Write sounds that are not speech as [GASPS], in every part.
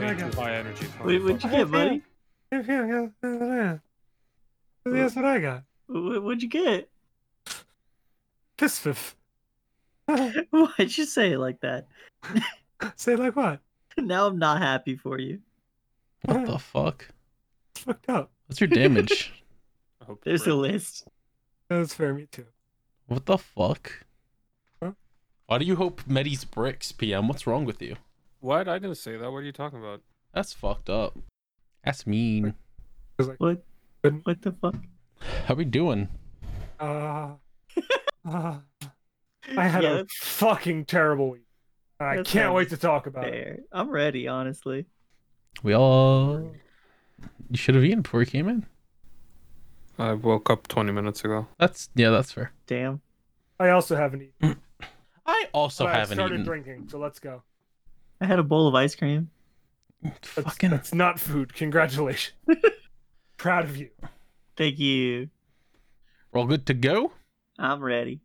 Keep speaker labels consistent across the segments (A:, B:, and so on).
A: Way too high energy. Tony.
B: Wait, what'd you get, buddy?
A: Yeah, yeah, yeah. That's what I got.
B: What, what'd you get?
A: Piss fifth.
B: [LAUGHS] Why'd you say it like that? [LAUGHS]
A: Say like what?
B: Now I'm not happy for you.
C: What
A: [LAUGHS]
C: the fuck?
A: It's fucked up.
C: What's your damage?
D: I hope
B: There's
D: you're
B: a
D: right.
B: list.
A: That's fair. Me too.
C: What the fuck?
A: Huh?
C: Why do you hope Medi's bricks, PM? What's wrong with you?
D: What? I didn't say that. What are you talking about?
C: That's fucked up. That's mean.
B: What?
A: Good.
B: What the fuck?
C: How we doing?
A: Uh, uh, I had
B: Yeah,
A: a
B: that's
A: fucking terrible week. I
B: That
A: can't wait to
B: sounds
A: talk about it.
B: fair. I'm ready, honestly.
C: We all. You should have eaten before you came in.
D: I woke up 20 minutes ago.
C: That's yeah, that's fair.
B: Damn.
A: I also haven't eaten.
C: I also
A: but I
C: haven't
A: started
C: eaten.
A: drinking, so let's go.
B: I had a bowl of ice cream.
A: That's,
C: Fucking
A: that's not food. Congratulations.
B: [LAUGHS]
A: Proud of you.
B: Thank you.
C: we're all good to go.
B: I'm ready.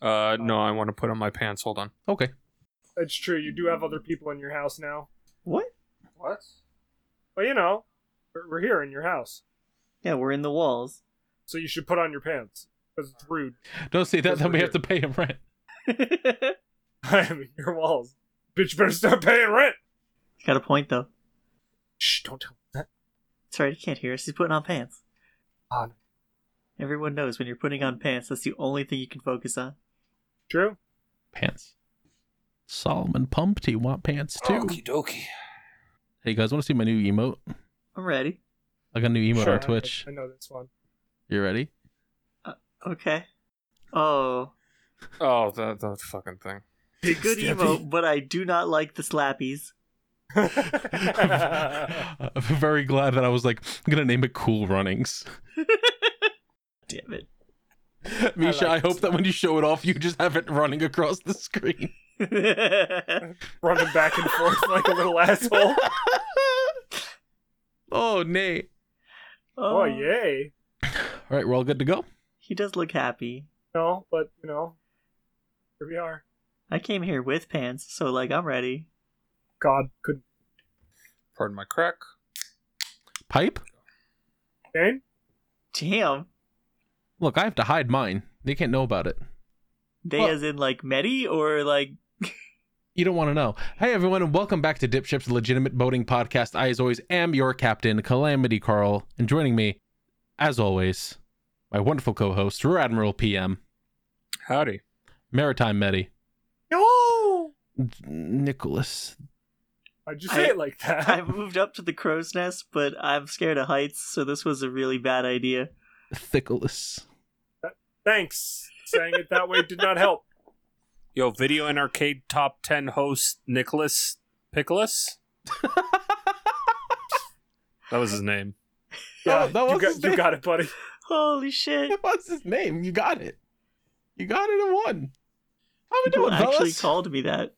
D: Uh, no, I want to put on my pants. Hold on.
C: Okay.
A: It's true. You do have other people in your house now.
B: What?
D: What?
A: Well, you know, we're, we're here in your house,
B: Yeah, we're in the walls. [LAUGHS]
A: so you should put on your pants because it's rude. [LAUGHS]
C: Don't say that.
A: That's
C: Then we
A: what
C: have to
A: you're-
C: pay him rent.
B: Got
A: I am in your walls. Bitch, you better start paying rent.
B: a point though.
A: Shh, don't tell.
B: It's right, he can't hear us. He's putting on pants.
A: Ah, no.
B: Everyone knows when you're putting on pants, that's the only thing you can focus on.
A: True.
C: Pants. Solomon pumped. You want pants too?
A: Oh,
D: dokie.
C: Hey you guys, want to see my new emote?
B: I'm ready.
C: I got a new emote
A: Sure,
C: on
A: I-
C: Twitch.
A: I, know this one. [LAUGHS]
C: You ready?
B: Okay. Oh,
D: Oh, that, that fucking thing.
B: the good emote, but I do not like the slappies.
C: I'm very glad that I was like, I'm gonna name it Cool Runnings.
B: Damn it.
C: Misha, [LAUGHS] I,
A: like
C: hope
A: this
C: that
A: one.
C: when you show it off, you just have it running across the screen. [LAUGHS]
A: [LAUGHS] Running back and forth like a little asshole.
C: oh, nay.
A: Oh, yay.
C: All right, we're all good to go.
B: He does look happy.
A: No, but, you know, here we are.
B: I came here with pants, so like I'm ready.
A: God couldn't.
D: Pardon my crack.
C: Pipe?
A: Jane?
B: Damn.
C: Look, I have to hide mine. They can't know about it.
B: They
C: Well-
B: as in like Medi or like
C: You don't want to know. Hey, everyone, and welcome back to Dip Ship's Legitimate Boating Podcast. I, as always, am your captain, Calamity Carl, and joining me, as always, my wonderful co host, Rear Admiral PM,
D: Howdy.
C: Maritime Medi,
A: No!
C: Nicholas.
A: Why'd you
B: I-
A: say it like that?
B: I moved up to the crow's nest, but I'm scared of heights, so this was a really bad idea.
C: Thickless.
A: Thanks. Saying it that way did not help.
D: Yo, video and arcade top 10 host Nicholas Pickles. [LAUGHS] that was his name.
A: Yeah,
C: that
A: you,
C: was his
A: got, you
C: name.
A: got it, buddy.
B: Holy shit.
C: [LAUGHS] What's his name? You got it. You got it in one. How we
B: People actually
C: [LAUGHS]
B: called me that.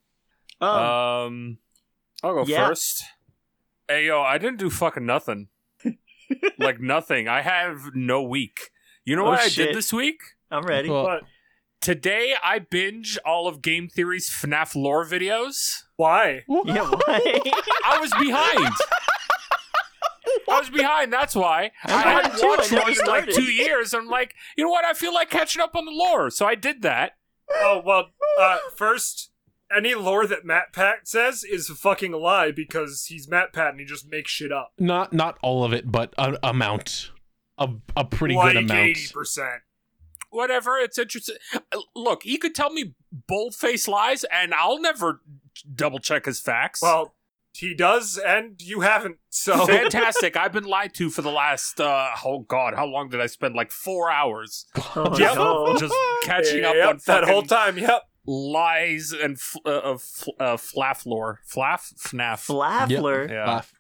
B: Um,
D: Um, I'll go
B: yeah.
D: first. Hey, yo, I didn't do fucking
B: [LAUGHS]
D: nothing. like nothing. I have no week. You know
B: Oh,
D: what I
B: shit.
D: did this week?
B: I'm ready.
C: Well,
A: But
D: Today I binge all of Game Theory's FNAF lore videos.
A: why?
B: [LAUGHS]
C: [LAUGHS]
B: yeah, why?
D: I was behind. I was behind. That's why I
B: I
D: hadn't
B: was too,
D: watched
B: I
D: one
B: never
D: in like
B: started.
D: two years. I'm like, you know what? I feel like catching up on the lore, so I did that.
A: Oh, well, uh, first, any lore that Matt Pat says is a fucking lie because he's Matt Pat and he just makes shit up.
C: not not all of it, but a amount, a a pretty
A: like
C: good amount.
A: 80%.
D: Whatever. It's interesting. Uh, Look, you could tell me bold faced lies, and I'll never double check his facts.
A: Well, He does, and you haven't. So
D: [LAUGHS] Fantastic. I've been lied to for the last, uh, oh God, how long did I spend? Like four hours
B: Oh,
A: Yep.
B: no.
A: [LAUGHS]
D: just catching up
A: Yep,
D: on
A: that whole
D: fucking
A: time. Yep.
D: lies and fl- uh, uh, fl- uh, flaff lore. Flaff? Fnaf.
B: Flafler.
D: Yeah.
C: Laugh.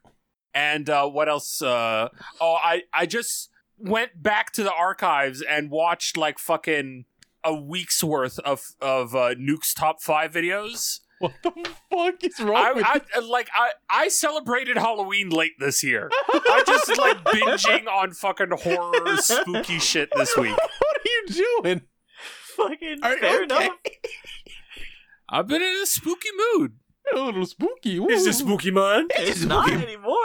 D: And uh, what else? Uh, oh, I I just went back to the archives and watched like fucking a week's worth of of uh, Nuke's top five videos.
C: What the fuck is wrong with
D: I, I like I I celebrated Halloween late this year. I
B: [LAUGHS]
D: just like binging on fucking horror spooky shit this week.
C: [LAUGHS] What are you doing?
B: Fucking
C: Are-
B: fair
C: okay.
B: enough.
D: I've been in a spooky mood.
C: A little spooky.
A: It's
C: Woo.
A: the spooky man.
B: It's not anymore. [LAUGHS]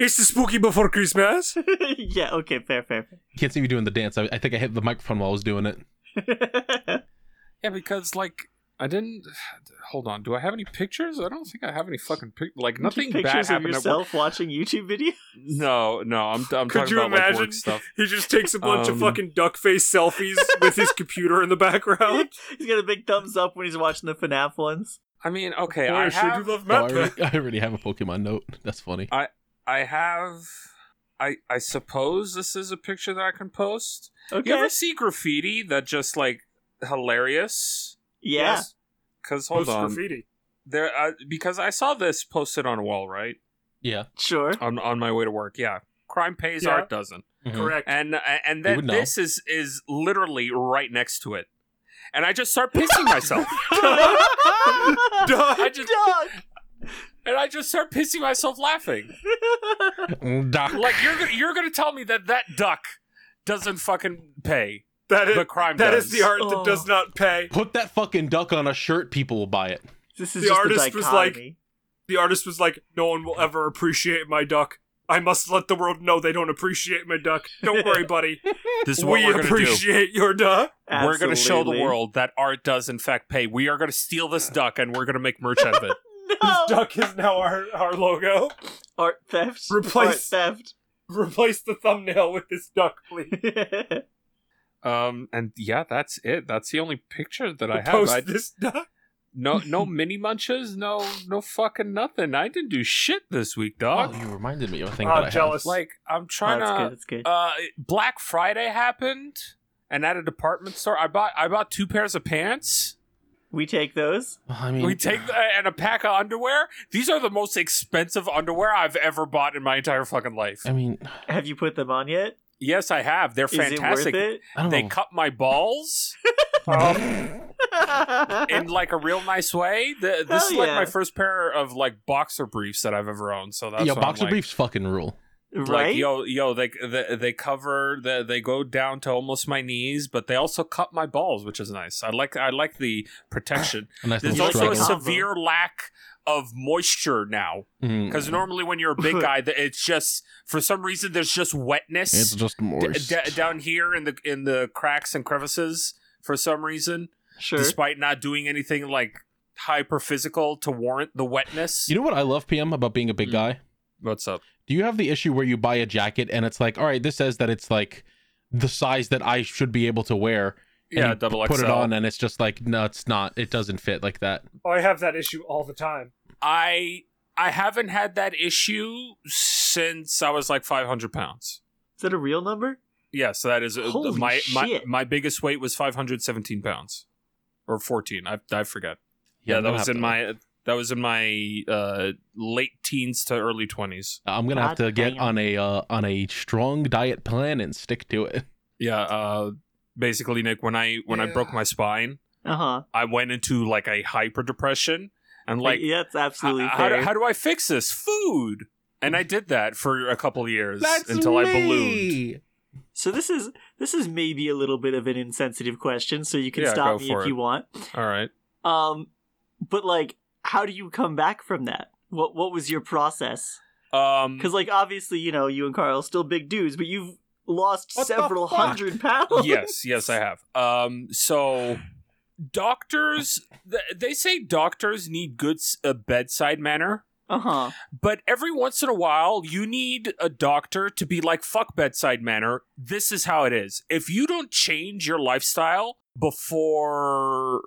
A: It's the spooky before Christmas.
B: yeah, okay, fair, fair,
C: Can't see me doing the dance. I, I think I hit the microphone while I was
D: [LAUGHS]
C: doing it.
B: fair. [LAUGHS]
D: Yeah, because like I didn't. [SIGHS] Hold on. Do I have any pictures? I don't think I have any fucking pic- like nothing
B: Pictures
D: bad
B: of
D: happened at work.
B: yourself watching YouTube videos.
D: No, no. I'm I'm
A: Could
D: talking
A: you
D: about like, work
A: imagine?
D: stuff.
A: He just takes a bunch
D: Um.
A: of fucking duck face selfies with his computer in the
D: [LAUGHS]
A: background.
B: [LAUGHS] he's got a big thumbs up when he's watching the FNAF ones.
D: I mean, okay,
A: Boy,
D: I,
A: I
D: have,
A: sure do love
C: Oh, I,
A: Matt Pat.
C: already, [LAUGHS] I already have a Pokemon note. That's funny.
D: I have, I I suppose this is a picture that I can post.
B: Okay.
D: You ever see graffiti that just like hilarious?
B: yeah.
D: Because hold
A: Post
D: on,
A: graffiti.
D: there uh, because I saw this posted on a wall right
C: Yeah.
D: [LAUGHS]
B: Sure. [LAUGHS]
D: on on my way to work. Yeah, crime pays,
A: Yeah.
D: art doesn't.
B: Mm-hmm.
A: Correct. [LAUGHS]
D: And uh, and
C: They
D: then
C: would know.
D: this is is literally right next to it, and I just start pissing myself.
C: [LAUGHS]
A: Duh.
D: I just and I just start pissing myself laughing.
B: Doug.
C: Mhm. Doc.
D: Like you're gonna, you're gonna tell me that that duck doesn't fucking pay.
A: That is
D: The crime
A: that
D: does.
A: is the art
B: Oh.
A: that does not pay.
C: Put that fucking duck on a shirt. People will buy it.
B: this is
A: The
B: just
A: artist
B: a
A: was like-
B: dichotomy.
A: The artist was like, "No one will ever appreciate my duck. I must let the world know they don't appreciate my duck.
D: [LAUGHS]
A: Don't worry, buddy.
D: This is what
A: we
D: we're gonna do.
A: appreciate your duck."
D: We're gonna show the
B: Absolutely.
D: world that art does in fact pay. We are gonna steal this duck and we're gonna make merch out
A: [LAUGHS]
D: of it.
B: [LAUGHS] No.
A: This duck is now our our logo.
B: Art theft.
A: Replace-
B: Art [LAUGHS]
A: Replace the thumbnail with this duck, please.
B: theft.
D: Um, and yeah, that's it. That's the only picture that I have.
A: Post
D: I,
A: this duck.
D: no, no mini munches. No, no fucking nothing. I didn't do shit this week, dog.
C: Oh, you reminded me of a thing that I
A: Ah,
C: have.
A: jealous.
D: Like I'm trying
B: that's good.
D: to.
B: That's good.
D: Uh, Black Friday happened, and at a department store, I bought I bought two pairs of pants.
B: we take those.
C: Well, I mean,
D: We take the, and a pack of underwear. These are the most expensive underwear I've ever bought in my entire fucking life.
C: I mean,
B: Have you put them on yet?
D: Yes, I have. They're fantastic.
B: Is it Oh.
C: I don't
D: They
C: know.
D: cut my balls Uh,
A: Um,
B: worth
D: in
B: [LAUGHS] it?
D: like a real nice way. The, this
B: Hell
D: is like
B: yeah.
D: my first pair of like boxer briefs that I've ever owned. So that's
C: yeah,
D: what
C: boxer
D: I'm like,
C: briefs fucking rule.
D: Like
B: [LAUGHS] right?
D: yo, yo, they, they they cover the, they go down to almost my knees, but they also cut my balls, which is nice. I like I like the protection.
C: [LAUGHS] A nice
D: There's
C: little
D: also
B: like
D: a
B: the
C: struggle.
B: combo.
D: severe lack of moisture now.
C: Mm.
D: Because normally when you're a
B: [LAUGHS]
D: big guy, th- it's just for some reason there's just
C: It's
D: wetness
C: just
D: d-
C: moist.
D: d- down here in the in the cracks and crevices for some reason,
B: sure.
D: despite not doing anything like hyper physical to warrant the wetness.
C: you know what I love, PM, about being a big
D: Mm.
C: guy?
D: What's up?
C: Do you have the issue where you buy a jacket and it's like, all right, this says that it's like the size that I should be able to wear? and
D: Yeah,
C: you
D: double XL.
C: Put it on and it's just like, no, it's not. It doesn't fit like that.
A: oh, I have that issue all the time.
D: I I haven't had that issue since I was like 500 pounds.
B: Is that a real number?
D: Yeah, so that is uh,
B: Holy
D: my my
B: shit.
D: my biggest weight was 517 pounds or 14. I I forget. Yeah,
C: I'm
D: that
C: gonna
D: was
C: have
D: in
C: to-
D: my that was in my uh, late teens to early twenties.
C: I'm gonna have
B: God
C: to get
B: damn.
C: on a uh, on a strong diet plan and stick to it.
D: Yeah, uh, basically, Nick, when I when I
A: Yeah.
D: broke my spine,
B: Uh huh.
D: I went into like a hyper depression, and like,
B: Like, yeah, that's absolutely
D: h- how,
B: fair.
D: do, how do I fix this? Food, and I did that for a couple of years until I ballooned.
B: so this is this is maybe a little bit of an insensitive question, so you can
D: Yeah, go
B: stop me
D: for
B: if
D: it.
B: you want.
D: All right,
B: Um, but like, how do you come back from that? What what was your process? [LAUGHS]
D: um,
B: Because like, obviously, you know, you and Carl are still big dudes, but you've lost
A: What the
B: several
A: fuck?
B: hundred pounds. [LAUGHS]
D: yes, yes, I have. Um, so doctors, th- they say doctors need good s- uh, bedside manner.
B: Uh huh.
D: But every once in a while, you need a doctor to be like, fuck bedside manner. This is how it is. If you don't change your lifestyle before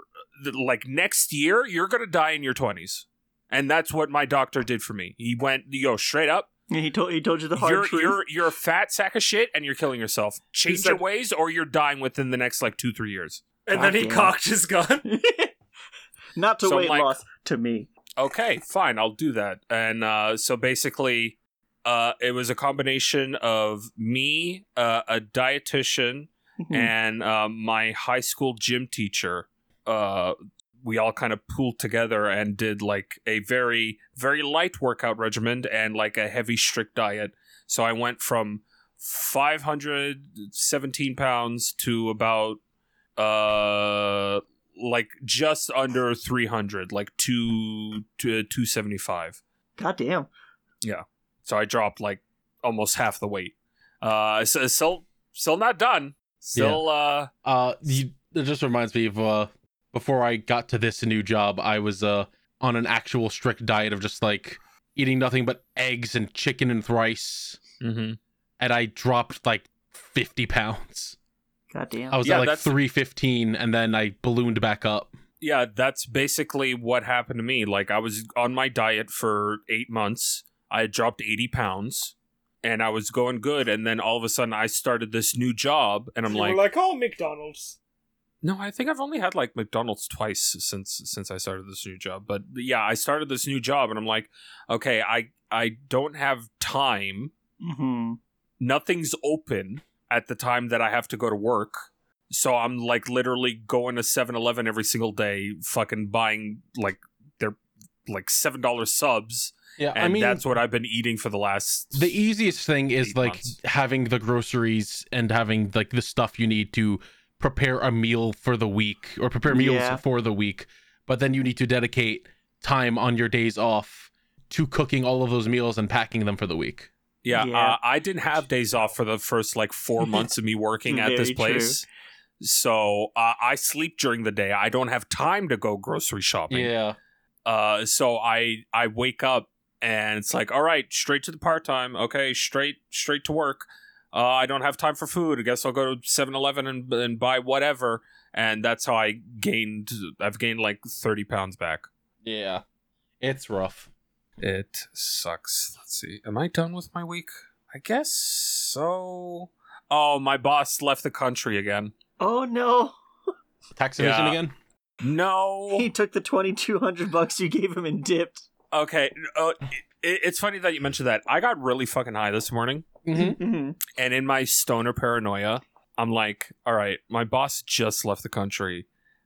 D: the, like next year, you're going to die in your 20s. and that's what my doctor did for me. He went, yo, straight up.
B: He told he told you the hard
D: you're,
B: truth.
D: you're you're a fat sack of shit, and you're killing yourself. Change
A: said-
D: your ways, or you're dying within the next like two three years.
A: And then he
B: Goddamn.
A: cocked his gun. [LAUGHS]
B: [LAUGHS] Not to
D: So,
B: weight
D: like-
B: loss, to me.
D: Okay, fine, I'll do that. And uh, so basically, uh, it was a combination of me, uh, a dietitian,
B: Hmm. [LAUGHS]
D: and um, my high school gym teacher uh, we all kind of pooled together and did like a very very light workout regimen and like a heavy strict diet so i went from 517 pounds to about uh like just under 300 like 2 to 275
B: God damn.
D: so I dropped like almost half the weight. Uh, so still, still not done. Still, uh,
C: Uh, you, it just reminds me of uh, before I got to this new job, I was uh on an actual strict diet of just like eating nothing but eggs and chicken and thrice, and I dropped like fifty pounds.
B: God damn.
C: I was
D: Yeah,
C: at like
D: that's-
C: three fifteen, and then I ballooned back up.
D: yeah, that's basically what happened to me. Like I was on my diet for eight months. I had dropped eighty pounds, and I was going good. And then all of a sudden, I started this new job, and I'm
A: You were
D: like,
A: like, oh, McDonald's.
D: No, I think I've only had like McDonald's twice since since I started this new job. But yeah, I started this new job, and I'm like, okay, I I don't have time
B: hmm
D: nothing's open at the time that I have to go to work. So I'm like literally going to 7-Eleven every single day, fucking buying like their like seven dollar subs,
C: Yeah,
D: and that's what I've been eating for the last.
C: the easiest thing is
D: Eight
C: like
D: months.
C: having the groceries and having like the stuff you need to prepare a meal for the week or prepare meals
B: Yeah.
C: for the week but then you need to dedicate time on your days off to cooking all of those meals and packing them for the week
D: yeah,
B: Yeah.
D: Uh, I didn't have days off for the first like four months of me working at this
B: Very true.
D: place. So uh, I sleep during the day. I don't have time to go grocery shopping.
C: yeah
D: Uh, so I I wake up and it's like, all right, straight to the part time. Okay, straight straight to work. Uh, I don't have time for food. I guess I'll go to 7-Eleven and, and buy whatever. And that's how I gained. I've gained like thirty pounds back.
C: yeah it's rough
D: It sucks. Let's see. Am I done with my week? I guess so. Oh, my boss left the country again.
B: Oh no.
C: tax evasion
D: Yeah.
C: again
D: No.
B: [LAUGHS] He took the twenty two hundred bucks you gave him and dipped.
D: okay. Uh, it, it's funny that you mentioned that. I got really fucking high this morning.
C: mm-hmm.
B: Mhm.
D: and in my stoner paranoia, I'm like, all right, my boss just left the country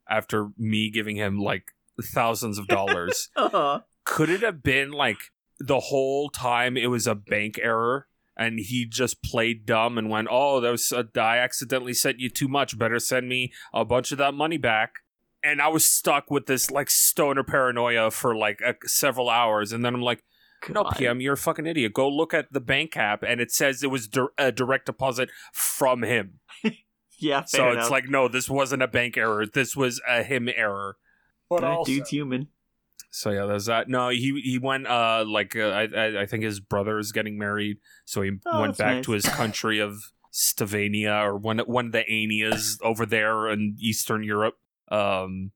D: after me giving him like thousands of
B: [LAUGHS]
D: dollars.
B: Uh-huh.
D: Could it have been like the whole time it was a bank error and he just played dumb and went, oh, that was a, I accidentally sent you too much. Better send me a bunch of that money back. And I was stuck with this like stoner paranoia for like a, several hours. And then I'm like, no,
B: God.
D: PM, you're a fucking idiot. Go look at the bank app, and it says it was dir- a direct deposit from him.
B: Yeah, fair
D: so
B: enough.
D: it's like, no, this wasn't a bank error. This was a him error.
A: But
B: That
A: also,
B: dude's human.
D: So yeah, there's that. No, he he went uh like uh, I, I I think his brother is getting married, so he
B: Oh,
D: went
B: that's
D: back
B: nice.
D: to his country of Slovenia or one one of the Anias over there in Eastern Europe. Um,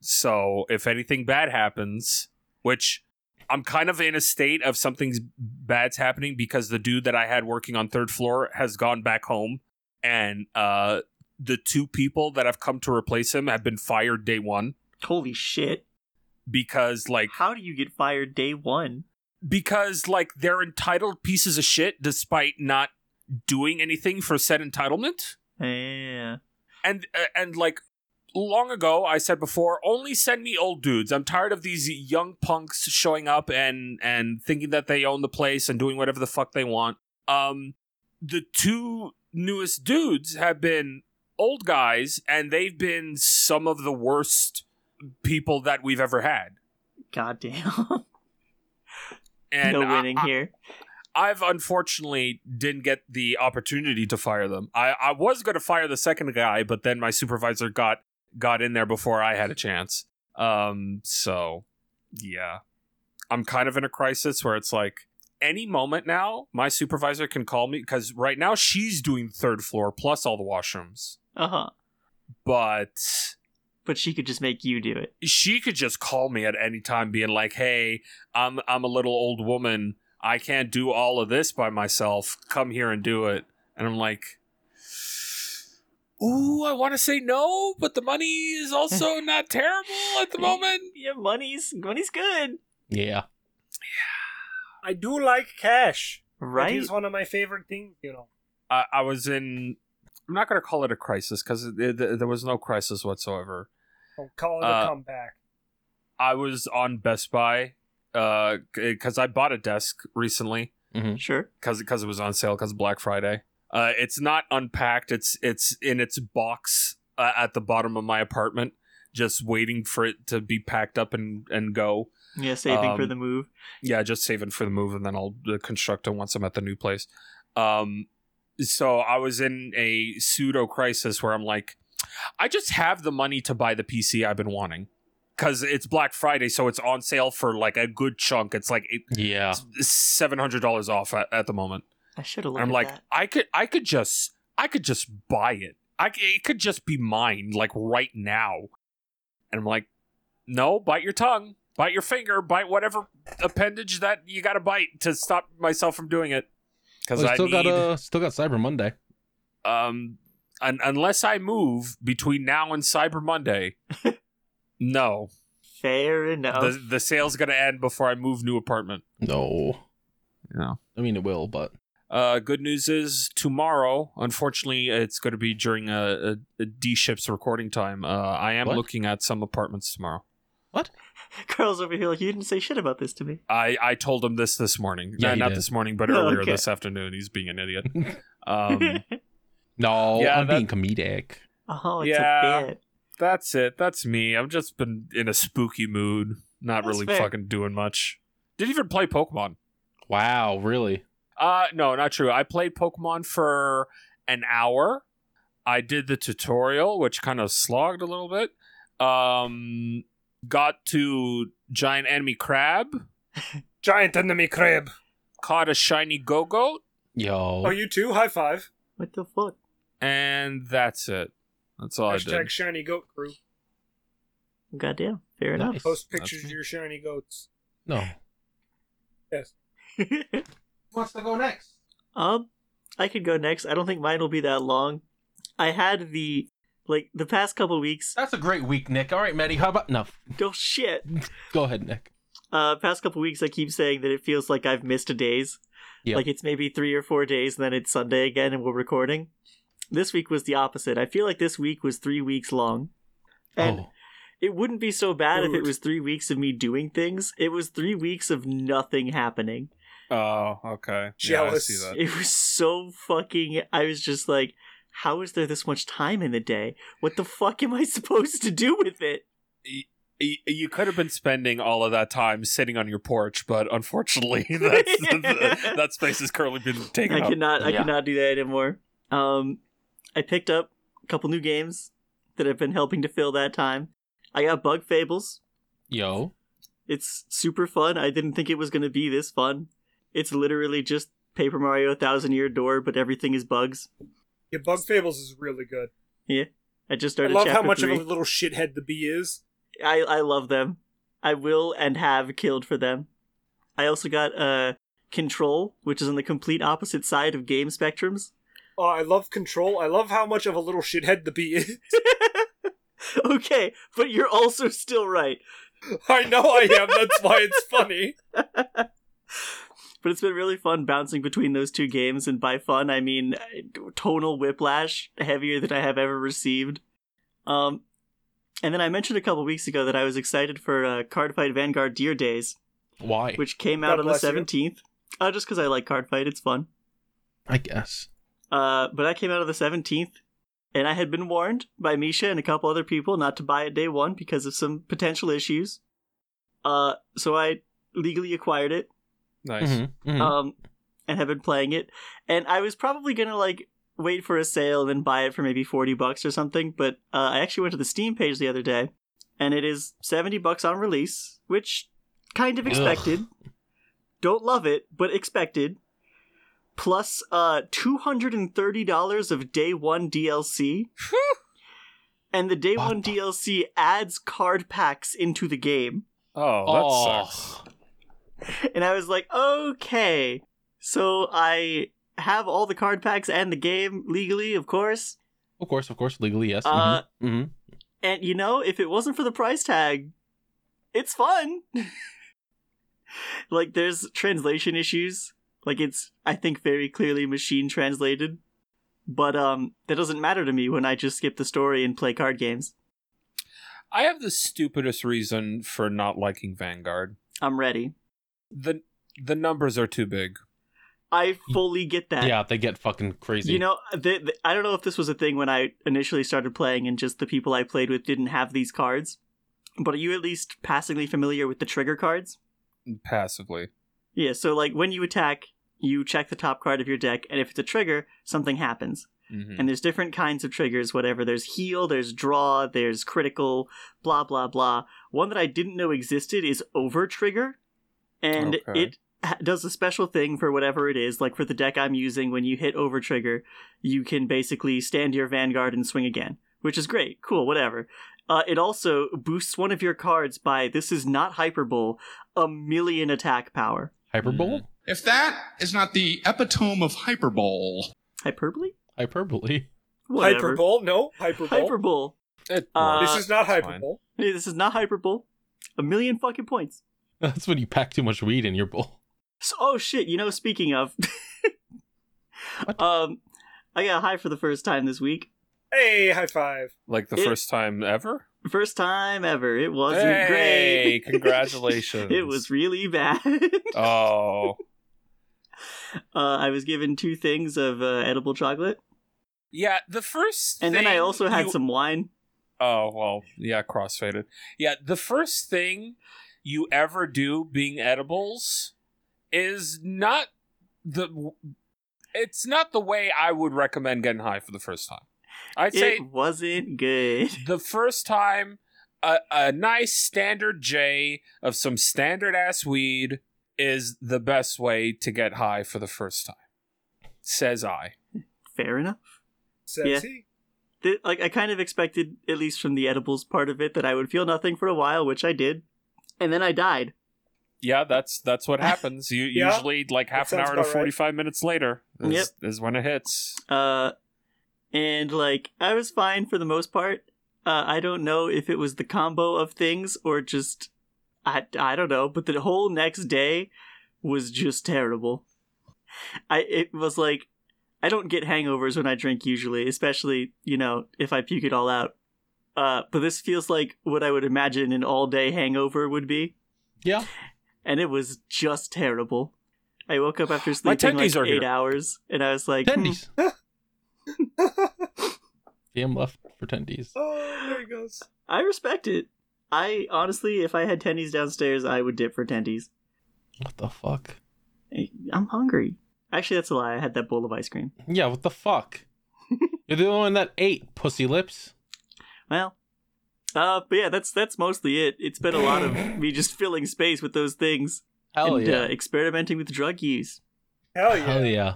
D: so if anything bad happens, which I'm kind of in a state of something bad's happening because the dude that I had working on third floor has gone back home, and uh the two people that have come to replace him have been fired day one
B: Holy shit.
D: because like
B: How do you get fired day one?
D: because like they're entitled pieces of shit despite not doing anything for said entitlement
B: Yeah.
D: and uh, and like long ago i said before only send me old dudes i'm tired of these young punks showing up and and thinking that they own the place and doing whatever the fuck they want um the two newest dudes have been old guys and they've been some of the worst people that we've ever had
B: God [LAUGHS] damn.
D: and
B: no
D: I-
B: winning here.
D: I've unfortunately didn't get the opportunity to fire them. I, I was going to fire the second guy, but then my supervisor got got in there before I had a chance. Um, so yeah, I'm kind of in a crisis where it's like any moment now, my supervisor can call me because right now she's doing third floor plus all the washrooms,
B: Uh huh.
D: but
B: Uh-huh. but she could just make you do it.
D: she could just call me at any time being like hey i'm i'm a little old woman i can't do all of this by myself come here and do it and i'm like ooh i want to say no but the money is also not terrible at the moment
B: Yeah, money's money's good,
C: Yeah.
A: I do like cash. It
B: right?
A: is one of my favorite things, you know.
D: I, I was in i'm not going to call it a crisis because there was no crisis whatsoever
A: I'll call it
D: Uh,
A: a comeback.
D: i was on best buy because i bought a desk recently
B: Sure.
D: because because it was on sale because Black Friday. Uh, it's not unpacked. It's it's in its box uh, at the bottom of my apartment, just waiting for it to be packed up and and go.
B: Yeah, saving for
D: Um,
B: the move.
D: Yeah, just saving for the move, and then I'll uh, construct it once I'm at the new place. Um, so I was in a pseudo crisis where I'm like, I just have the money to buy the PC I've been wanting because it's Black Friday, so it's on sale for like a good chunk. It's like
C: Yeah.
D: seven hundred dollars off at, at the moment.
B: I should have
D: And I'm
B: looked at
D: like,
B: that.
D: I could, I could just, I could just buy it. I, c- it could just be mine, like right now. And I'm like, no, bite your tongue, bite your finger, bite whatever appendage that you got to bite to stop myself from doing it. Because
C: Well,
D: I
C: still
D: need,
C: got uh, still got Cyber Monday.
D: um, un- unless I move between now and Cyber
C: [LAUGHS]
D: Monday, no,
B: Fair enough. [LAUGHS]
D: the the sale's gonna end before I move new apartment.
C: No.
D: No.
C: I mean it will, but
D: Uh, good news is tomorrow. Unfortunately, it's going to be during a, a, a D ships recording time. Uh, I am
C: What?
D: looking at some apartments tomorrow.
B: Carl's over here like you didn't say shit about this to me.
D: I, I told him this this morning.
C: Yeah,
D: No,
C: he
D: not
C: did.
D: this morning, but
B: Oh,
D: earlier
B: okay.
D: this afternoon. He's being an
C: [LAUGHS]
D: idiot.
B: [LAUGHS]
D: Um,
C: no,
D: Yeah,
C: I'm
D: that-
C: being comedic.
B: oh, it's
D: Yeah.
B: a bit.
D: that's it. That's me. I've just been in a spooky mood. Not
B: That's
D: really
B: fair.
D: fucking doing much. Didn't even play Pokemon.
C: Wow, really?
D: Uh, no, not true. I played Pokemon for an hour. I did the tutorial, which kind of slogged a little bit. Um, got to giant enemy crab,
A: Giant enemy crab.
D: caught a shiny go goat,
C: Yo.
A: Oh, you too? High five.
B: What the fuck?
D: and that's it. That's all oh, I
A: Hashtag
D: did.
A: shiny goat crew.
B: Goddamn. Fair
C: Nice.
B: enough.
A: Post
D: That's
A: pictures of
D: me.
A: your shiny goats.
C: no.
A: Yes.
B: [LAUGHS]
C: Wants to go next?
B: Um, I could go next. I don't think mine will be that long. I had the like the past couple weeks.
C: That's a great week, Nick. All right, Maddie, how about no?
B: Oh shit!
C: Go ahead, Nick.
B: Uh, past couple weeks, I keep saying that it feels like I've missed days.
C: Yeah.
B: Like it's maybe three or four days, and then it's Sunday again, and we're recording. This week was the opposite. I feel like this week was three weeks long, and
C: oh.
B: it wouldn't be so bad if
A: Dude.
B: it was three weeks of me doing things. It was three weeks of nothing happening.
D: Oh, okay.
A: Jealous.
B: It was so fucking. I was just like, how is there this much time in the day? What the fuck am I [LAUGHS] supposed to do with it?
D: Y- You could have been spending all of that time sitting on your porch, but unfortunately, [LAUGHS]
A: [LAUGHS]
D: that's, that space has currently been taken
B: I
D: up.
B: cannot. I
C: Yeah.
B: cannot do that anymore. Um, I picked up a couple new games that have been helping to fill that time. I got Bug Fables.
C: Yo.
B: It's super fun. I didn't think it was going to be this fun. It's literally just Paper Mario Thousand Year Door, but everything is bugs.
A: Yeah, Bug Fables is really good.
B: I just
A: I
B: started.
A: love how
B: chapter
A: much
B: three.
A: of a little shithead the bee is.
B: I I love them. I will and have killed for them. I also got uh Control, which is on the complete opposite side of game spectrums. [LAUGHS]
A: Oh, I love control. I love how much of a little shithead the bee is. [LAUGHS]
B: okay, but you're also still right.
A: I know I am. That's why it's funny.
B: But it's been really fun bouncing between those two games, and by fun I mean uh, tonal whiplash heavier than I have ever received. Um, and then I mentioned a couple weeks ago that I was excited for uh, Cardfight Vanguard Deer Days,
C: Why?
B: which came
A: God
B: out on the
A: bless you.
B: seventeenth. Uh, just because I like Cardfight, it's fun.
C: I guess.
B: Uh, but I came out on the 17th, and I had been warned by Misha and a couple other people not to buy it day one because of some potential issues. Uh, so I legally acquired it,
D: Nice.
C: Mhm, mhm.
B: um, and have been playing it. And I was probably gonna like wait for a sale and then buy it for maybe 40 bucks or something, but uh, I actually went to the Steam page the other day, and it is 70 bucks on release, which kind of
C: Ugh.
B: expected. Don't love it, but expected.
C: [LAUGHS]
B: Plus uh $230 of day 1 DLC. and the day
C: What
B: one
C: the-
B: DLC adds card packs into the game.
D: Oh, that sucks.
B: And I was like, okay. So I have all the card packs and the game legally, of course.
C: Of course, of course, legally, yes.
B: Uh,
C: hmm
B: And you know, if it wasn't for the price tag, it's fun. [LAUGHS] like there's translation issues. Like it's I think very clearly machine translated. But um that doesn't matter to me when I just skip the story and play card games.
D: I have the stupidest reason for not liking Vanguard.
B: I'm ready.
D: The the numbers are too big.
B: I fully get that.
C: Yeah, they get fucking crazy.
B: You know, th th I don't know if this was a thing when I initially started playing and just the people I played with didn't have these cards. But are you at least passingly familiar with the trigger cards?
D: Passively.
B: Yeah, so like when you attack, you check the top card of your deck, and if it's a trigger, something happens.
D: Mhm.
B: And there's different kinds of triggers, whatever. There's heal, there's draw, there's critical, blah, blah, blah. One that I didn't know existed is over trigger. And
D: Okay.
B: it ha- does a special thing for whatever it is. Like for the deck I'm using, when you hit over trigger, you can basically stand your vanguard and swing again, which is great. Cool, whatever. Uh, it also boosts one of your cards by, this is not hyperbole, a million attack power.
C: hyperbole,
E: If that is not the epitome of hyperbole.
B: Hyperbole?
C: hyperbole.
B: [LAUGHS]
C: [LAUGHS]
B: Whatever.
A: Hyperbole? No, hyperbole.
B: Hyperbole.
D: It-
B: Uh,
A: this is not
D: it's fine.
A: hyperbole.
B: Hey, This is not hyperbole. A million fucking points.
C: That's when you pack too much weed in your bowl. [LAUGHS]
B: So, oh shit! You know, speaking of, [LAUGHS]
C: What?
B: um, I got high for the first time this week.
A: Hey, high five.
D: like the
B: it-
D: first time ever.
B: First time ever. It wasn't
D: Hey,
B: great. [LAUGHS]
D: congratulations.
B: it was really bad. [LAUGHS] uh,
D: Oh.
B: I was given two things of uh, edible chocolate,
D: [LAUGHS] Yeah, the first
B: and then I
D: thing
B: also had
D: you-
B: some wine.
D: Oh well, yeah, crossfaded. Yeah, the first thing you ever do being edibles is not the it's not the way I would recommend getting high for the first time. I'd say
B: It wasn't good. [LAUGHS]
D: the first time a, a nice standard J of some standard ass weed is the best way to get high for the first time. Says I.
B: Fair enough.
A: Says
B: Yeah.
A: he.
B: Th- like I kind of expected, at least from the edibles part of it, that I would feel nothing for a while, which I did, and then I died.
D: Yeah, that's
A: [LAUGHS]
D: that's what happens. You
A: Yeah,
D: usually like
A: that
D: half an
A: sounds
D: hour to
A: about right.
D: forty five minutes later is,
B: Yep.
D: is when it hits.
B: Uh, and like I was fine for the most part. Uh, I don't know if it was the combo of things or just I I don't know, but the whole next day was just terrible. I it was like I don't get hangovers when I drink usually, especially you know if I puke it all out. Uh, but this feels like what I would imagine an all day hangover would be,
C: Yeah,
B: and it was just terrible. I woke up
D: [SIGHS]
B: after
D: My
B: sleeping like
D: tendies are
B: eight
D: here.
B: hours, and I was like, hmm,
C: [LAUGHS] tendies. Damn left for tendies.
A: Oh, there he goes.
B: I respect it. I honestly, if I had tendies downstairs, I would dip for tendies.
C: What the fuck?
B: I- I'm hungry. Actually, that's a lie. I had that bowl of ice cream.
C: Yeah, what
B: [LAUGHS]
C: the fuck? You're the only one that ate pussy lips.
B: Well, uh, but yeah, that's that's mostly it. It's been a lot
C: [LAUGHS]
B: of me just filling space with those things and uh, experimenting with drug use.
A: Hell yeah.
C: Hell yeah.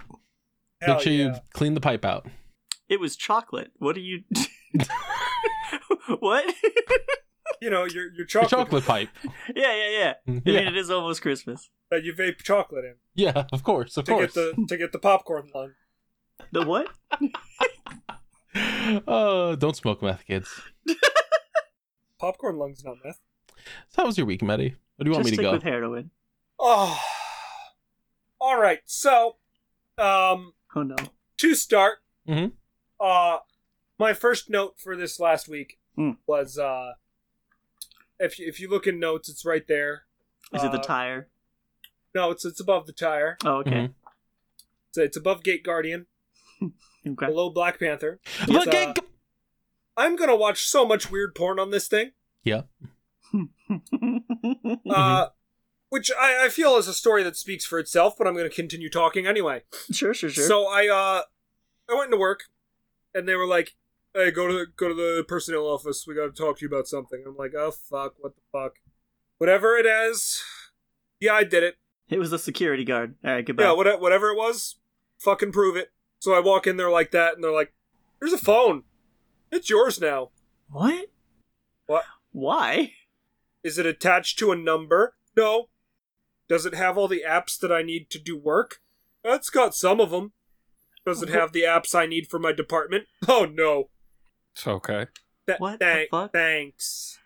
A: Hell
C: Make sure
A: yeah.
C: you clean the pipe out.
B: It was chocolate. What are you?
C: [LAUGHS]
B: [LAUGHS] what? [LAUGHS]
A: You know, your, your
C: Your
A: chocolate.
C: chocolate
A: [LAUGHS]
C: pipe. [LAUGHS]
B: yeah, yeah, yeah. I mean,
C: Yeah.
B: it is almost Christmas.
A: That you vape chocolate in
C: yeah, of course, of
A: to
C: course.
A: get the to get the popcorn line.
B: The what?
C: [LAUGHS] Uh, don't smoke meth, kids.
A: Popcorn lungs, not meth.
C: So how was your week, Maddie? Where do you want
B: just
C: me to
B: stick
C: go?
B: with heroin.
A: Oh. All right. So, um,
B: Oh no.
A: to start,
C: Mhm.
A: uh, my first note for this last week
B: Hmm.
A: was uh, if you, if you look in notes, it's right there.
B: Is it the
A: Uh,
B: tire?
A: No, it's it's above the tire.
B: Oh, okay.
A: It's, it's above Gate Guardian,
C: mm-hmm.
B: Okay.
A: below Black Panther.
C: Look
A: It's, uh,
C: at-
A: I'm gonna watch so much weird porn on this thing, uh,
B: Mm-hmm.
A: which I, I feel is a story that speaks for itself. But I'm gonna continue talking anyway.
B: [LAUGHS] sure, sure, sure.
A: So I uh I went into work and they were like, Hey, go to the go to the personnel office, we gotta talk to you about something. I'm like, Oh fuck, what the fuck? Whatever it is, yeah, I did it.
B: It was a security guard. All right, goodbye.
A: Yeah, what, whatever it was, fucking prove it. So I walk in there like that and they're like, Here's a phone. It's yours now.
B: What?
A: What?
B: Why? [LAUGHS]
A: Is it attached to a number? No. Does it have all the apps that I need to do work? It's got some of them. Does it have the apps I need for my department? Oh no.
D: Okay.
A: Th-
B: What the
A: thank-
B: fuck?
A: Thanks.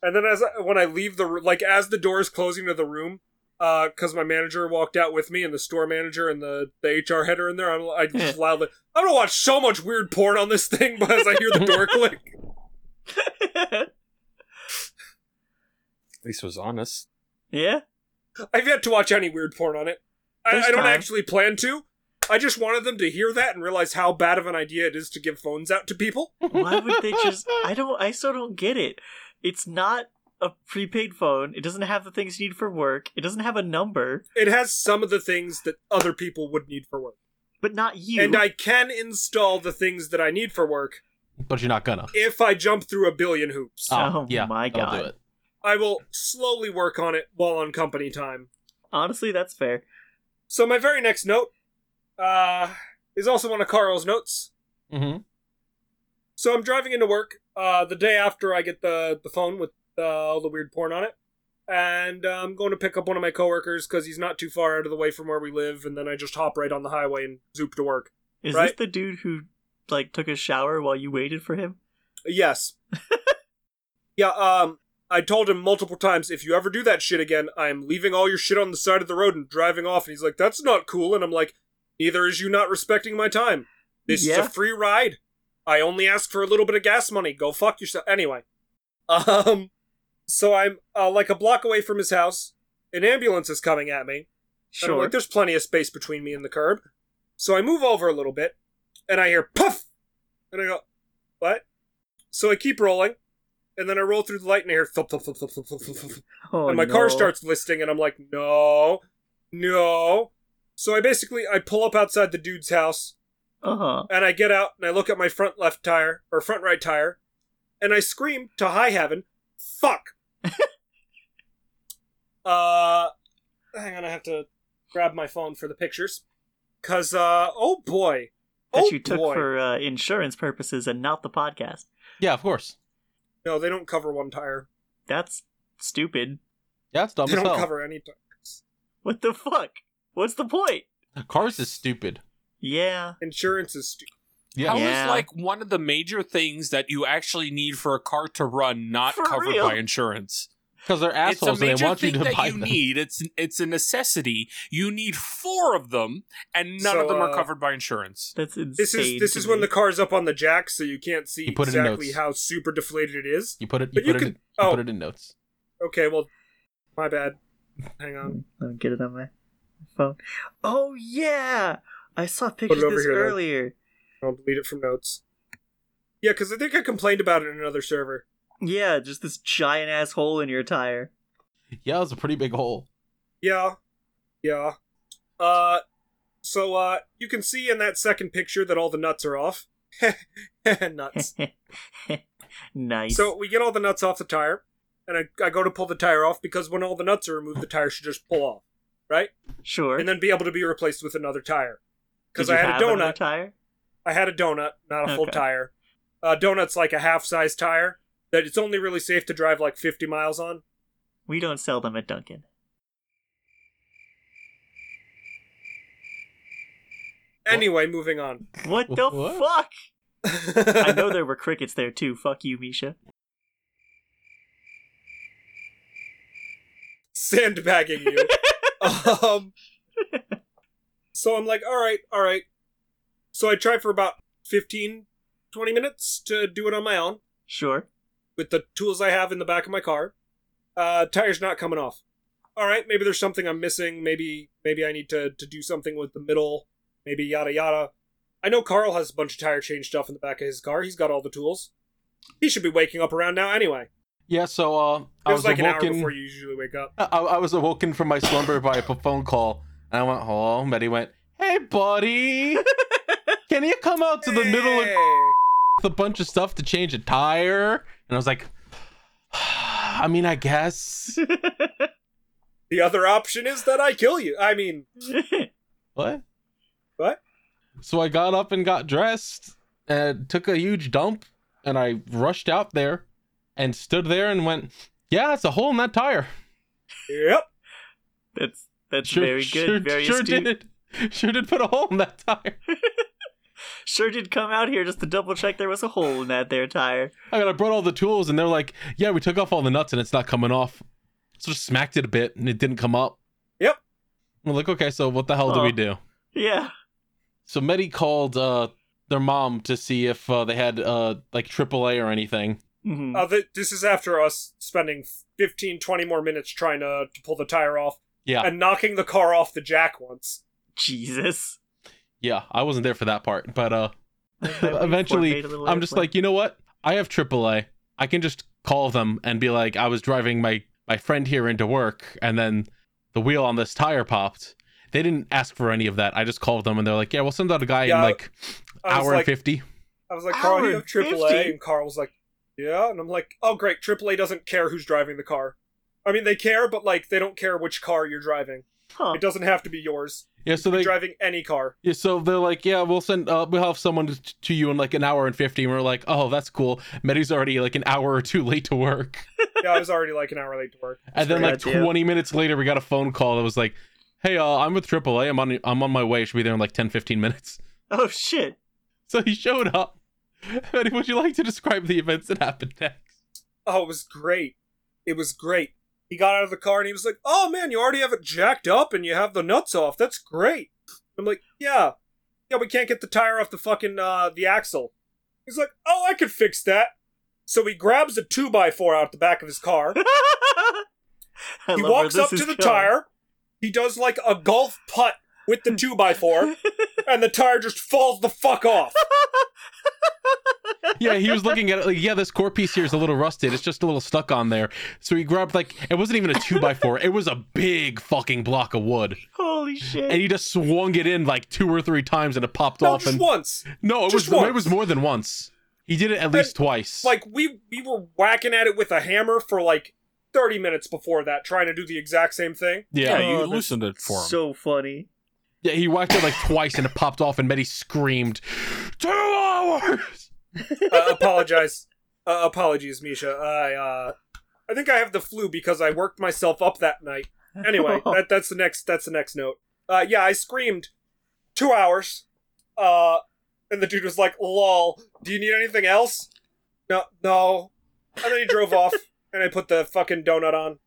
A: And then as I, when I leave the ro- like as the door is closing to the room, uh, because my manager walked out with me and the store manager and the, the HR head are in there, I'm, I just loudly, I'm gonna watch so much weird porn on this thing, [LAUGHS] but as I hear the
B: [LAUGHS]
A: door click,
D: At least was honest.
B: yeah.
A: I've yet to watch any weird porn on it. I,
B: There's
A: I don't
B: time.
A: actually plan to. I just wanted them to hear that and realize how bad of an idea it is to give phones out to people.
B: Why would they just? I don't. I still don't get it. It's not a prepaid phone. It doesn't have the things you need for work. It doesn't have a number,
A: It has some of the things that other people would need for work.
B: but not you.
A: And I can install the things that I need for work
C: But you're
A: [LAUGHS]
C: not gonna.
A: if I jump through a billion hoops.
C: Ah.
B: Oh,
C: yeah,
B: my
C: that'll
B: God.
C: do it.
A: I will slowly work on it while on company time.
B: honestly, that's fair.
A: So my very next note uh, is also one of Carl's notes.
C: Mhm.
A: So I'm driving into work uh, the day after I get the, the phone with uh, all the weird porn on it. And uh, I'm going to pick up one of my coworkers because he's not too far out of the way from where we live. And then I just hop right on the highway and zoop to work.
B: Is this
A: Right.
B: the dude who like took a shower while you waited for him?
A: Yes. yeah, um, I told him multiple times if you ever do that shit again, I am leaving all your shit on the side of the road and driving off. And he's like, that's not cool. And I'm like, neither is you not respecting my time. This is
B: Yeah.
A: a free ride. I only ask for a little bit of gas money. Go fuck yourself. Anyway. [LAUGHS] Um, so I'm uh, like a block away from his house. An ambulance is coming at me. And I'm
B: Sure.
A: like, there's plenty of space between me and the curb. So I move over a little bit, and I hear puff! And I go, what? So I keep rolling, and then I roll through the light and I hear thump, thump, thump, thump, thump, thump, thump, thump.
B: Oh,
A: and my car
B: no.
A: starts listing, and I'm like, no, no. So I basically, I pull up outside the dude's house,
B: Uh huh.
A: and I get out, and I look at my front left tire, or front right tire, and I scream to high heaven,
B: [LAUGHS]
A: fuck! uh, hang on, I have to grab my phone for the pictures. Cause, uh, oh boy.
B: That
A: oh
B: you took
A: boy.
B: for uh, insurance purposes and not the podcast.
C: Yeah, of course.
A: No, they don't cover one tire.
B: That's stupid.
C: Yeah, it's dumb
A: They
C: as
A: don't
C: hell.
A: cover any tires.
B: What the fuck? What's the point?
C: Cars is stupid.
B: Yeah.
A: Insurance is stupid.
C: Yeah.
D: How is
B: Yeah.
D: like one of the major things that you actually need for a car to run not
B: For
D: covered
B: real?
D: by insurance?
C: Because they're
D: it's
C: assholes
D: a
C: and
D: major
C: they want you
D: thing
C: to
D: that
C: buy
D: you
C: them.
D: need. It's it's a necessity. You need four of them, and none
A: So,
D: of them are
A: uh,
D: covered by insurance.
B: That's insane.
A: This is this
B: to
A: is when
B: me.
A: the car's up on the jack, so you can't see
C: You put it in
A: exactly
C: notes.
A: how super deflated it is.
C: You put it. You
A: But
C: put
A: you
C: it.
A: can-
C: in, you
A: oh.
C: put it in notes.
A: Okay, well, my bad. Hang on.
B: Let me get it on my phone. Oh yeah, I saw
A: it
B: pictures of
A: over
B: this
A: here, then.
B: earlier.
A: I'll delete it from notes. Yeah, because I think I complained about it in another server.
B: Yeah, just this giant ass hole in your tire. [LAUGHS]
C: Yeah, it's a pretty big hole.
A: Yeah, yeah. Uh, so uh, you can see in that second picture that all the nuts are off. [LAUGHS] nuts.
B: [LAUGHS] nice.
A: So we get all the nuts off the tire, and I, I go to pull the tire off because when all the nuts are removed, the tire should just pull off, right?
B: sure.
A: And then be able to be replaced with another tire. Because
B: Did you
A: I had
B: have
A: a
B: another
A: donut.
B: tire.
A: I had a donut, not a full
B: Okay.
A: tire. Uh, donut's like a half size tire that it's only really safe to drive like 50 miles on.
B: We don't sell them at Dunkin'.
A: Anyway, moving on.
B: What the
C: What?
A: [LAUGHS]
B: fuck? I
A: I
B: know there were crickets there too. Fuck you, Misha.
A: sandbagging
C: [LAUGHS]
A: you. um, so I'm like, all right, all right. So I try for about 15, 20 minutes to do it on my own
B: Sure. [LAUGHS]
A: with the tools I have in the back of my car. Uh, tire's not coming off. All right, maybe there's something I'm missing. Maybe maybe I need to, to do something with the middle. Maybe yada yada. I know Carl has a bunch of tire change stuff in the back of his car. He's got all the tools. He should be waking up around now anyway.
C: Yeah. So uh,
A: It
C: I
A: was,
C: was
A: like an hour
C: awoken.
A: before you usually wake up.
C: I, I was awoken from my slumber by a phone call, and I went home. Betty went, "Hey,
B: [LAUGHS]
C: buddy, can you come out to the middle of
A: Hey.
C: a bunch of stuff to change a tire?" And I was like, "I mean, I guess."
A: The other option is that I kill you. I mean,
C: What?
A: What?
C: So I got up and got dressed and took a huge dump and I rushed out there and stood there and went, "Yeah, that's a hole in that tire."
A: Yep.
B: That's that's
C: Sure,
B: very good.
C: Sure,
B: very
C: sure
B: astute.
C: did. Sure did put a hole in that tire.
B: Sure did come out here just to double check there was a hole in that there tire.
C: I mean, I brought all the tools, and they're like, "Yeah, we took off all the nuts, and it's not coming off." So just smacked it a bit, and it didn't come up.
A: Yep.
C: I'm like, okay, so what the hell do
B: Oh.
C: we do?
B: Yeah.
C: So Medi called uh, their mom to see if uh, they had uh, like AAA or anything. Hmm.
B: Mhm.
A: Uh, th- this is after us spending 15, 20 more minutes trying to, to pull the tire off
C: Yeah,
A: and knocking the car off the jack
C: [LAUGHS]
A: once.
B: Jesus.
C: yeah, I wasn't there for that part, but uh,
B: Highway four
C: [LAUGHS] eventually,
B: made a little
C: I'm just
B: airplane.
C: like, you know what? I have AAA. I can just call them and be like, I was driving my my friend here into work, and then the wheel on this tire popped. They didn't ask for any of that. I just called them, and they're like, yeah, we'll send out a guy
A: Yeah,
C: in like
A: I was
C: hour
A: like,
C: and fifty.
A: I was like, Carl, do you
B: Hour
A: have AAA?
B: 50?
A: And Carl was like, yeah. And I'm like, oh, great. AAA doesn't care who's driving the car. I mean, they care, but like, they don't care which car you're driving.
B: Huh.
A: It doesn't have to be yours.
C: Yeah, so
A: You're
C: they
A: driving any car.
C: yeah, so they're like, yeah, we'll send uh, we'll have someone t- to you in like an hour and fifty. And we're like, oh, that's cool. Medi's already like an hour or two [LAUGHS] late to work.
A: yeah, I was already like an hour late to work.
C: And then
B: great
C: like
B: idea.
C: 20 minutes later, we got a phone call that was like, "Hey, uh, I'm with AAA. I'm on I'm on my way. Should be there in like 10, 15 minutes." [LAUGHS]
B: Oh shit. [LAUGHS]
C: So he showed up. [LAUGHS] Eddie, would you like to describe the events that happened next?
A: Oh, it was great. It was great. He got out of the car and he was like, "Oh man, you already have it jacked up and you have the nuts off. That's great." I'm like, "Yeah, yeah, we can't get the tire off the fucking uh, the axle." He's like, "Oh, I could fix that." So he grabs a two by four out the back of his car.
B: [LAUGHS] I
A: he
B: love where
A: walks
B: this
A: up to
B: is
A: the
B: going.
A: tire. He does like a golf putt with the two by
B: [LAUGHS]
A: four, and the tire just falls the fuck off.
C: Yeah, he was looking at it like, "Yeah, this core piece here is a little rusted. It's just a little stuck on there." So he grabbed like it wasn't even a two by four. It was a big fucking block of wood, [LAUGHS]
B: Holy shit.
C: and he just swung it in like two or three times, and it popped
A: No,
C: off.
A: just
C: And
A: once.
C: no, it
A: just
C: was
A: once.
C: it was more than once. He did it at least twice.
A: like we we were whacking at it with a hammer for like 30 minutes before that trying to do the exact same thing
D: Yeah,
C: yeah,
D: you
B: Oh, that's
D: loosened it for him.
B: so funny.
C: Yeah, he whacked it like twice and it popped off, and Betty screamed, Two hours!
A: uh, apologize uh, apologies misha i uh i think i have the flu because i worked myself up that night [LAUGHS]
B: [LAUGHS]
A: anyway that, that's the next that's the next note uh yeah i screamed two hours uh and the dude was like lol do you need anything else no no and then he drove off and i put the fucking donut on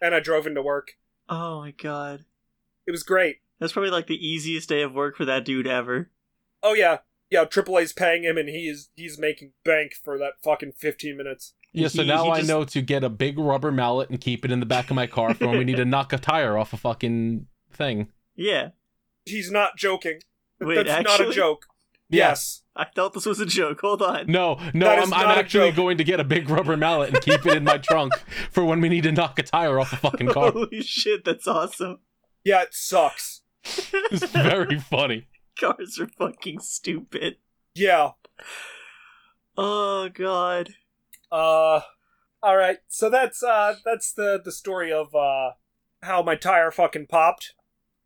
A: and i drove into work
B: oh my god.
A: it was great
B: That's probably like the easiest day of work for that dude ever.
A: Oh yeah, yeah. AAA's paying him, and he is he's making bank for that fucking fifteen minutes.
C: Yeah, so
B: He-
C: now
B: he
C: I
B: just-
C: know to get a big rubber mallet and keep it in the back of my car for when we need to knock a tire off a fucking thing.
B: Yeah.
A: He's not joking.
B: Wait,
A: That's
B: actually,
A: not a joke.
C: Yeah.
A: Yes.
B: [LAUGHS] I thought this was a joke. Hold on.
C: No, no,
A: That is
C: I'm, I'm
A: not a
C: actually
A: joke.
C: going to get a big rubber mallet and keep it in my trunk for when we need to knock a tire off a fucking
A: [LAUGHS]
B: [LAUGHS]
C: car.
B: Holy shit, that's awesome.
A: Yeah, it sucks.
C: [LAUGHS] It's very funny.
B: [LAUGHS] Cars are fucking stupid.
A: Yeah.
B: Oh god.
A: Uh. All right. So that's uh that's the the story of uh how my tire fucking popped.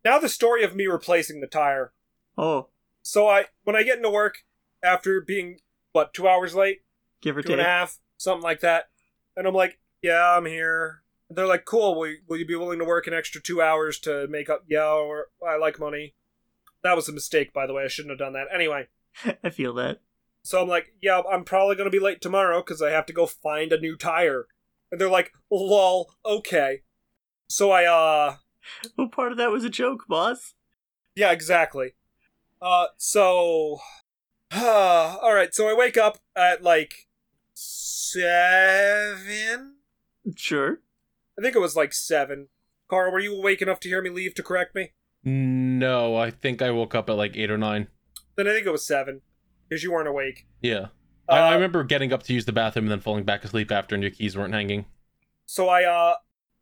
A: Now the story of me replacing the tire.
B: Oh,
A: So I when I get into work after being what two hours late.
B: give or
A: two
B: take.
A: and a half, something like that. And I'm like, yeah, I'm here. And they're like, cool. Will you, will you be willing to work an extra two hours to make up? Yeah, or I like money. That was a mistake, by the way. I shouldn't have done that. Anyway,
B: I feel that.
A: so I'm like, yeah, I'm probably gonna be late tomorrow because I have to go find a new tire. And they're like, lol, okay. So I uh
B: Well, Oh, part of that was a joke, boss?
A: Yeah, exactly. Uh, so, [SIGHS] all right. So I wake up at like seven.
B: Sure.
A: I think it was like seven. Carl, were you awake enough to hear me leave to correct me?
C: No, I think I woke up at like eight or nine.
A: Then I think it was seven, because you weren't awake.
C: Yeah.
A: Uh,
C: I, I remember getting up to use the bathroom and then falling back asleep after, and your keys weren't hanging.
A: So I uh,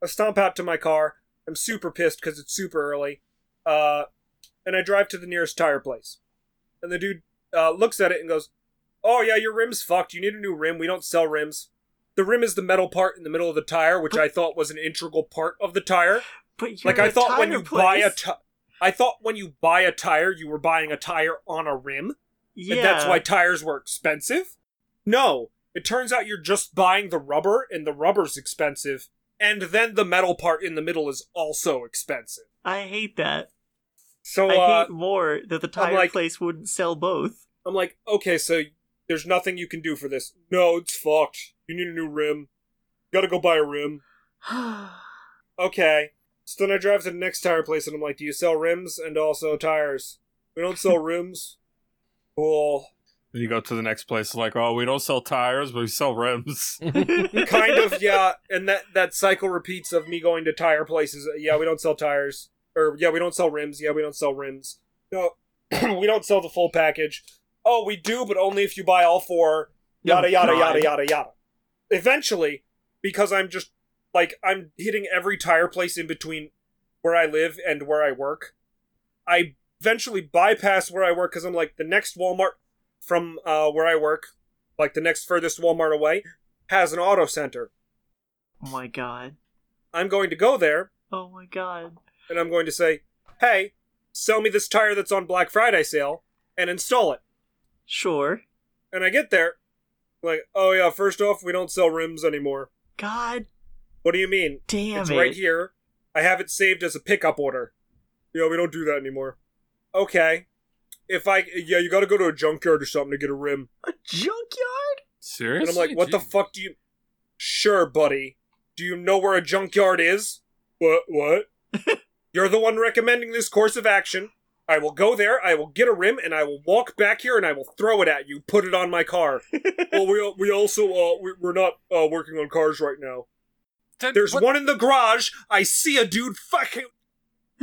A: I stomp out to my car. I'm super pissed because it's super early. Uh, and I drive to the nearest tire place. And the dude uh, looks at it and goes, "Oh yeah, your rim's fucked. You need a new rim. We don't sell rims. The rim is the metal part in the middle of the tire, which I thought was an integral part of the tire.
B: But you're
A: Like I
B: a
A: thought when
B: tire
A: you buy a
B: place.
A: ti- I thought when you buy a tire, you were buying a tire on a rim."
B: yeah.
A: and that's why tires were expensive. No, It turns out you're just buying the rubber, and the rubber's expensive, and then the metal part in the middle is also expensive.
B: I hate that.
A: So
B: I
A: uh,
B: hate more that the tire
A: like-
B: place wouldn't
A: [LAUGHS]
B: sell both. [LAUGHS]
A: I'm like, okay, so there's nothing you can do for this. No, it's fucked. You need a new rim. Gotta go buy a rim. Okay. So then I drive to the next tire place and I'm like, do you sell rims and also tires? We don't
B: [LAUGHS]
A: sell rims. Cool.
D: Then you go to the next place, like, oh, we don't sell tires, but we sell
C: [LAUGHS]
D: rims.
B: Oh
A: Kind of, yeah. And that, that cycle repeats of me going to tire places. Yeah, we don't sell tires. Or, yeah, we don't sell rims. Yeah, we don't sell rims. [CLEARS THROAT] No, we don't sell the full package. Oh, we do, but only if you buy all four. yada
B: Oh,
A: yada
B: God.
A: yada yada yada. Eventually, because I'm just like I'm hitting every tire place in between where I live and where I work, I eventually bypass where I work because I'm like the next Walmart from uh, where I work, like the next furthest Walmart away, has an auto center.
B: Oh my god.
A: I'm going to go there
B: Oh my god.
A: and I'm going to say, "Hey, sell me this tire that's on Black Friday sale and install it."
B: Sure.
A: And I get there, like, "Oh yeah, first off, we don't sell rims anymore."
B: God
A: What do you mean?
B: damn
A: it's
B: it.
A: right here. I have it saved as a pickup order. Yeah, we don't do that anymore. Okay. If I yeah, you got to go to a junkyard or something to get a rim.
B: A [LAUGHS] junkyard?
A: And
D: Seriously?
A: I'm like, what the
D: Jeez.
A: fuck do you? Sure, buddy. Do you know where a junkyard is? What?
D: [LAUGHS]
A: What? You're the one recommending this course of action. I will go there. I will get a rim, and I will walk back here, and I will throw it at you. Put it on my
D: [LAUGHS]
A: car. well, we we also uh we, we're not uh, working on cars right now.
D: Then
A: There's
D: what-
A: one in the garage. I see a dude fucking.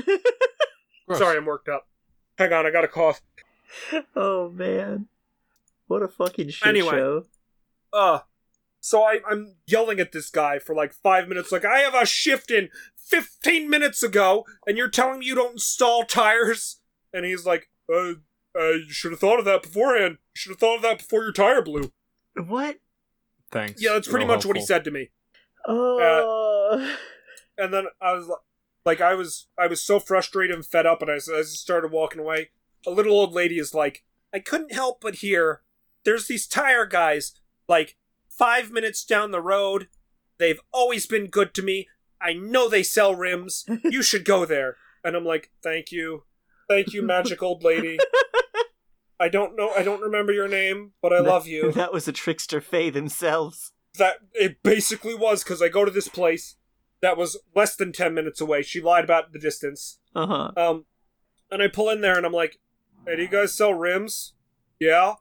C: Gross.
A: Sorry, I'm worked up. Hang on, I got a cough.
B: Oh man. What a fucking shit
A: Anyway.
B: show.
A: Uh, so I, I'm yelling at this guy for like five minutes, like, I have a shift in 15 minutes ago, and you're telling me you don't install tires? And he's like, uh, uh you should have thought of that beforehand. You should have thought of that before your tire blew.
B: What?
D: Thanks.
A: Yeah, that's pretty
D: Real
A: much what he
D: helpful.
A: said to me. Uh,
B: Oh.
A: and then I was like, like I was I was so frustrated and fed up, and I, s- I just started walking away. A little old lady is like, I couldn't help but hear there's these tire guys like five minutes down the road. They've always been good to me. I know they sell rims. You should go there. And I'm like, thank you, thank you, magic old lady. I don't know. I don't remember your name, but I love you
B: [LAUGHS] that was a trickster Fae themselves.
A: that it basically was because I go to this place that was less than ten minutes away. She lied about the distance.
B: Uh huh.
A: Um, and I pull in there and I'm like, "Hey, do you guys sell rims? Yeah.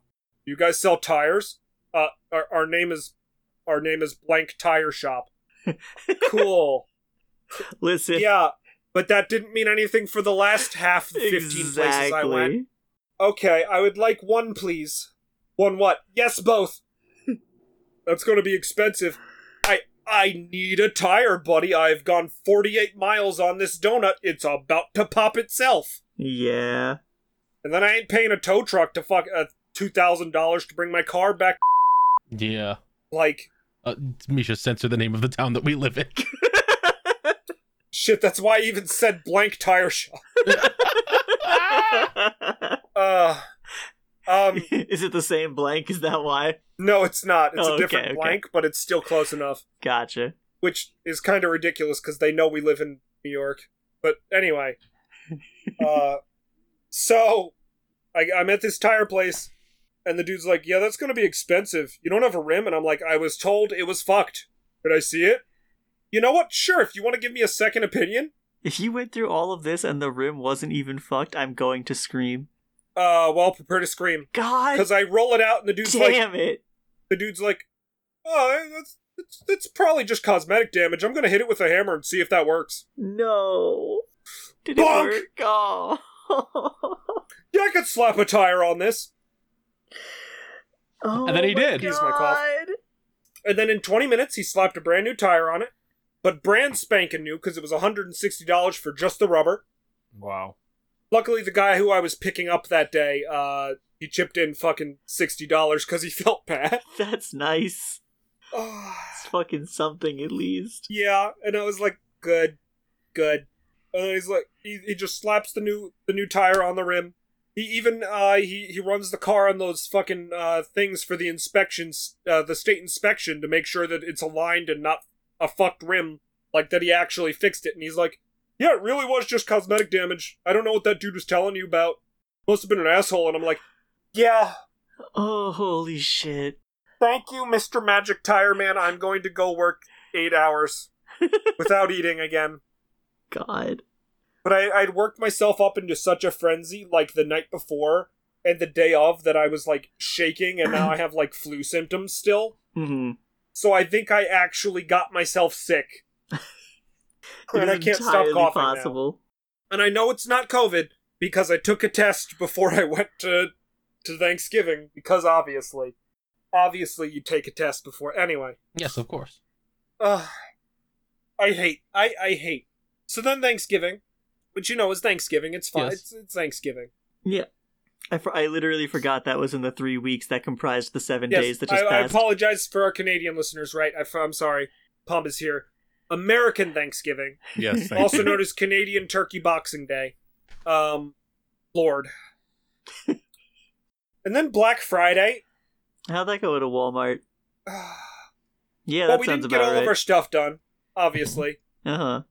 A: You guys sell tires? Uh, our, our name is our name is blank tire shop. cool.
B: Listen.
A: yeah." But that didn't mean anything for the last half of the 15 places I went.
B: Exactly.
A: Okay, I would like one, please. One what? Yes,
B: [LAUGHS]
A: both. That's going to be expensive. I I need a tire, buddy. I've gone 48 miles on this donut. It's about to pop itself. [LAUGHS]
B: Yeah. [LAUGHS]
A: And then I ain't paying a tow truck to fuck uh, $2,000 to bring my car back.
C: yeah.
A: Like,
C: Uh, Misha censor the name of the town that we live in. [LAUGHS]
A: shit, that's why I even said blank tire shop. Uh,
B: [LAUGHS]
A: um,
B: Is it the same blank? Is that why?
A: no, it's not. It's
B: Oh,
A: a
B: okay,
A: different
B: okay.
A: blank, but it's still close enough.
B: Gotcha.
A: which is kind of ridiculous because they know we live in New York. But anyway, uh, so I, I'm at this tire place, and the dude's like, "Yeah, that's gonna be expensive. You don't have a rim." And I'm like, "I was told it was fucked. Did I see it? You know what? Sure, if you want to give me a second opinion,
B: If you went through all of this and the rim wasn't even fucked, I'm going to scream.
A: uh, well, prepare to scream
B: God
A: because I roll it out, and the dude's like,
B: damn it.
A: the dude's like, "Oh, that's." It's, it's probably just cosmetic damage. I'm gonna hit it with a hammer and see if that works.
B: No. Did it
A: Bonk!
B: work? [LAUGHS] Oh.
A: Yeah, I could slap a tire on this.
B: Oh
C: And then he
B: my
C: did.
A: Excuse my cough.
B: God.
A: And then in 20 minutes, he slapped a brand new tire on it, but brand spanking new because it was $160 for just the rubber.
D: Wow.
A: Luckily, the guy who I was picking up that day, uh, he chipped in fucking $60 because he [LAUGHS] felt bad. [SIGHS] Ah.
B: That's nice. It's fucking something at least.
A: yeah, and I was like, good, good. And then he's like, he, he just slaps the new the new tire on the rim. He even uh, he he runs the car on those fucking uh, things for the inspections, uh, the state inspection, to make sure that it's aligned and not a fucked rim, like that he actually fixed it. And he's like, "Yeah, it really was just cosmetic damage. I don't know what that dude was telling you about. Must have been an asshole." And I'm like, "Yeah,
B: Oh, holy shit.
A: thank you, Mister Magic Tire Man. I'm going to go work eight hours without eating again."
B: God.
A: But I, I'd worked myself up into such a frenzy like the night before and the day of that I was like shaking and now I have like flu symptoms still.
B: hmm
A: So I think I actually got myself sick.
B: [LAUGHS] It
A: and
B: is
A: I can't stop
B: entirely
A: coughing. now.
B: possible.
A: And I know it's not COVID because I took a test before I went to to Thanksgiving because obviously obviously you take a test before anyway.
C: Yes, of course.
A: Ugh. I hate. I, I hate. So then Thanksgiving, which you know is Thanksgiving. It's fine.
C: Yes.
A: It's, it's Thanksgiving.
B: I, for- I literally forgot that was in the three weeks that comprised the seven
A: Yes,
B: days that just
A: I, I
B: passed.
A: apologize for our Canadian listeners. Right, I, am sorry. Pump is here. American Thanksgiving, [LAUGHS]
D: Yes. thank
A: also
D: you.
B: [LAUGHS]
A: known as Canadian Turkey Boxing Day. Um, Lord.
B: [LAUGHS]
A: and then Black Friday.
B: How'd that go at a Walmart? Yeah,
A: well,
B: that
A: we
B: sounds
A: didn't
B: about
A: get all
B: right.
A: of our stuff done, obviously.
B: Uh huh.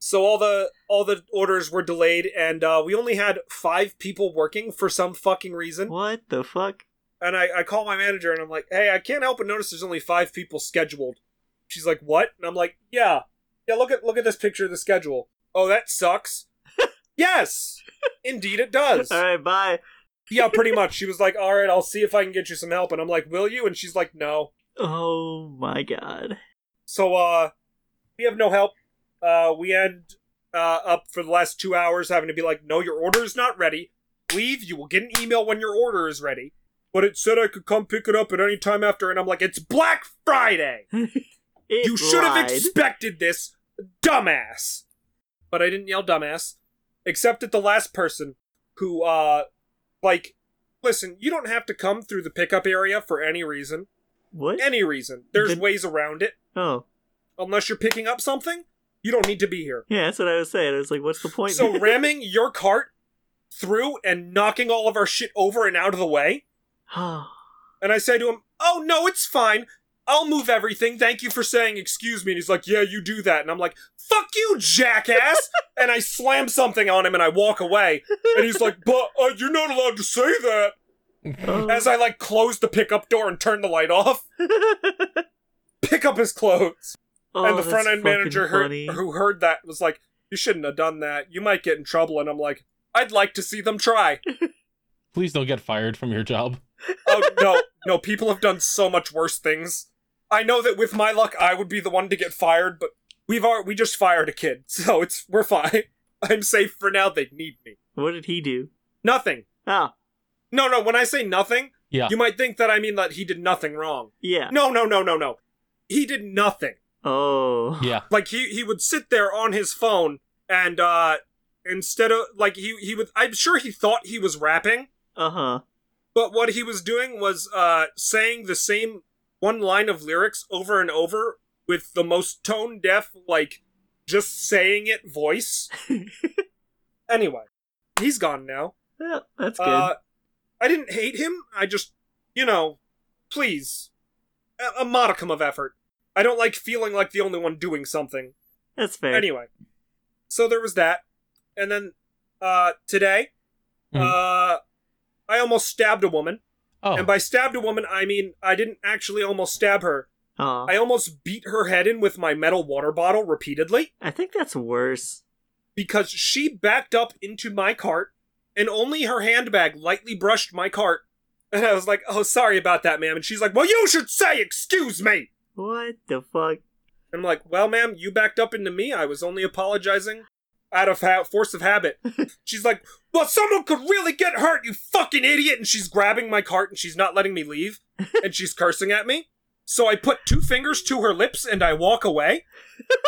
A: so all the all the orders were delayed and uh, we only had five people working for some fucking reason
B: [LAUGHS] What the fuck?
A: and I, I call my manager and i'm like hey i can't help but notice there's only five people scheduled she's like what and i'm like yeah yeah look at look at this picture of the schedule oh that
B: [LAUGHS]
A: sucks yes indeed it does
B: All right, bye.
A: yeah pretty much she was like all right i'll see if i can get you some help and i'm like will you and she's like no
B: Oh my god.
A: So uh we have no help. Uh we end uh up for the last two hours having to be like, no, your order is not ready. Leave, you will get an email when your order is ready. But it said I could come pick it up at any time after, and I'm like, it's Black Friday!
B: It
A: you should have
B: lied.
A: expected this, dumbass. But I didn't yell dumbass, except at the last person who, uh, like, listen, you don't have to come through the pickup area for any reason.
B: What?
A: Any reason. There's
B: Did-
A: ways around it
B: Oh,
A: unless you're picking up something, you don't need to be here.
B: yeah, that's what I was saying. I was like, what's the point?
A: So
B: [LAUGHS]
A: ramming your cart through and knocking all of our shit over and out of the way,
B: Oh.
A: and I say to him, "Oh no, it's fine. I'll move everything. Thank you for saying excuse me." And he's like, "Yeah, you do that." And I'm like, "Fuck you, jackass!" and I slam something on him and I walk away. And he's like, "But uh, you're not allowed to say that."
B: Oh.
A: As I like close the pickup door and turn the light off, pick up his clothes.
B: Oh,
A: and the
B: that's
A: front end
B: fucking
A: manager heard,
B: funny.
A: who heard that was like, "You shouldn't have done that. You might get in trouble." And I'm like, "I'd like to see them try."
C: Please don't get fired from your job.
B: [LAUGHS]
A: oh no, no, people have done so much worse things. I know that with my luck, I would be the one to get fired, but we've already, we just fired a kid, [LAUGHS] so it's we're fine. I'm safe for now. They need me.
B: What did he do?
A: Nothing.
B: Ah,
A: No, no. When I say nothing,
C: Yeah.
A: you might think that I mean that he did nothing wrong.
B: yeah.
A: No, no, no, no, no. He did nothing.
B: Oh.
C: yeah.
A: like he he would sit there on his phone and uh instead of like he he would i'm sure he thought he was rapping
B: Uh huh.
A: but what he was doing was uh saying the same one line of lyrics over and over with the most tone deaf like just saying it voice anyway he's gone now
B: Yeah, that's good.
A: uh i didn't hate him i just you know please a, a modicum of effort i don't like feeling like the only one doing something
B: that's fair.
A: Anyway, so there was that, and then uh, today,
C: Mhm.
A: uh, I almost stabbed a woman,
C: Oh.
A: and by stabbed a woman, I mean I didn't actually almost stab her.
B: Aw.
A: I almost beat her head in with my metal water bottle repeatedly
B: I think that's worse.
A: because she backed up into my cart, and only her handbag lightly brushed my cart. And I was like, "Oh, sorry about that, ma'am." And she's like, "Well, you should say excuse me."
B: What the fuck? [LAUGHS]
A: And I'm like, well, ma'am, you backed up into me. I was only apologizing out of ha- force of habit. she's like, well, someone could really get hurt, you fucking idiot. And she's grabbing my cart and she's not letting me leave. and she's cursing at me. So I put two fingers to her lips and I walk away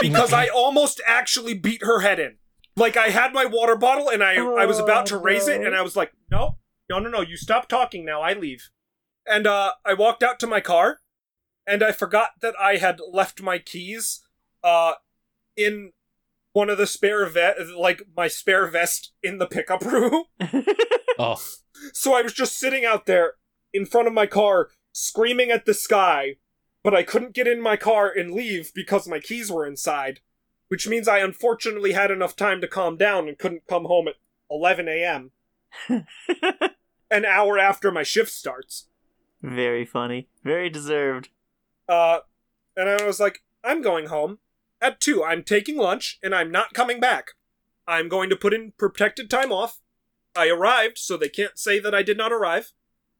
A: because I almost actually beat her head in. Like I had my water bottle and I, I was about to
B: Oh,
A: raise it
B: no.
A: and I was like, no, no, no, no, you stop talking now. I leave. And uh, I walked out to my car and I forgot that I had left my keys uh in one of the spare ve- like my spare vest in the pickup [LAUGHS] room.
C: [LAUGHS] Oh,
A: So I was just sitting out there in front of my car screaming at the sky, but I couldn't get in my car and leave because my keys were inside, which means I unfortunately had enough time to calm down and couldn't come home at 11 a.m., an hour after my shift starts.
B: Very funny. Very deserved.
A: Uh, and I was like, I'm going home at 2. I'm taking lunch and I'm not coming back. I'm going to put in protected time off. I arrived, so they can't say that I did not arrive.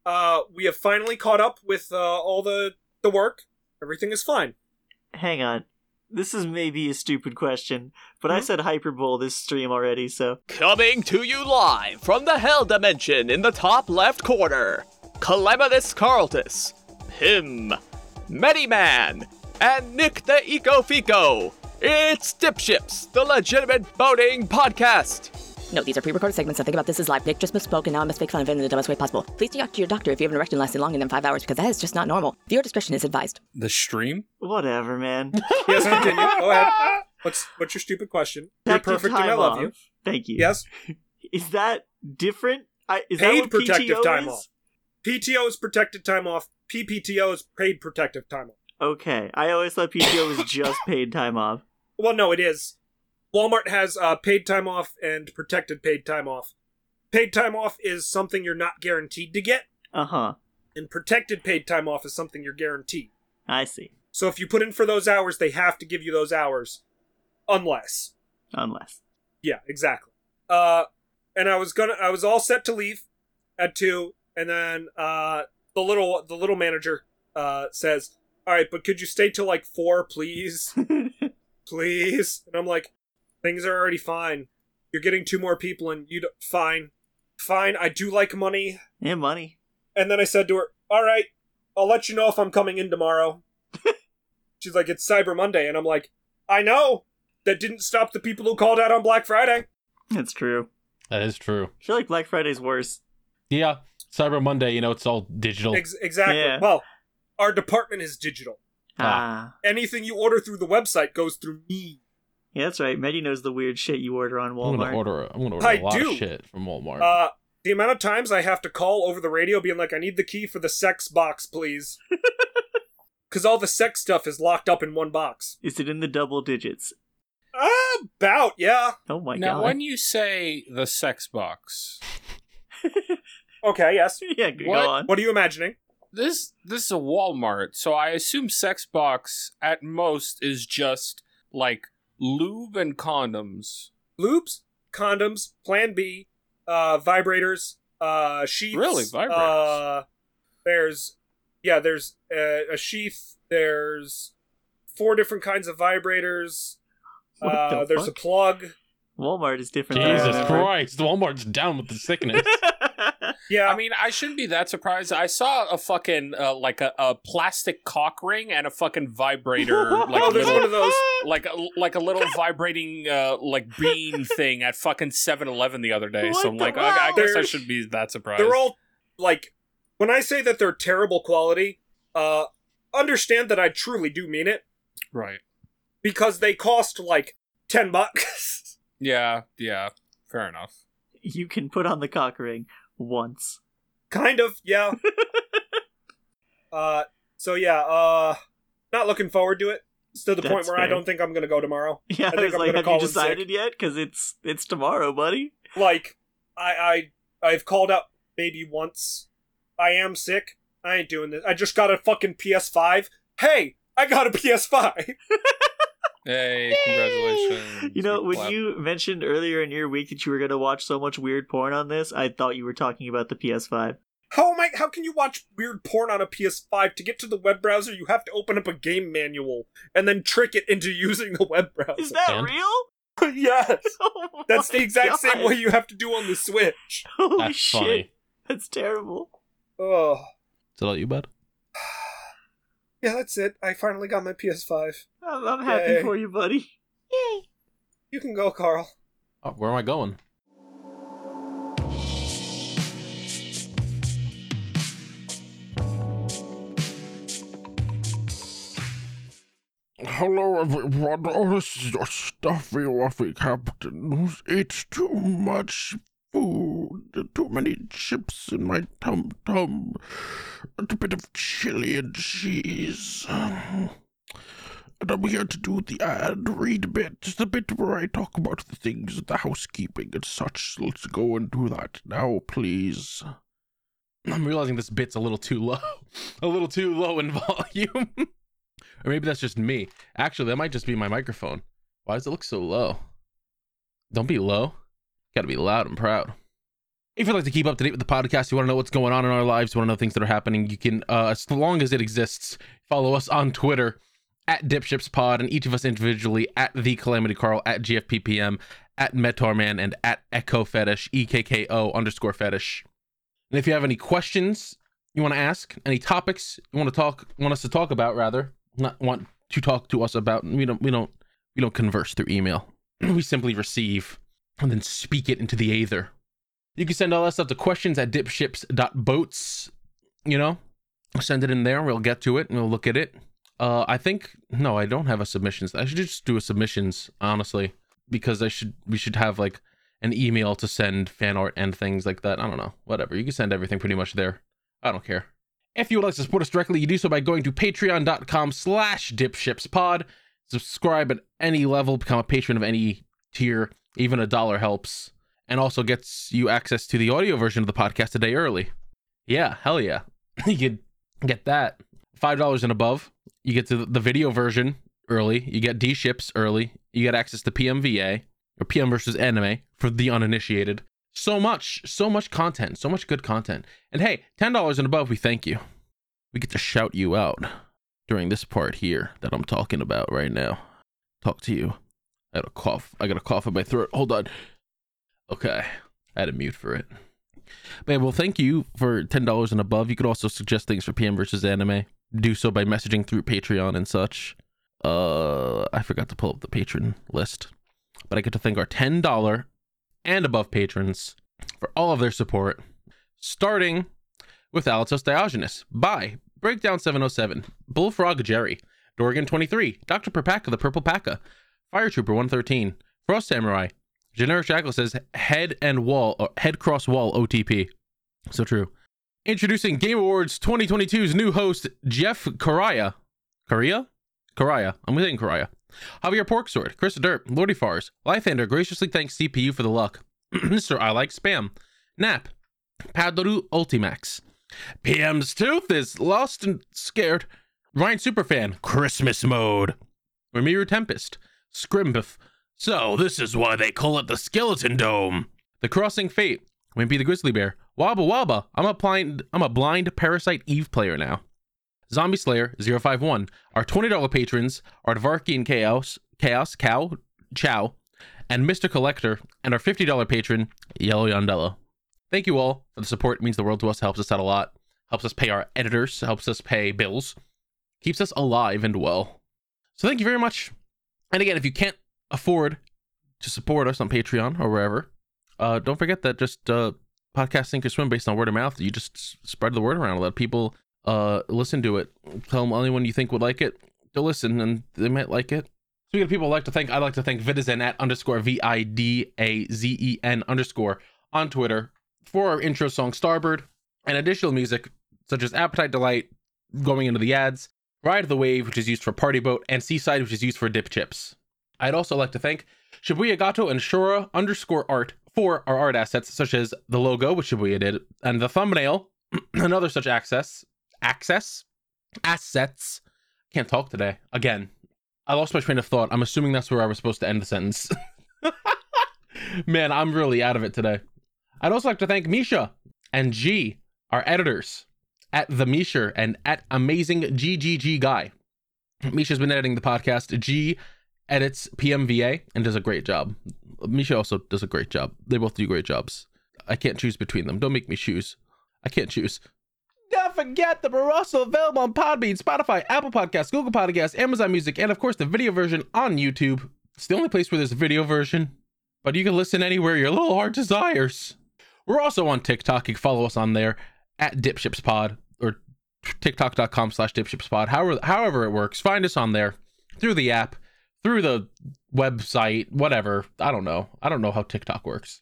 A: Uh, we have finally caught up with uh, all the, the work. Everything is fine.
B: Hang on. This is maybe a stupid question, but I
A: Mhm.
B: said Hyperbole this stream already, so.
F: Coming to you live from the Hell Dimension in the top left corner Calamitous Carltus, Pim, Mediman, and Nick the Eco Fico. It's Dipships, the legitimate boating podcast.
G: No, these are pre-recorded segments. I think about this is live. Nick just misspoke, and now I must make fun of him in the dumbest way possible. Please take out to your doctor if you have an erection lasting longer than five hours, because that is just not normal. Viewer discretion is advised.
D: The stream?
B: Oh
A: [LAUGHS]
B: Whatever, man.
A: Yes, continue. Go ahead. What's what's your stupid question? You're
B: Protected
A: perfect and I
B: time
A: love
B: off.
A: you.
B: Thank you.
A: Yes.
B: Is that different? I, is that
A: Paid
B: what
A: protective
B: PTO
A: time
B: is?
A: off. PTO is protected time off. PPTO is paid protective time off.
B: Okay. I always thought PTO
A: [LAUGHS]
B: was just paid time off.
A: Well, no, it is. Walmart has uh, paid time off and protected paid time off. Paid time off is something you're not guaranteed to get,
B: Uh huh.
A: and protected paid time off is something you're guaranteed.
B: I see.
A: So if you put in for those hours, they have to give you those hours. Unless.
B: Unless.
A: Yeah, exactly. Uh, and I was gonna, I was all set to leave at two, and then uh, the little, the little manager uh, says, "All right, but could you stay till like four, please, please?" And I'm like, "Things are already fine. You're getting two more people, and you don't- fine, fine. I do like money."
B: And money.
A: And then I said to her, "All right, I'll let you know if I'm coming in tomorrow." She's like, "It's Cyber Monday," and I'm like, "I know." That didn't stop the people who called out on Black Friday.
B: That's true.
C: that is true.
B: I feel like Black Friday's worse.
C: Yeah, Cyber Monday. You know, it's all digital.
A: Ex- exactly.
B: Yeah.
A: Well, our department is digital.
B: Ah.
A: Anything you order through the website goes through me.
B: Yeah, that's right. Medi knows the weird shit you order on
C: I'm gonna
B: Walmart.
C: order. I'm gonna order
A: I
C: a lot
A: do.
C: of shit from Walmart.
A: Uh, the amount of times I have to call over the radio being like, I need the key for the sex box, please. Because all the sex stuff is locked up in one box.
B: Is it in the double digits?
A: About, yeah.
B: Oh my
D: now,
B: god.
D: when you say the sex box,
A: Okay, yes.
B: [LAUGHS] yeah, go
D: What?
B: on.
A: What Uh, are you imagining?
D: this this is a Walmart, so I assume sex box at most is just like lube and condoms.
A: Lubes, condoms, Plan B, uh, vibrators, uh, sheaths.
D: Really? Vibrators?
A: Uh, there's, yeah, there's uh, a, a sheath. There's four different kinds of vibrators.
B: What
A: uh,
B: the
A: there's
B: fuck?
A: a plug.
B: Walmart is different. than I
C: Jesus
B: remember.
C: Christ, Walmart's down with the sickness.
B: [LAUGHS]
A: Yeah,
D: I mean, I shouldn't be that surprised. I saw a fucking uh, like a, a plastic cock ring and a fucking vibrator,
B: [LAUGHS]
D: like
A: [LAUGHS] oh,
D: a
A: there's one
D: little,
A: of those.
D: like a, like a little vibrating uh, like bean thing at fucking 7-Eleven the other day.
B: What
D: so I'm
B: the
D: like, I, I guess I
A: They're-
D: shouldn't be that surprised.
A: They're all like, when I say that they're terrible quality, uh, understand that I truly do mean it
D: right.
A: because they cost like ten bucks. [LAUGHS]
D: Yeah, yeah, fair enough.
B: you can put on the cock ring once. [LAUGHS]
A: kind of, yeah. uh, so yeah, uh, not looking forward to it. It's to the point
B: That's
A: where I
B: fair.
A: don't think I'm gonna go tomorrow.
B: Yeah, I,
A: think
B: was
A: I'm
B: like,
A: gonna
B: have
A: call
B: you
A: in
B: decided yet? Because it's it's tomorrow, buddy.
A: Like, I, I, I've called up maybe once. I am sick. I ain't doing this. I just got a fucking PS5. Hey, I got a PS5.
D: Hey, congratulations.
B: You know,
D: We
B: when
D: clap.
B: you mentioned earlier in your week that you were going to watch so much weird porn on this, I thought you were talking about the PS5.
A: [LAUGHS] How am I? How can you watch weird porn on a PS5? To get to the web browser, you have to open up a game manual and then trick it into [LAUGHS] using the web browser.
B: Is [LAUGHS] that
C: Dan?
B: real?
A: yes,
B: Oh
A: that's
B: my
A: the exact same
B: God.
A: way you have to do on the
B: [LAUGHS]
A: Switch.
B: Holy
C: That's
B: shit,
C: funny.
B: that's terrible.
A: Oh,
C: Is that all you, bud?
A: yeah, that's it. I finally got my PS5.
B: I'm, I'm happy
A: Yay.
B: for you, buddy.
A: You can go, Carl.
C: Oh, where am I going?
H: Hello, everyone. Oh, this is your stuffy, wuffy captain who's ate too much food, too many chips in my tum tum, a bit of chili and cheese. And I'm here to do the ad read bit, the bit where I talk about the things, the housekeeping and such. Let's go and do that now, please.
C: [CLEARS THROAT] I'm realizing this bit's a little too low, [LAUGHS] a little too low in [LAUGHS] volume. or maybe that's just me. Actually, that might just be my microphone. Why does it look so low? Don't be low. Got to be loud and proud. If you'd like to keep up to date with the podcast, you want to know what's going on in our lives, you want to know things that are happening, you can, uh, as long as it exists, follow us on Twitter at DipshipsPod and each of us individually at the Calamity Carl, at GFPPM, at Metorman, and at Echo Fetish, E K K O underscore Fetish. And if you have any questions you want to ask, any topics you want to talk, want us to talk about, rather, not want to talk to us about, we don't, we don't, we don't converse through email. [CLEARS THROAT] we simply receive and then speak it into the aether. You can send all that stuff to questions at dipships.boats. You know, send it in there. We'll get to it and we'll look at it. Uh, I think no, I don't have a submissions. I should just do a submissions honestly because I should we should have like an email to send fan art and things like that. I don't know. Whatever. You can send everything pretty much there. I don't care. If you would like to support us directly, you do so by going to patreon.com slash dipshipspod. Subscribe at any level, become a patron of any tier, even a dollar helps, and also gets you access to the audio version of the podcast a day early. Yeah, hell yeah. [LAUGHS] you could get that. Five dollars and above. You get to the- the video version early. You get D ships early. You get access to PMVA or PM versus anime for the uninitiated. So much, so much content, so much good content. And hey, ten dollars and above, we thank you. We get to shout you out during this part here that I'm talking about right now. Talk to you. I got a cough. I got a cough in my throat. Hold on. Okay, I had to mute for it. But yeah, well, thank you for ten dollars and above. You could also suggest things for PM versus anime. Do so by messaging through Patreon and such. Uh, I forgot to pull up the patron list but I get to thank our $10 and above patrons for all of their support, starting with Alatos Diogenes, by Breakdown 707, Bullfrog Jerry, Dorgan 23, Dr. Perpaka the Purple Paka, Fire Trooper 113, Frost Samurai, Generic Shackle says head and wall, or head cross wall OTP. So true. Introducing Game Awards 2022's new host, Jeff Karaya. Korea? Karaya. I'm saying Karaya. Javier Porksword, Chris Derp, Lordy Fars, Lythander graciously thanks CPU for the luck. [CLEARS THROAT] Mr. I Like Spam, Nap, Padoru Ultimax, PM's Tooth is Lost and Scared, Ryan Superfan, Christmas Mode, Remiru Tempest, Scrimbiff, So this is why they call it the Skeleton Dome, The Crossing Fate, Wimpy the Grizzly Bear, Wabba Wabba, I'm a blind, I'm a blind Parasite Eve player now. Zombie Slayer 051, our $20 patrons, are Dvarki and Chaos, Chaos, Cow, Chow, and Mr. Collector, and our $50 patron, Yellow Yondello. Thank you all for the support. It means the world to us, helps us out a lot, helps us pay our editors, helps us pay bills, keeps us alive and well. So thank you very much. And again, if you can't afford to support us on Patreon or wherever, uh, don't forget that just uh, podcast sink or swim based on word of mouth. You just s- spread the word around, let people uh listen to it tell them anyone you think would like it to listen and they might like it speaking of people I'd like to thank i'd like to thank vidazen at underscore v-i-d-a-z-e-n E underscore on twitter for our intro song starboard and additional music such as appetite delight going into the ads ride the wave which is used for party boat and seaside which is used for dip chips i'd also like to thank shibuya gato and shura underscore art for our art assets such as the logo which shibuya did and the thumbnail [CLEARS THROAT] another such access access assets can't talk today again i lost my train of thought i'm assuming that's where i was supposed to end the sentence [LAUGHS] man i'm really out of it today i'd also like to thank misha and g our editors at the misha and at amazing ggg guy misha's been editing the podcast g edits pmva and does a great job misha also does a great job they both do great jobs i can't choose between them don't make me choose i can't choose don't forget that we're also available on Podbean, Spotify, Apple Podcasts, Google Podcasts, Amazon Music, and of course the video version on YouTube. It's the only place where there's a video version, but you can listen anywhere your little heart desires. We're also on TikTok. You can follow us on there at DipshipsPod or TikTok.com slash DipshipsPod. However, however it works, find us on there. through the app, through the website, whatever. I don't know. I don't know how TikTok works.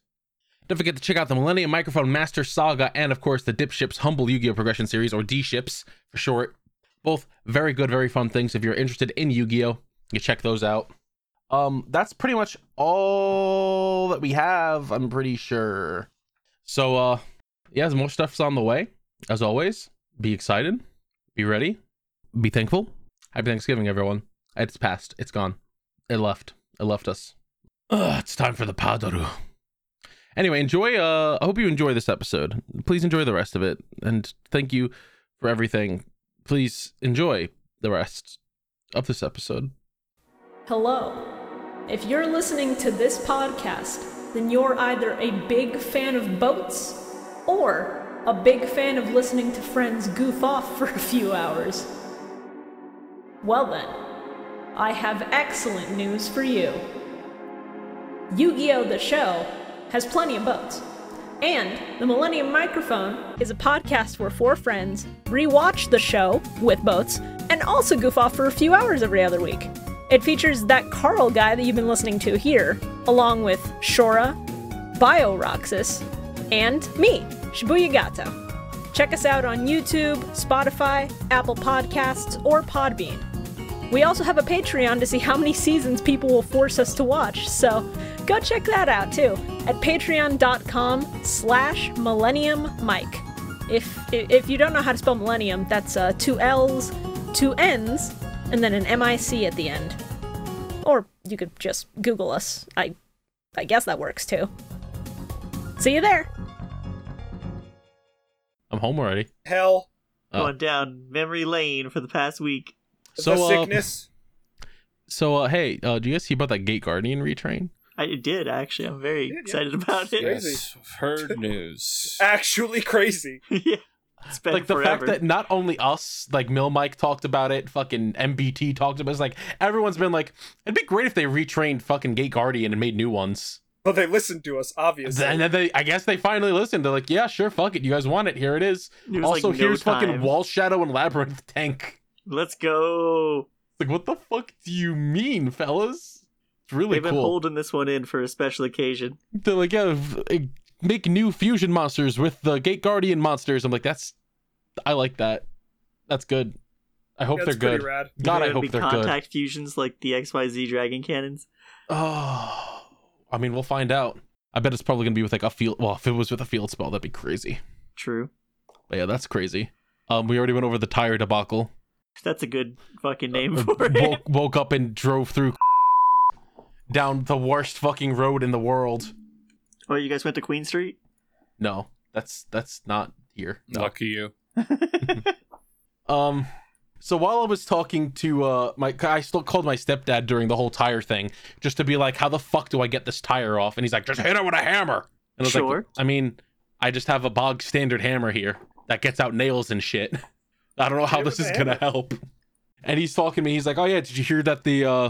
C: Don't forget to check out the Millennium Microphone Master Saga and, of course, the Dip Ships Humble Yu Gi Oh! Progression Series, or D Ships for short. Both very good, very fun things. If you're interested in Yu Gi Oh! you check those out. Um, that's pretty much all that we have, I'm pretty sure. So, uh, yeah, there's more stuff's on the way. As always, be excited, be ready, be thankful. Happy Thanksgiving, everyone. It's past, it's gone. It left. It left us. Ugh, it's time for the Padaru. Anyway, enjoy. Uh, I hope you enjoy this episode. Please enjoy the rest of it, and thank you for everything. Please enjoy the rest of this episode.
I: Hello. If you're listening to this podcast, then you're either a big fan of boats or a big fan of listening to friends goof off [LAUGHS] for a few hours. Well, then, I have excellent news for you Yu Gi Oh! The Show has plenty of boats. And the Millennium Microphone is a podcast where four friends rewatch the show with boats and also goof off for a few hours every other week. It features that Carl guy that you've been listening to here, along with Shora, BioRoxus, and me, Shibuya Gato. Check us out on YouTube, Spotify, Apple Podcasts, or Podbean. We also have a Patreon to see how many seasons people will force us to watch, so go check that out too at patreon.com slash millennium mike. If, if you don't know how to spell millennium, that's uh, two L's, two N's, and then an M-I-C at the end. Or you could just Google us. I, I guess that works too. See you there!
C: I'm home already.
A: Hell,
C: Oh.
B: Going down memory lane for the past week.
C: So,
A: the
C: uh,
A: sickness.
C: So, uh, hey, uh, do you guys see about that Gate Guardian retrain?
B: I did actually. I'm very
A: did, yeah.
B: excited about it.
A: Crazy.
D: Yes,
A: [LAUGHS]
D: heard news.
A: Actually crazy.
B: [LAUGHS] yeah. It's been
C: like the
B: forever.
C: fact that not only us, like Mill Mike talked about it, fucking MBT talked about it. It's like everyone's been like, it'd be great if they retrained fucking Gate Guardian and made new ones.
A: But they listened to us, obviously.
C: And then they, I guess they finally listened. They're like, yeah, sure, fuck it, you guys want it, here it is.
B: There was,
C: Also,
B: like, no
C: here's fucking
B: time.
C: Wall Shadow and Labyrinth tank.
B: Let's go.
C: Like, what the fuck do you mean, fellas? It's really
B: They've been
C: cool.
B: holding this one in for a special occasion.
C: They're like, yeah, v- eh, make new fusion monsters with the Gate Guardian monsters. I'm like, that's, I like that. That's good. I hope
A: Yeah,
C: they're
A: it's pretty
C: good.
A: rad.
C: God, I
B: There'd
C: hope
B: be
C: they're good.
B: contact fusions like the XYZ Dragon Cannons.
C: Oh, [SIGHS] I mean, we'll find out. I bet it's probably gonna be with like a field. Well, if it was with a field spell, that'd be crazy.
B: True.
C: But yeah, that's crazy. Um, we already went over the tire debacle.
B: That's a good fucking name
C: Uh,
B: [LAUGHS] for it.
C: woke, woke up and drove through [LAUGHS] down the worst fucking road in the world.
B: Oh, you guys went to Queen Street?
C: No, that's that's not here. No.
D: Lucky you.
C: Um, so while I was talking to uh my, I still called my stepdad during the whole tire thing, just to be like, how the fuck do I get this tire off? And he's like, just hit it with a hammer. And I was like,
B: Sure.
C: I mean, I just have a bog standard hammer here that gets out nails and shit. [LAUGHS] I don't know how
A: Hit it
C: this
A: with
C: is
A: a
C: gonna help. And he's talking to me. He's like, oh yeah, did you hear that the uh.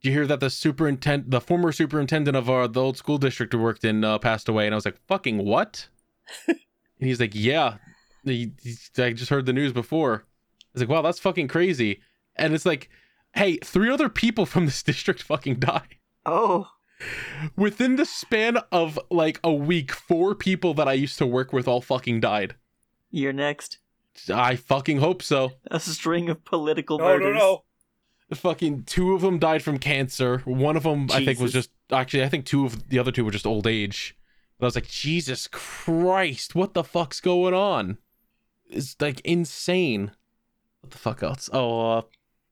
C: Did you hear that the superintendent, the former superintendent of our the old school district we worked in, uh, passed away? And I was like, "Fucking what?" and he's like, "Yeah, he- he's- I just heard the news before." It's like, wow, that's fucking crazy. And it's like, hey, three other people from this [LAUGHS] district fucking die.
B: Oh,
C: Within the span of like a week, four people that I used to work with all fucking died.
B: you're next.
C: I fucking hope so.
B: A string of political
A: No, no,
B: murders.
A: no.
C: Fucking two of them died from cancer. One of them, I think, was
B: Jesus.
C: just actually, I think two of the other two were just old age. And I was like, Jesus Christ, what the fuck's going on? It's like insane. What the fuck else? Oh, uh,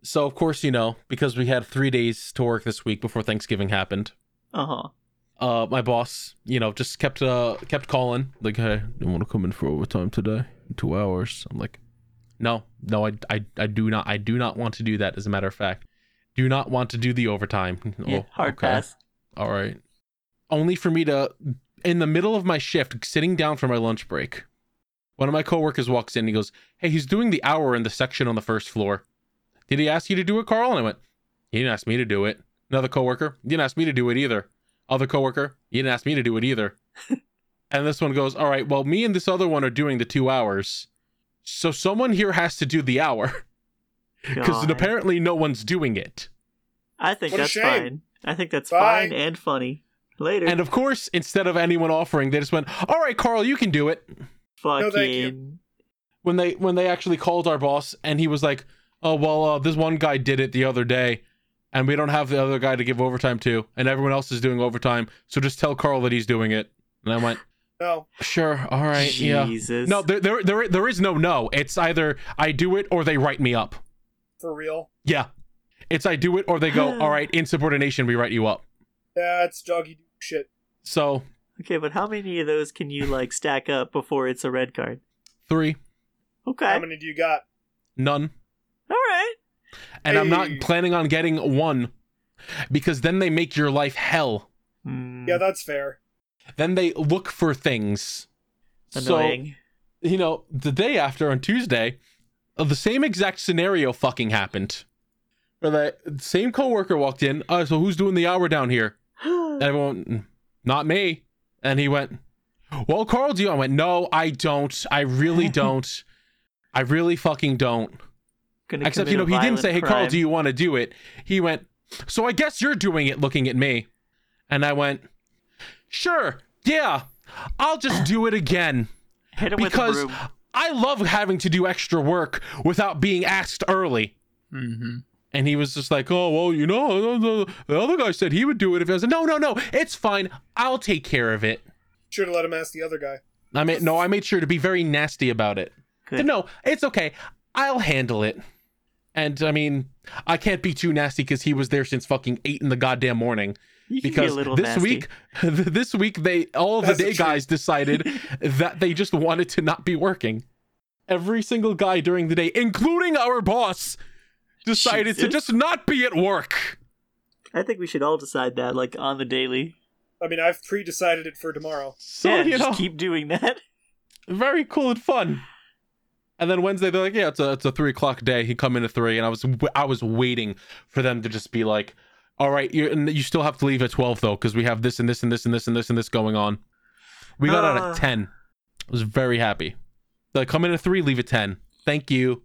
C: so of course, you know, because we had three days to work this week before Thanksgiving happened.
B: Uh huh.
C: uh my boss you know just kept uh kept calling like hey you want to come in for overtime today in two hours i'm like no no I, I i do not i do not want to do that as a matter of fact do not want to do the overtime
B: Yeah,
C: Oh,
B: hard
C: okay.
B: pass.
C: all right only for me to in the middle of my shift sitting down for my lunch break one of my coworkers walks in and he goes hey he's doing the hour in the section on the first floor did he ask you to do it carl and i went he didn't ask me to do it another coworker he didn't ask me to do it either other coworker he didn't ask me to do it either and this one goes all right well me and this other one are doing the two hours so someone here has to do the hour because
B: God.
C: apparently no one's doing it
B: I think
A: What a
B: that's
A: shame.
B: fine. I think that's
A: Bye.
B: fine and funny. [LAUGHS] Later.
C: And of course, instead of anyone offering, they just went, "All right, Carl, you can do it."
B: fucking.
A: No, thank you.
C: When they when they actually called our boss, and he was like, "Oh well, uh, this one guy did it the other day, and we don't have the other guy to give overtime to, and everyone else is doing overtime, so just tell Carl that he's doing it." And I went,
A: No.
C: "Sure, all right, yeah."
B: Jesus.
C: No, there, there, there, there is no no. It's either I do it or they write me up.
A: For real.
C: Yeah, it's I do it or they go. All right, insubordination, we write you up.
A: That's doggy shit.
C: So
B: okay, but how many of those can you like stack up before it's a red card?
C: three,
B: Okay.
A: How many do you got?
C: none.
B: All right.
C: and I'm not
A: Hey.
C: planning on getting one because then they make your life hell. Hmm.
B: Mm,
A: Yeah, that's fair.
C: Then they look for things.
B: annoying.
C: So, you know, the day after on Tuesday, uh, the same exact scenario fucking happened. Where the same coworker walked in, "Uh, so who's doing the hour down here?" And everyone, "Mm, "Not me." And he went, "Well, Carl, do you?" I went, "No, I don't. I really don't. I really fucking don't."
B: Gonna
C: Except, you
B: commit
C: know,
B: a
C: he didn't
B: violent
C: say, hey, Carl,
B: crime.
C: do you want to do it? He went, so I guess you're doing it looking at me. And I went, sure, yeah, I'll just do it again
B: hit him
C: because
B: [LAUGHS] with a broom?
C: I love having to do extra work without being asked early. And he was just like, oh, well, you know, the- the- the other guy said he would do it if I said, no, no, no, it's fine. I'll take care of it.
A: Should have let him ask the other guy.
C: I made, no, I made sure to be very nasty about it.
B: Good.
C: No, it's okay. I'll handle it. And I mean, I can't be too nasty because he was there since fucking eight in the goddamn morning.
B: [LAUGHS] You can be a
C: Because
B: little
C: this
B: nasty.
C: week, [LAUGHS] this week they all the
A: That's
C: day
A: the truth.
B: [LAUGHS]
C: guys decided that they just wanted to not be working. Every single guy during the day, including our boss, decided to
B: Jesus.
C: just not be at work.
B: I think we should all decide that, like on the daily.
A: I mean, I've pre decided it for tomorrow.
C: So
B: yeah,
C: you
B: just
C: know,
B: keep doing
C: [LAUGHS]
B: that.
C: very cool and fun. And then Wednesday, they're like, "Yeah, it's a it's a three o'clock day. He come in at three, and I was I was waiting for them to just be like, "All right, you and you still have to leave at twelve though, because we have this and this and this and this and this and this going on." We got out
B: Ah.
C: at ten. I was very happy. They come in at three, leave at ten. Thank you,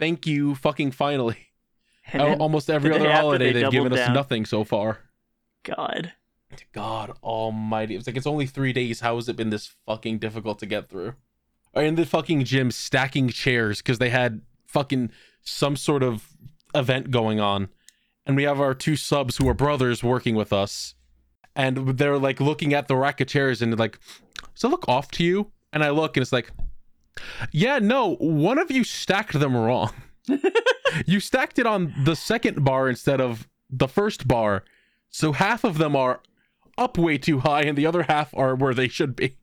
C: thank you, fucking finally.
B: And
C: Al-
B: then-
C: Oh, Almost every
B: the day
C: other
B: after,
C: holiday,
B: they
C: they've given
B: doubled
C: us
B: down.
C: nothing so far.
B: God.
C: God almighty. It's like it's only three days. How has it been this fucking difficult to get through? Or in the fucking gym stacking chairs because they had fucking some sort of event going on. And we have our two subs who are brothers working with us. And they're like looking at the rack of chairs and they're like, Does it look off to you? And I look and it's like, Yeah, no, one of you stacked them wrong. [LAUGHS] you stacked it on the second bar instead of the first bar. So half of them are up way too high and the other half are where they should be.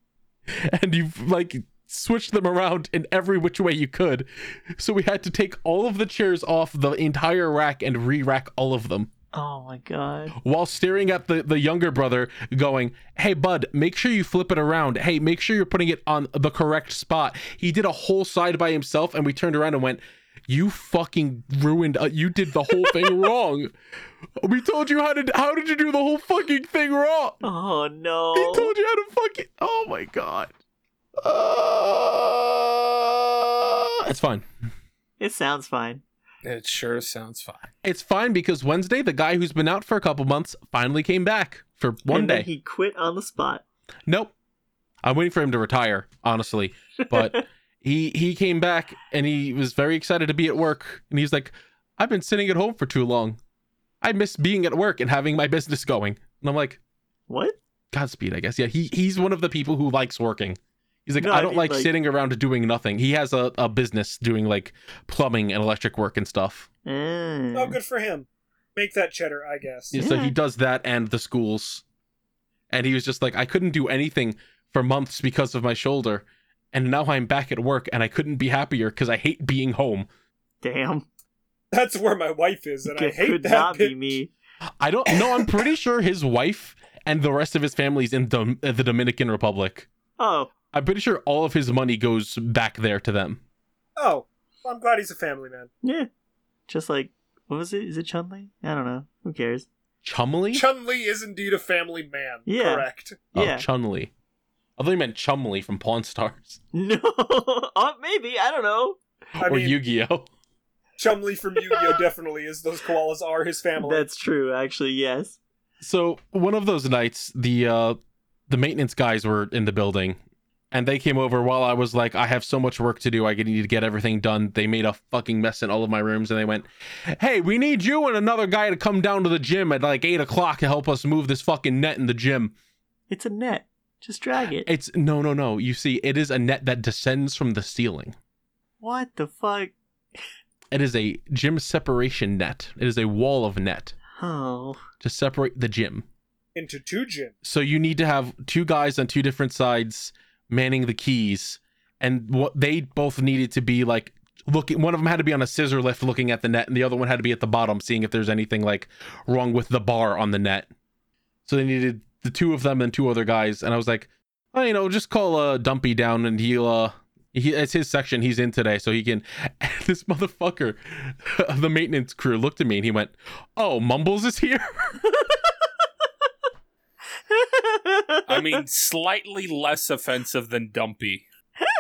C: And you've like switched them around in every which way you could. So we had to take all of the chairs off the entire rack and re rack all of them
B: Oh my
C: [GASPS]
B: God.
C: while staring at the, the younger brother, going, Hey, bud, make sure you flip it around. Hey, make sure you're putting it on the correct spot. He did a whole side by himself, and we turned around and went, You fucking ruined, uh, you did the whole thing wrong. We told you how to, how did you do the whole fucking thing wrong?
B: Oh no.
C: He told you how to fucking. Oh my god. Uh, it's fine.
B: It sounds fine.
D: It sure sounds fine.
C: It's fine because Wednesday, the guy who's been out for a couple months finally came back for one
B: and
C: day.
B: Then he quit on the spot.
C: Nope. I'm waiting for him to retire, honestly. [LAUGHS] But he he came back and he was very excited to be at work. And he's like, I've been sitting at home for too long. I miss being at work and having my business going. And I'm like,
B: What?
C: Godspeed, I guess. Yeah, he he's one of the people who likes working. He's like,
B: No,
C: I
B: I
C: don't
B: mean,
C: like,
B: like-
C: sitting around doing nothing. He has a, a business doing like plumbing and electric work and stuff.
B: Mm.
A: Oh, good for him. Make that cheddar, I guess.
C: Hmm. Yeah, So
B: Yeah.
C: he does that and the schools. And he was just like, I couldn't do anything for months because of my shoulder. And now I'm back at work and I couldn't be happier because I hate being home.
B: Damn.
A: [LAUGHS] That's where my wife is, and I
B: It
A: hate
B: could
A: that.
B: not
A: bitch.
B: be me.
C: I don't know.
B: [LAUGHS]
C: I'm pretty sure his wife and the rest of his family's in Dom- uh, the Dominican Republic.
B: Oh,
C: I'm pretty sure all of his money goes back there to them.
A: Oh, well, I'm glad he's a family man.
B: yeah. Just like what was it? Is it Chunli? I don't know. Who cares? [LAUGHS]
C: Chumley?
A: Chun Li is indeed a family man.
B: Yeah.
A: Correct.
B: Yeah.
C: Oh, Chunley. I thought you meant Chumley from Pawn Stars
B: no. oh, Uh, maybe. I don't know.
A: I
C: or
A: mean,
C: Yu Gi Oh!
A: Chumley from [LAUGHS] Yu-Gi-Oh definitely is. Those koalas are his family.
B: That's true, actually, yes.
C: So one of those nights, the uh, the maintenance guys were in the building, and they came over while I was like, I have so much work to do. I need to get everything done. They made a fucking mess in all of my rooms, and they went, "Hey, we need you and another guy to come down to the gym at like eight o'clock to help us move this fucking net in the gym."
B: It's a net. Just drag it.
C: It's no, no, no. You see, it is a net that descends from the ceiling.
B: What the fuck?
C: It is a gym separation net. It is a wall of net
A: [LAUGHS]
B: Oh.
C: to separate the gym.
A: Into two gyms.
C: so you need to have two guys on two different sides manning the keys and what they both needed to be like looking one of them had to be on a scissor lift looking at the net and the other one had to be at the bottom seeing if there's anything like wrong with the bar on the net so they needed the two of them and two other guys and i was like oh you know just call uh dumpy down and he'll uh he, it's his section he's in today so he can [LAUGHS] and this motherfucker [LAUGHS] of the maintenance crew looked at me and he went oh mumbles is here [LAUGHS]
D: I mean, slightly less offensive than Dumpy.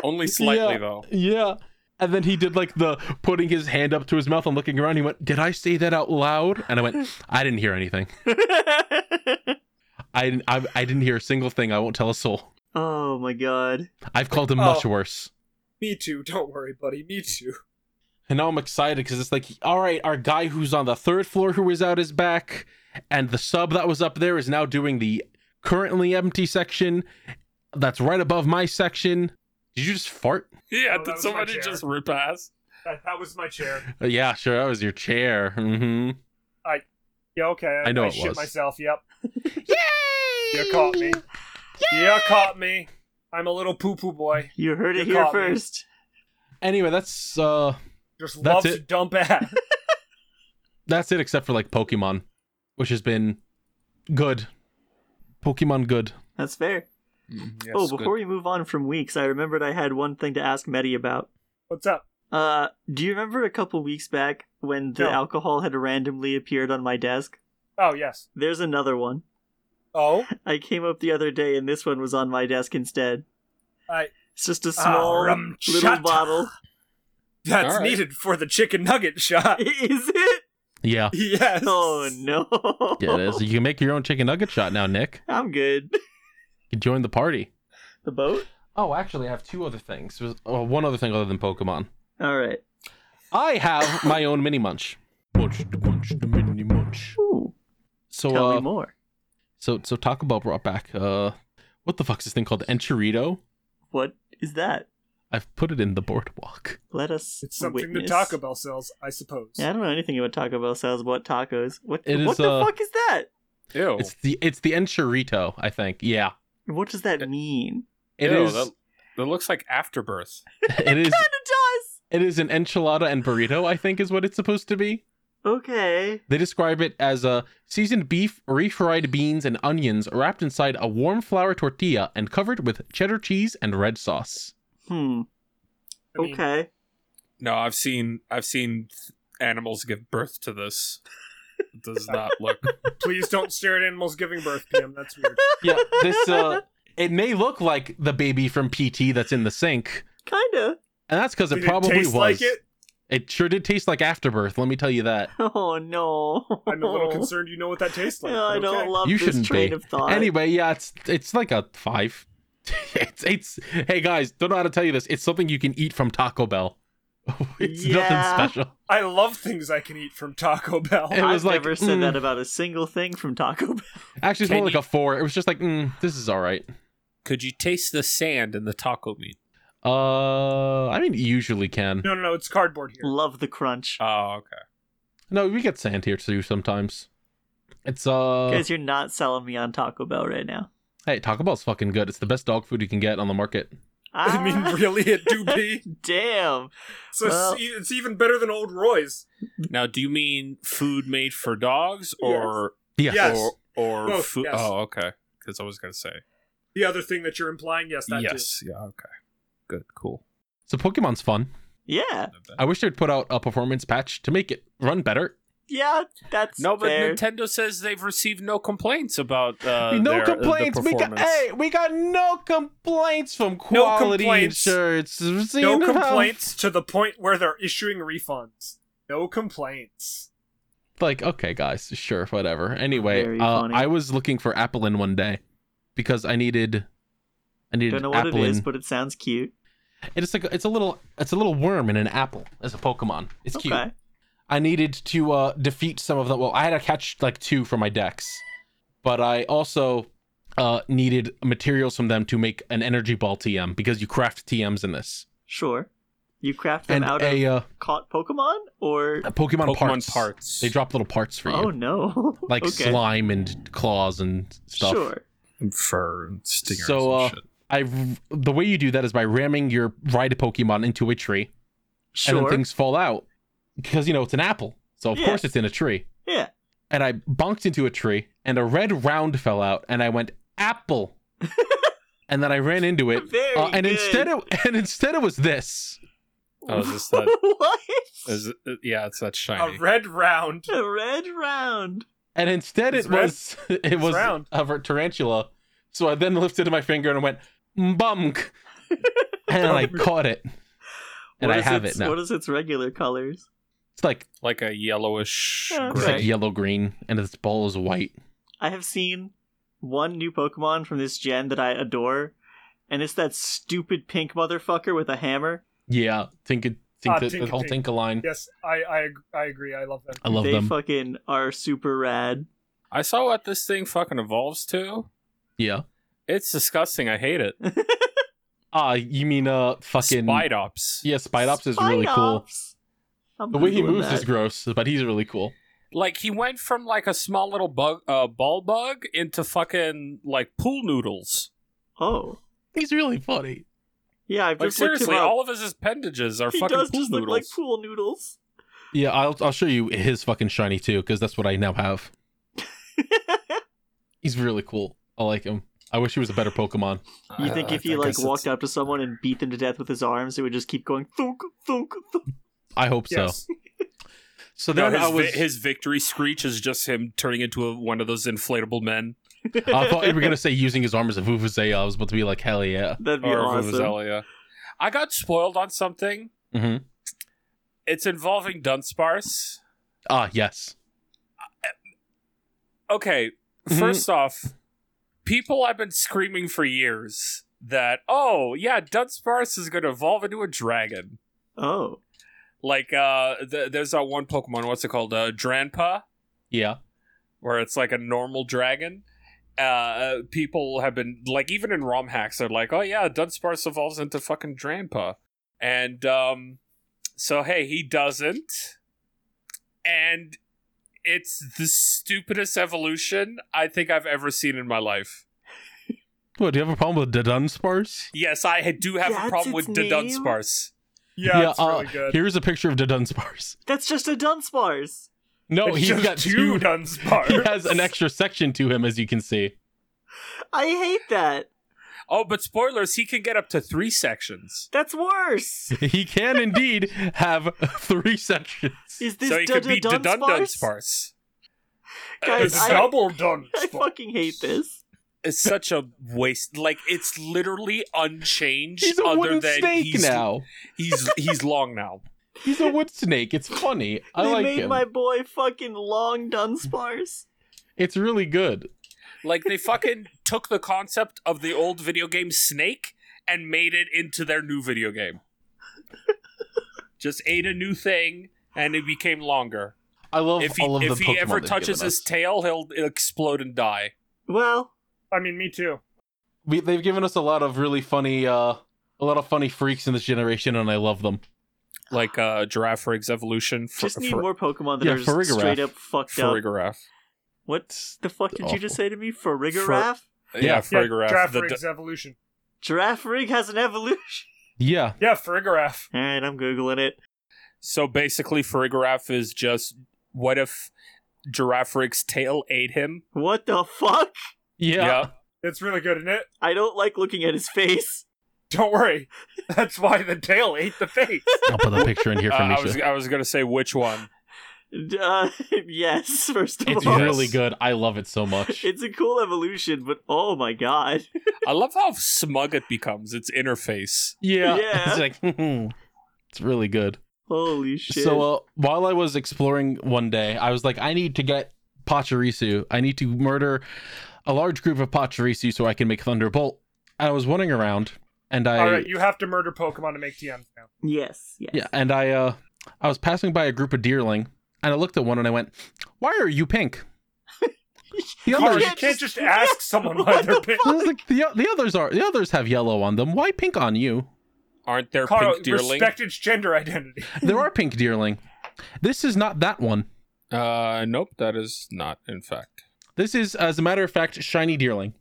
D: Only slightly,
C: Yeah.
D: though.
C: Yeah. And then he did like the putting his hand up to his mouth and looking around. He went, Did I say that out loud? And I went, I didn't hear anything. I didn't, I, I didn't hear a single thing. I won't tell a soul.
B: oh my god.
C: I've called him much
A: Oh.
C: worse.
A: Me too. Don't worry, buddy. Me too.
C: And now I'm excited because it's like, all right, our guy who's on the third floor who was out is back. And the sub that was up there is now doing the currently empty section that's right above my section. Did you just fart?
A: Oh,
D: Yeah,
A: that
D: did
A: was my
D: somebody
A: chair.
D: just rip ass?
A: That, that was my chair.
C: Uh, yeah, sure. That was your chair. hmm
A: Yeah, okay.
C: I know
A: I
C: it
A: shit
C: was.
A: myself. Yep. Yay! You caught me. You caught me. I'm a little poo poo boy.
B: You heard it
A: You
B: here
A: caught me.
B: first.
C: Anyway, that's uh,
A: Just
C: That's
A: love to
C: it.
A: dump
C: [LAUGHS]
A: ass.
C: that's it except for like pokemon which has been good pokemon good
B: That's fair. oh, before we move on from weeks, I remembered I had one thing to ask Medi about.
A: What's up?
B: Uh, do you remember a couple weeks back when the
A: No.
B: alcohol had randomly appeared on my desk?
A: Oh yes.
B: There's another one.
A: Oh,
B: I came up the other day and this one was on my desk instead.
A: I.
B: It's just a small
A: Ah, rum
B: little
A: chata.
B: bottle. [LAUGHS]
A: That's
D: All right.
A: needed for the chicken nugget
B: [LAUGHS]
A: shot.
B: Is
A: [LAUGHS]
B: it?
C: yeah
A: yes.
B: Oh no.
C: yeah it is you can make your own chicken nugget shot now nick
B: I'm good. [LAUGHS]
C: you join the party
B: The boat?
C: oh actually i have two other things oh, one other thing other than pokemon
B: All right.
C: i have my own mini munch munch the munch the mini munch
B: Ooh,
C: so
B: tell
C: uh
B: me more.
C: so so taco bell brought back uh what the fuck's this thing called enchilado
B: What is that?
C: i've put it in the boardwalk
B: Let us
A: It's something
B: witness.
A: that Taco Bell sells, I suppose.
B: Yeah, I don't know anything about Taco Bell sales, but tacos. What
C: It
B: what
C: is,
B: the
C: uh,
B: fuck is that?
D: Ew.
C: it's the it's the enchilito i think yeah
B: What does that mean?
C: it
D: Ew,
C: is
D: That, that looks like afterbirth.
C: [LAUGHS] it [LAUGHS] is
B: It
C: It is an enchilada and burrito, I think is what it's supposed to be.
B: does. Okay.
C: They describe it as a seasoned beef, refried beans, and onions wrapped inside a warm flour tortilla and covered with cheddar cheese and red sauce.
B: Hmm.
A: I mean,
B: okay.
D: No, I've seen I've seen th- animals give birth to this. It
A: [LAUGHS]
D: does not look.
A: Please don't stare at animals giving birth, PM. That's weird.
C: Yeah, this uh it may look like the baby from PT that's in the sink,
B: Kinda. [LAUGHS]
C: and that's because it
A: Did
C: probably
A: taste
C: was.
A: like it?
C: It sure did taste like afterbirth, let me tell you that.
B: Oh no.
A: I'm a
B: [LAUGHS]
A: little concerned. You know what that tastes like.
B: Oh. I
A: but
B: don't
A: okay.
B: love
C: You
B: this
C: shouldn't
B: train
C: be.
B: of thought.
C: Anyway, yeah, it's it's like a five. [LAUGHS] it's it's hey guys, don't know how to tell you this. It's something you can eat from Taco Bell. [LAUGHS] it's
B: Yeah.
C: nothing special.
A: I love things I can eat from Taco Bell.
C: it
B: I've
C: was like,
B: never said
C: mm.
B: that about a single thing from Taco Bell.
C: Actually, it's
D: Can
C: more like
D: you-
C: a four. It was just like, mm, this is all right.
D: Could you taste the sand in the taco meat?
C: Uh, I mean, it usually can.
A: [LAUGHS] No, no, no. It's cardboard here.
B: Love the crunch.
D: Oh, okay.
C: No, we get sand here too sometimes. It's uh,
B: Guys, you're not selling me on Taco Bell right now.
C: hey, Taco Bell's fucking good. It's the best dog food you can get on the market.
A: [LAUGHS] I mean,
B: Ah,
A: really, it do [LAUGHS] be.
B: damn.
A: So
B: Well-
A: it's, e, it's even better than Old Roy's.
D: Now, do you mean food made for dogs or
C: Yes.
A: Yes.
D: or or
A: Both,
D: food?
A: yes.
D: Oh, okay. Because I was gonna say
A: The other thing that you're implying, yes, that too.
D: yes. Yeah. Okay. Good. Cool.
C: So Pokemon's fun.
B: Yeah.
C: I wish they'd put out a performance patch to make it run better.
B: Yeah, that's
D: No, but
B: fair.
D: Nintendo says they've received no complaints about uh,
C: [LAUGHS] no
D: their- the
C: complaints. we got
D: performance.
C: hey, we got no complaints from quality
A: complaints.
C: shirts.
A: No complaints to the point where they're issuing refunds. No complaints.
C: Like, okay, guys, sure, whatever. Anyway,
B: Very
C: uh,
B: funny.
C: I was looking for Applin one day because I needed, I needed
B: Don't know what
C: Applin.
B: it is, but it sounds cute.
C: it's like it's a little, it's a little worm in an apple as a Pokemon. It's cute.
B: okay.
C: I needed to uh, defeat some of them. Well, I had to catch like two from my decks, but I also uh, needed materials from them to make an energy ball TM because you craft TMs in this
B: Sure. You craft them
C: and
B: out
C: a
B: of
C: uh,
B: caught Pokemon or
C: Pokemon,
D: Pokemon
C: parts.
D: parts.
C: They drop little parts for you,
B: oh no. [LAUGHS]
C: like
B: okay.
C: slime and claws and stuff.
B: Sure.
D: And fur and stingers.
C: So,
D: and
C: uh,
D: shit.
C: I the way you do that is by ramming your ride Pokemon into a tree,
B: Sure.
C: and then things fall out because you know it's an apple, so of
B: Yeah.
C: course it's in a tree.
B: Yeah.
C: And I bonked into a tree, and a red round fell out, and I went
B: [LAUGHS]
C: apple, and then I ran into it,
B: Very
C: uh, and
B: good.
C: instead it [LAUGHS] and instead it was this.
D: Oh, is
B: [LAUGHS]
D: this that?
B: what?
D: Is it, uh, yeah, it's that shiny.
A: A red round.
B: A red round.
C: And instead
A: It's
C: it
A: red.
C: was [LAUGHS] it was
A: round.
C: a ver- tarantula. So I then lifted my finger and went
B: [LAUGHS]
C: bumk, and I caught it, and
B: What
C: I
B: is
C: have
B: its-
C: it now.
B: What is its regular colors?
C: It's like
D: like a yellowish
B: Yeah,
C: it's
D: gray.
C: like yellow green, and its ball is white.
B: I have seen one new Pokemon from this gen that I adore, and it's that stupid pink motherfucker with a hammer.
C: Yeah, Tinka, Tinka,
A: Ah,
C: the,
A: Tinka
C: whole
A: Tinka.
C: Tinka line.
A: Yes, I, I ag- I agree. I love them.
C: I love
B: they
C: them.
B: fucking are super rad.
D: I saw what this thing fucking evolves to.
C: yeah.
D: It's disgusting. I hate it.
C: Ah, you mean uh, fucking
D: Spidops.
C: Yeah, Spidops is really cool.
B: Spidops. I'm
C: The way he
B: Googling
C: moves
B: that.
C: is gross, but he's really cool.
D: Like he went from like a small little bug, uh, ball bug, into fucking like pool noodles.
B: Oh.
C: He's really funny.
B: Yeah, I've
D: Like
B: just looked him
D: seriously,
B: up.
D: all of his appendages are
B: he
D: fucking
B: does
D: pool
B: just
D: noodles.
B: look like pool noodles.
C: Yeah, I'll I'll show you his fucking shiny too, because that's what I
B: [LAUGHS]
C: now have. He's really cool. I like him. I wish he was a better Pokemon.
B: You think if he like walked up to someone and beat them to death with his arms, it would just keep going thunk thunk thunk.
C: I hope
A: Yes.
C: so. [LAUGHS] So
D: No,
C: then
D: his,
C: I
D: vi-
C: was.
D: his victory screech is just him turning into a, one of those inflatable men.
C: I
B: [LAUGHS]
C: thought you were gonna say using his arm as a Vuvuzela. I was about to be like, hell yeah.
B: That'd be
D: Or a
B: awesome.
D: Vuvuzela, yeah. I got spoiled on something.
C: Mm-hmm.
D: It's involving Dunsparce.
C: Ah, yes.
D: okay,
C: Mhm.
B: Mm-hmm.
D: 1st off, people have been screaming for years that, oh, yeah, Dunsparce is going to evolve into a dragon.
B: Oh.
D: Like, uh, th- there's that one Pokemon, what's it called? Uh, Dranpa,
C: Yeah.
D: where it's like a normal dragon. Uh, Uh, people have been, like, even in ROM hacks, they're like, oh, yeah, Dunsparce evolves into fucking Dranpa. And, um, so, hey, he doesn't. And it's the stupidest evolution I think I've ever seen in my life.
C: What? Do you have a problem with the Dunsparce?
D: Yes, I ha- do have
B: That's
D: a problem
B: its
D: with the
B: name?
D: Dunsparce.
A: Yeah, it's
C: uh,
A: really good.
C: Here's a picture of the Dunsparce.
B: That's just a Dunsparce.
C: No,
A: It's
C: he's
A: just
C: got
A: two
C: two.
A: Dunsparce.
C: [LAUGHS] he has an extra section to him, as you can see.
B: I hate that.
D: Oh, but spoilers, he can get up to three sections.
B: That's worse.
C: He can indeed have [LAUGHS] three sections.
B: Is this
D: so he
B: Dun-
D: could be the
B: Dun-
D: Dun
B: Dunsparce?
D: Dunsparce.
B: [LAUGHS] Guys,
A: It's
B: I-
A: double
B: I
A: Dunsparce.
B: fucking hate this.
D: It's such a waste. Like it's literally unchanged.
C: He's a
D: other
C: wooden
D: than
C: snake
D: he's,
C: now.
D: He's he's long now.
C: He's a wood snake. It's funny. I
B: they
C: like
B: made
C: him.
B: my boy fucking long Dunsparce.
C: It's really good.
D: Like they fucking took the concept of the old video game Snake and made it into their new video game. Just ate a new thing and it became longer.
C: I love
D: If he
C: all of
D: if
C: the
D: he
C: Pokemon
D: ever
C: they've
D: touches
C: given
D: his
C: us.
D: tail, he'll explode and die.
B: Well,
A: I mean, me too.
C: we, they've given us a lot of really funny, uh, a lot of funny freaks in this generation, and I love them.
D: like uh giraffe rig's evolution for,
B: just need
D: for,
B: more Pokemon that
C: Yeah,
B: are just
C: Farigiraf.
B: straight up fucked
D: for
B: up.
D: giraffe
B: What the fuck did you just
C: Awful.
B: say to me? Farigiraf?
D: yeah,
C: Yeah,
D: for
A: Yeah,
D: giraffe the
A: Giraffe evolution.
B: Giraffe Rig has an evolution. [LAUGHS]
C: Yeah.
A: Yeah, for a giraffe.
B: All right, I'm googling it.
D: so basically for giraffe is just what if giraffe rig's tail ate him
B: What the fuck?
C: Yeah.
A: It's really good, isn't it?
B: I don't like looking at his face.
A: [LAUGHS] Don't worry. That's why the tail ate the face.
C: I'll put a picture in here
D: Uh,
C: for
D: I
C: Misha.
D: was I was gonna say which one.
B: D- Uh, [LAUGHS] yes, first of
C: It's
B: all.
C: really good. I love it so much.
B: It's a cool evolution, but oh my god. [LAUGHS]
D: I love how smug it becomes. Its interface.
C: Yeah. [LAUGHS]
B: Yeah.
C: It's like, it's really good.
B: Holy shit.
C: So uh, while I was exploring one day, I was like, I need to get Pachirisu. I need to murder a large group of Pachirisu so I can make Thunderbolt. I was wandering around, and I
A: All right, you have to murder Pokemon to make TMs now.
B: yes, yes.
C: yeah, and I uh, I was passing by a group of deerling, and I looked at one and I went, "Why are you pink?"
A: [LAUGHS]
C: The
A: Carl,
C: others,
A: you can't just ask someone why they're pink.
C: [LAUGHS] I was like, the, the others are the others have yellow on them. Why pink on you?
D: Aren't there
A: Carl,
D: pink deerling?
A: respect its gender identity.
C: There are pink deerling. This is not that one.
D: uh, nope, that is not, in fact.
C: This is, as a matter of fact, shiny deerling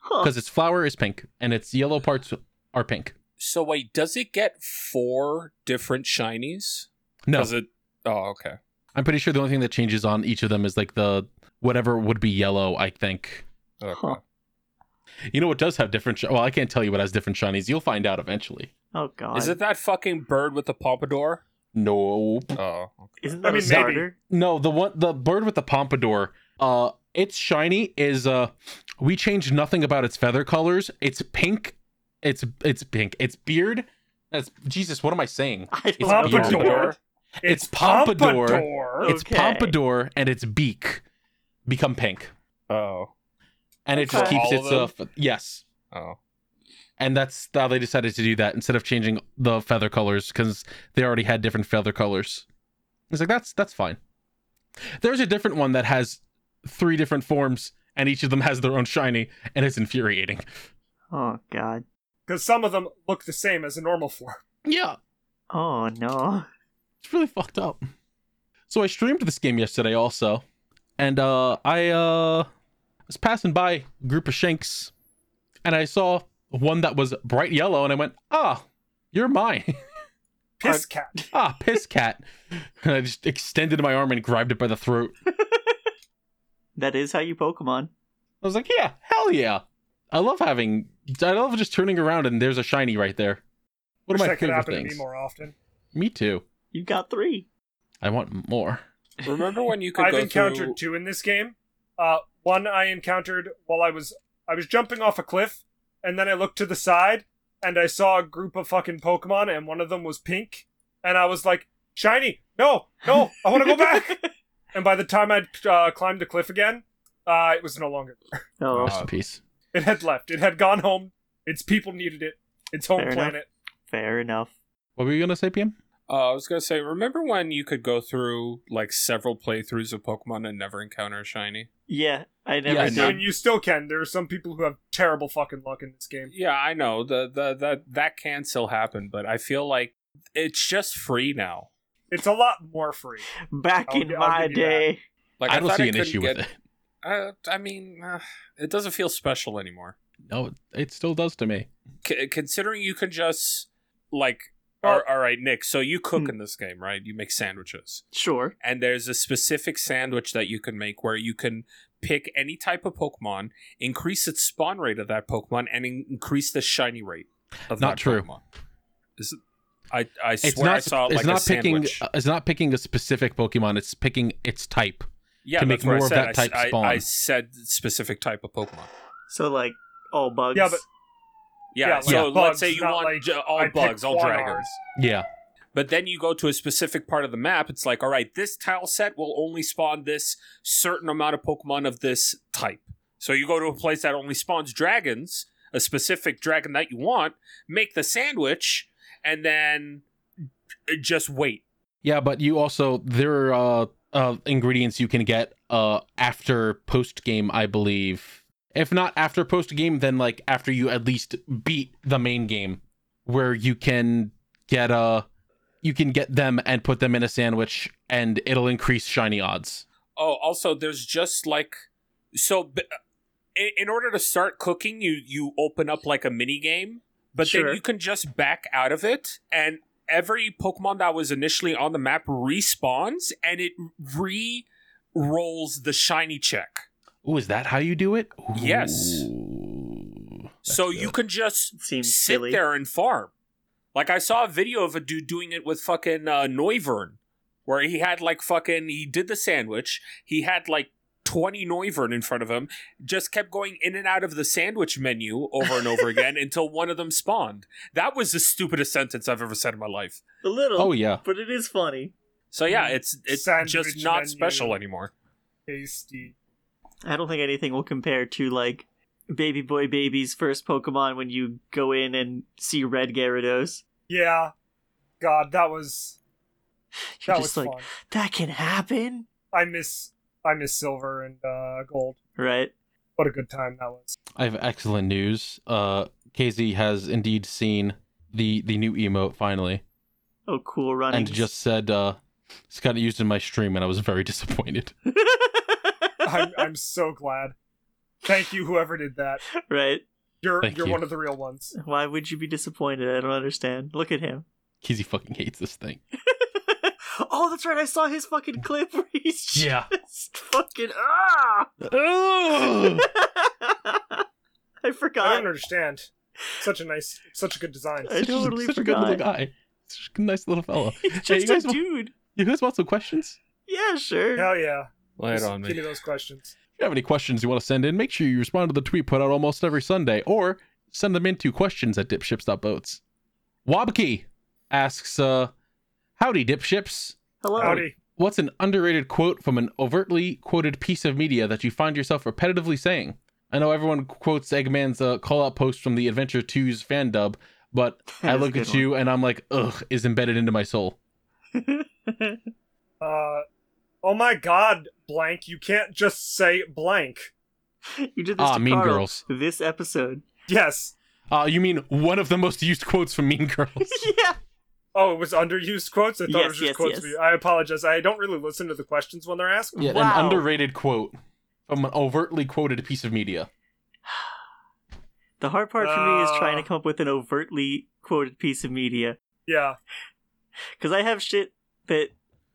B: Huh.
C: because its flower is pink and its yellow parts are pink.
D: So wait, does it get four different shinies?
C: No,
D: Does it? Oh, okay.
C: I'm pretty sure the only thing that changes on each of them is like the whatever would be yellow. I think.
D: Okay.
B: Huh.
C: You know what does have different? Sh- well, I can't tell you what has different shinies. You'll find out eventually.
B: Oh god.
D: Is it that fucking bird with the pompadour?
C: Nope.
D: Oh,
B: Isn't that
A: I mean,
B: a
A: maybe.
B: starter? [LAUGHS]
C: No, the one the bird with the pompadour. Uh, its shiny is uh, we changed nothing about its feather colors. It's pink. It's it's pink. Its beard. That's Jesus. What am I saying?
B: I don't know.
C: It's
A: Pompadour.
C: pompadour.
A: Pompadour.
C: It's pompadour. Its
B: Okay.
C: pompadour and its beak become pink,
D: oh,
C: and it
B: For
C: just keeps
D: all of
C: its uh, f- yes.
D: oh.
C: and that's how they decided to do that instead of changing the feather colors because they already had different feather colors. It's like that's that's fine. There's a different one that has three different forms, and each of them has their own shiny, and it's infuriating.
B: Oh god.
A: Because some of them look the same as a normal
C: [LAUGHS]
A: form.
C: Yeah,
B: Oh no.
C: it's really fucked up. So I streamed this game yesterday also, and uh, I uh, was passing by a group of shanks, and I saw one that was bright yellow, and I went, "Ah, you're mine." [LAUGHS]
A: Piss cat.
C: ah, piss cat. [LAUGHS] And I just extended my arm and grabbed it by the throat. I
B: That is how you Pokemon.
C: was like, yeah, hell yeah. I love having, I love just turning around and there's a shiny right there. One
A: Wish
C: of my
A: that could
C: favorite
A: happen to
C: things.
A: me
C: Me,
A: more often.
C: too.
B: You got three.
C: I want more.
D: Remember when you could
A: I've
D: go
A: encountered
D: through?
A: two in this game. Uh, one I encountered while I was I was jumping off a cliff, and then I looked to the side and I saw a group of fucking Pokemon, and one of them was pink, and I was like, "Shiny, no, no, I want to go
C: [LAUGHS]
A: back." and by the time I'd uh, climbed the cliff again, uh, it was no longer.
B: Oh,
D: Uh,
C: Rest in peace.
A: It had left. It had gone home. Its people needed it. Its home
B: Fair enough.
A: planet.
B: fair enough.
C: What were you going to say, PM?
D: Uh, I was gonna say, remember when you could go through like several playthroughs of Pokemon and never encounter a shiny?
B: Yeah, I never
C: Yeah,
B: did.
A: No, and you still can. There are some people who have terrible fucking luck in this game.
D: Yeah, I know the the that that can still happen, but I feel like it's just free now.
A: It's a lot more free.
B: Back
A: I'll
B: in
A: gi- I'll
B: my
A: give you that.
B: day.
D: Like
C: I don't
D: thought
C: see an
D: couldn't
C: issue
D: get,
C: with it.
D: Uh, I mean, uh, it doesn't feel special anymore.
C: No, it still does to me.
D: C- considering you can just like,
A: Well-
D: all right, Nick. So you cook
B: Hmm.
D: in this game, right? You make sandwiches.
B: Sure.
D: and there's a specific sandwich that you can make where you can pick any type of Pokemon, increase its spawn rate of that Pokemon, and in- increase the shiny rate of
C: Not
D: that
C: true.
D: Pokemon. Is it, I I swear
C: It's not.
D: I saw
C: it's
D: like
C: not
D: a
C: picking. uh,
D: sandwich.
C: It's not picking a specific Pokemon. It's picking its type.
D: yeah,
C: to make
D: that's what I
C: more of
D: said.
C: that
D: I s-
C: type
D: I,
C: spawn.
D: I said specific type of Pokemon.
B: So like all bugs.
A: Yeah, but-
D: Yeah,
A: Yeah,
D: so
A: like
D: let's
A: bugs,
D: say you
A: not
D: want
A: like,
D: j- all
A: I pick
D: bugs, all
A: Quanar.
D: dragons.
C: Yeah.
D: But then you go to a specific part of the map. It's like, all right, this tile set will only spawn this certain amount of Pokemon of this type. So you go to a place that only spawns dragons, a specific dragon that you want, make the sandwich, and then j- just wait.
C: Yeah, but you also there are uh, uh, ingredients you can get uh, after post game, I believe. If not after post game, then like after you at least beat the main game, where you can get uh you can get them and put them in a sandwich, and it'll increase shiny odds.
D: Oh, also, there's just like so. b- uh, In in order to start cooking, you you open up like a mini game, but
B: Sure.
D: then you can just back out of it, and every Pokemon that was initially on the map respawns, and it re rolls the shiny check.
C: Ooh, is that how you do it?
D: Yes.
C: Ooh, that's
D: so
C: good.
D: you can just
B: Seems
D: sit
B: silly.
D: there and farm. Like I saw a video of a dude doing it with fucking uh, Neuvern, where he had like fucking he did the sandwich. He had like 20 Neuvern in front of him, just kept going in and out of the sandwich menu over and over again until one of them spawned. That was the stupidest sentence I've ever said in my life.
B: A little.
C: Oh, yeah.
B: But it is funny.
D: So yeah, it's it's
A: Sandwich
D: just not
A: menu.
D: special anymore.
A: Tasty.
B: I don't think anything will compare to like Baby Boy Baby's first Pokemon when you go in and see Red Gyarados.
A: Yeah. God, that was
B: You're
A: that was
B: just like,
A: fun.
B: that can happen,
A: I miss I miss silver and uh, gold.
B: right?
A: What a good time that
B: [LAUGHS]
A: was.
C: I have excellent news. Uh, KZ has indeed seen the the new emote finally,
B: Oh, cool running.
C: and just said, uh, "It's kind of used in my stream," and I was very [LAUGHS] disappointed.
A: I'm I'm so glad. Thank you, whoever did that.
B: [LAUGHS] right?
A: You're
C: Thank
A: you're
C: you.
A: one of the real ones.
B: Why would you be disappointed? I don't understand. Look at him. [LAUGHS]
C: KZ fucking hates this thing.
B: oh, that's right. I saw his fucking clip where he's [LAUGHS] just
C: Yeah.
B: fucking ah. [LAUGHS] I
A: I
B: forgot.
A: don't understand. Such a nice, such a good design.
B: I totally
C: such a good
B: forgot.
C: little guy. Such a nice little fella.
B: He's
C: Hey,
B: just
C: you
B: a
C: guys wa-
B: dude.
C: You guys want some questions?
B: Yeah, sure.
A: Hell yeah!
D: Lay
A: Just give me those questions.
C: If you have any questions you want to send in, make sure you respond to the tweet put out almost every Sunday, or send them in to questions at dipships.boats. Wobkey asks, uh, Howdy, dipships.
B: Hello.
A: Howdy.
C: What's an underrated quote from an overtly quoted piece of media that you find yourself repetitively saying? I know everyone quotes Eggman's uh, call out post from the Adventure 2's fan dub, [LAUGHS] but I
B: That's a
C: look
B: good
C: at you and I'm like, ugh, is embedded into my soul.
A: Uh, oh my God, blank! You can't just say blank.
B: You did this
C: Ah,
B: to
C: Mean
B: Carl
C: Girls.
B: this episode. [LAUGHS]
A: Yes.
C: Uh, you mean one of the most used quotes from Mean Girls?
B: yeah.
A: Oh, it was underused quotes. I thought
B: Yes,
A: it was just
B: yes,
A: quotes.
B: yes.
A: for you. I apologize. I don't really listen to the questions when they're asked.
C: [LAUGHS] Yeah,
B: Wow.
C: an underrated quote from an overtly quoted piece of media.
B: The hard part for me is trying to
A: Uh.
B: come up with an overtly quoted piece of media
A: Yeah.
B: because I have shit that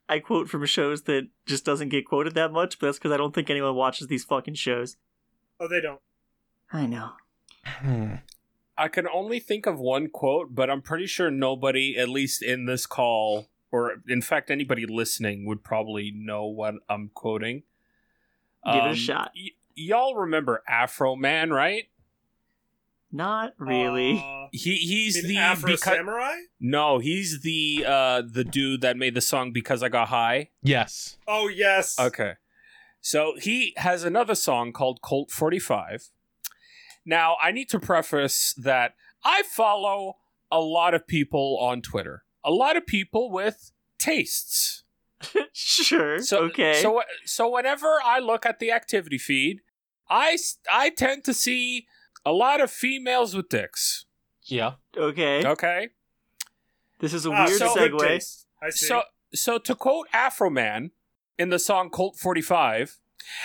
B: I quote from shows that just doesn't get quoted that much, but that's because I don't think anyone watches these fucking shows.
A: Oh, they don't.
B: I know.
D: I can only think of one quote, but I'm pretty sure nobody, at least in this call, or in fact anybody listening, would probably know what I'm quoting. Um,
B: Give it a shot.
D: y- y'all remember Afro Man, right?
B: Not really. [LAUGHS]
A: Uh,
D: He he's
A: in
D: the
A: Afro
D: because
A: Samurai?
D: no, he's the uh the dude that made the song because I got high.
C: Yes.
A: Oh yes.
D: Okay. So he has another song called Colt 45. Now, I need to preface that I follow a lot of people on Twitter, a lot of people with tastes.
B: sure.
D: So,
B: okay.
D: So, so whenever I look at the activity feed, I, s- I tend to see a lot of females with dicks.
C: Yeah.
B: okay.
D: Okay.
B: This is a
A: Ah,
B: weird
A: so good
B: segue.
A: taste. I see.
D: So, so to quote Afro Man in the song Colt 45,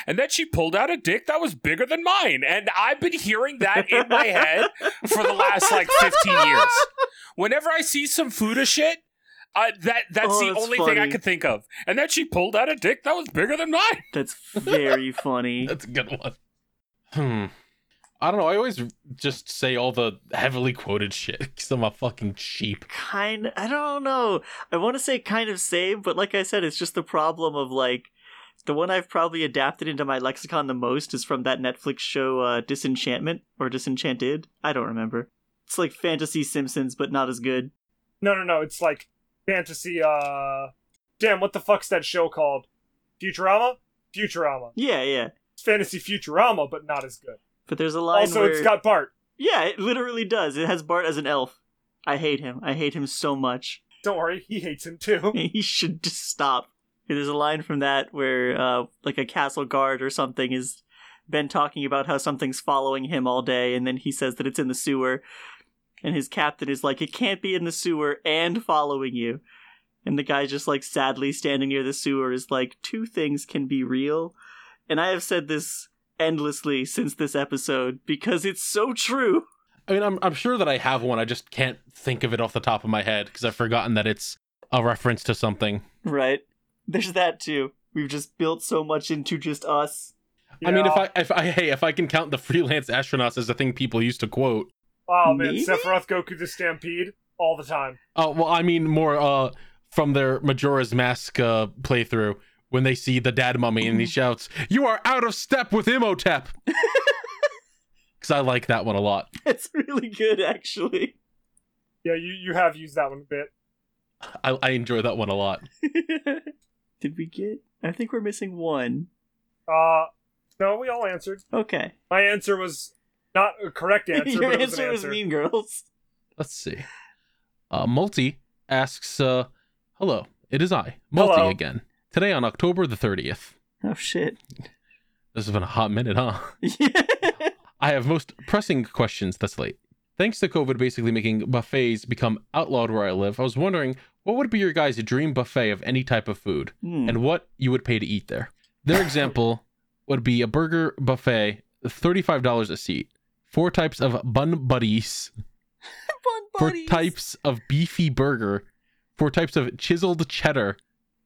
D: and then she pulled out a dick that was bigger than mine. And I've been hearing that in my head for the last like 15 years. Whenever I see some food of shit, uh, that that's
B: Oh,
D: the
B: that's
D: only thing I
B: funny.
D: could think of. And then she pulled out a dick that was bigger than mine.
B: That's very
C: [LAUGHS]
B: funny.
C: That's a good one. Hmm. I don't know. I always just say all the heavily quoted shit because I'm a fucking sheep.
B: kind I don't know. I want to say kind of same, but like I said, it's just the problem of like the one I've probably adapted into my lexicon the most is from that Netflix show uh, Disenchantment or Disenchanted. I don't remember. It's like fantasy Simpsons, but not as good.
A: No, no, no. It's like fantasy. Uh, damn, what the fuck's that show called? Futurama. Futurama.
B: Yeah, yeah.
A: It's fantasy Futurama, but not as good.
B: But there's a line
A: also,
B: where
A: it's got Bart.
B: yeah, it literally does. It has Bart as an elf. I hate him. I hate him so much.
A: Don't worry, he hates him too.
B: [LAUGHS] he should just stop. There's a line from that where, uh, like, a castle guard or something has been talking about how something's following him all day, and then he says that it's in the sewer, and his captain is like, "It can't be in the sewer and following you," and the guy just like sadly standing near the sewer is like, two things can be real," and I have said this endlessly since this episode because it's so true. [LAUGHS]
C: I mean, I'm, I'm sure that I have one. I just can't think of it off the top of my head because I've forgotten that it's a reference to something.
B: Right? There's that too. We've just built so much into just us.
C: I mean, if
A: Yeah.
C: I, if I, hey, if I can count the [LAUGHS] freelance astronauts as a thing people used to quote.
A: Oh man,
B: Maybe?
A: Sephiroth Goku the Stampede all the time.
C: Oh well, I mean more uh from their Majora's Mask uh, playthrough when they see the dad mummy and he shouts, You are out of step with Imhotep. [LAUGHS] Because I like that one a lot.
B: [LAUGHS] It's really good, actually. [LAUGHS]
A: Yeah, you, you have used that one a bit.
C: I, I enjoy that one a lot.
B: Did we get? I think we're missing one.
A: Uh, no, we all answered.
B: Okay.
A: My answer was not a correct answer,
B: Your
A: but it was
B: answer
A: an
B: was
A: answer.
B: Mean Girls.
C: Let's see. Uh, Multi asks, uh, Hello, it is I, Multi
A: Hello.
C: again. Today on October the 30th.
B: Oh [LAUGHS] shit.
C: This has been a hot minute, huh? [LAUGHS] I have most pressing questions this late. Thanks to COVID basically making buffets become outlawed where I live, I was wondering what would be your guys' dream buffet of any type of food
B: Hmm.
C: and what you would pay to eat there. Their example would be a burger buffet, $35 a seat, four types of bun buddies,
B: Fun
C: four
B: buddies.
C: types of beefy burger, four types of chiseled cheddar,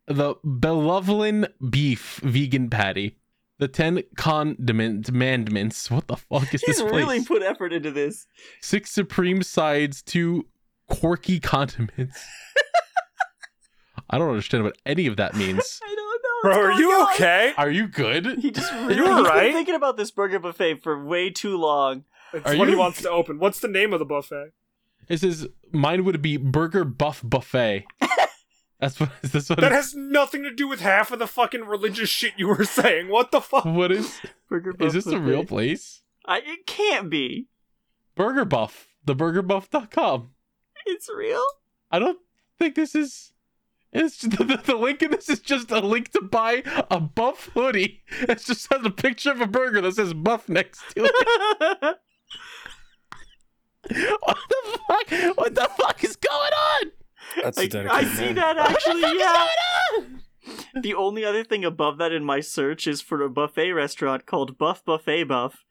C: the Belovelin beef vegan patty, the 10 condiment mandments. What the fuck is
B: He's
C: this place?
B: really put effort into this.
C: six supreme sides, two quirky condiments. I don't understand what any of that
B: [LAUGHS]
C: means.
B: I don't
A: Bro,
B: know. what's
A: are
B: going
A: you
B: on.
A: okay?
C: Are you good?
B: He just really,
A: all
B: he's
A: right?
B: been thinking about this burger buffet for way too long.
A: It's
C: Are
A: what he
C: you-
A: wants to open. What's the name of the buffet?
C: It says mine would be Burger Buff
B: [LAUGHS]
C: Buffet. That's what. That's what.
A: That has nothing to do with half of the fucking religious shit you were [LAUGHS] saying. What the fuck?
C: what is?
B: Burger buffet.
C: Is this a real place?
B: I, it can't be.
C: Burger Buff. The BurgerBuff.com.
B: It's real. [LAUGHS]
C: I don't think this is. It's [LAUGHS] the, the, the link in this is just a link to buy a buff hoodie. It just has a picture of a burger that says buff next to [LAUGHS] it. what the fuck? What the fuck is going on?
D: That's
B: I, I see that actually. yeah. The only other thing above that in my search is for a buffet restaurant called Buff Buffet Buff.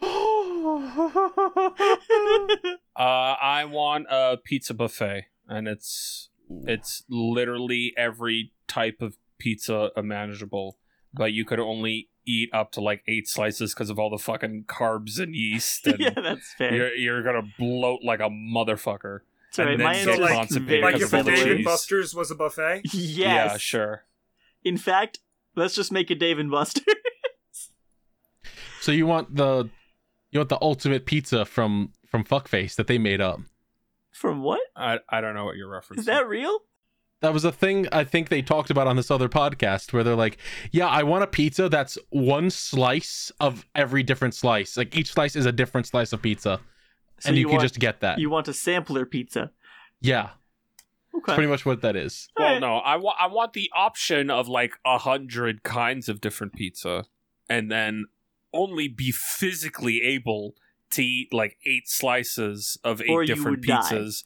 B: [LAUGHS]
D: Uh, I want a pizza buffet, and it's it's literally every type of pizza imaginable, but you could only eat up to like eight slices because of all the fucking carbs and yeast,
B: [LAUGHS]
D: and
B: yeah, that's fair.
D: you're you're gonna bloat like a motherfucker.
B: It's all right.
D: and then
B: My
D: get
B: answer is
D: constipated
B: very
A: Like
D: because
A: if
D: of all the
A: Dave and
D: cheese.
A: Buster's was a buffet?
B: [LAUGHS] Yes.
D: Yeah, sure.
B: In fact, let's just make a Dave and Buster. [LAUGHS]
C: So you want the you want the ultimate pizza from from Fuckface that they made up.
B: From what?
D: I I don't know what you're referencing.
B: Is that real?
C: That was a thing I think they talked about on this other podcast where they're like, "Yeah, I want a pizza that's one slice of every different slice. Like each slice is a different slice of pizza,
B: So
C: and you,
B: you
C: can
B: want-
C: just get that."
B: You want a sampler pizza?
C: yeah,
B: Okay.
C: pretty much what that is.
D: Well, no, I want I want the option of like a hundred kinds of different pizza, and then only be physically able to eat like eight slices of eight
B: Or you
D: different
B: would die.
D: pizzas,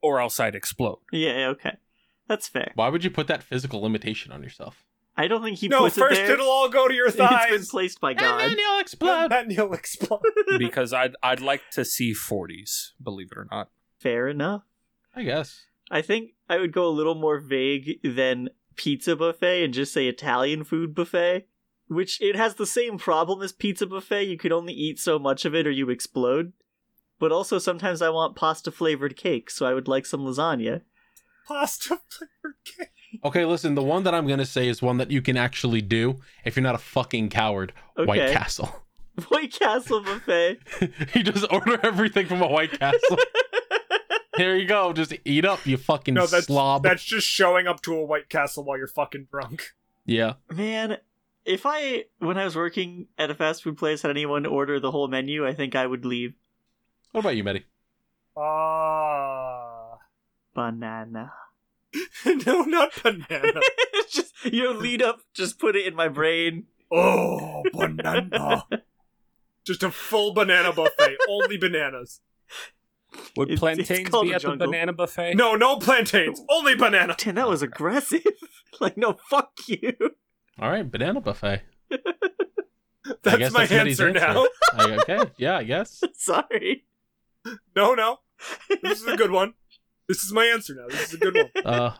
D: or else I'd explode.
B: Yeah. yeah, Okay. That's fair.
C: Why would you put that physical limitation on yourself?
B: I don't think he
A: no,
B: puts it
A: first
B: there.
A: it'll all go to your
B: [LAUGHS] it's been
A: thighs.
B: placed by
C: And
B: God.
C: then you'll
A: Then
C: explode.
A: then you'll
B: [LAUGHS]
A: explode.
D: because I'd I'd like to see forties, believe it or not.
B: Fair enough.
C: I guess.
B: I think I would go a little more vague than pizza buffet and just say Italian food buffet, which it has the same problem as pizza buffet. You could only eat so much of it or you explode. But also, sometimes I want pasta flavored cake, so I would like some lasagna. [LAUGHS]
A: Pasta flavored cake.
C: Okay, listen, the one that I'm going to say is one that you can actually do if you're not a fucking coward. White
B: Okay.
C: Castle. [LAUGHS]
B: White Castle buffet.
C: you just order everything from a
A: [LAUGHS]
C: White Castle. Here you go. Just eat up, you fucking
A: No, that's
C: slob.
A: that's just showing up to a White Castle while you're fucking drunk.
C: Yeah.
B: Man, if I, when I was working at a fast food place, had anyone order the whole menu, I think I would leave
C: What about you, Medi?
A: Ah.
B: banana.
A: [LAUGHS]
B: [LAUGHS]
A: no, not banana.
B: It's just your lead up, just put it in my brain.
A: oh, banana. [LAUGHS] Just a full banana
D: [LAUGHS]
A: buffet, only bananas.
D: Would
B: It's- it's
D: plantains
B: called
D: be
B: a
D: at the
B: jungle.
D: banana buffet?
A: No, no plantains, only banana.
B: Damn, that was aggressive. [LAUGHS] like, no, fuck you. [LAUGHS]
C: All right, banana buffet. I
A: That's
C: guess
A: my
C: Medi's
A: answer now.
C: [LAUGHS] I- okay. Yeah, I guess.
B: Sorry.
A: No, no. This is a good one. This is my answer now. This is a good one.
D: [LAUGHS]
C: Uh,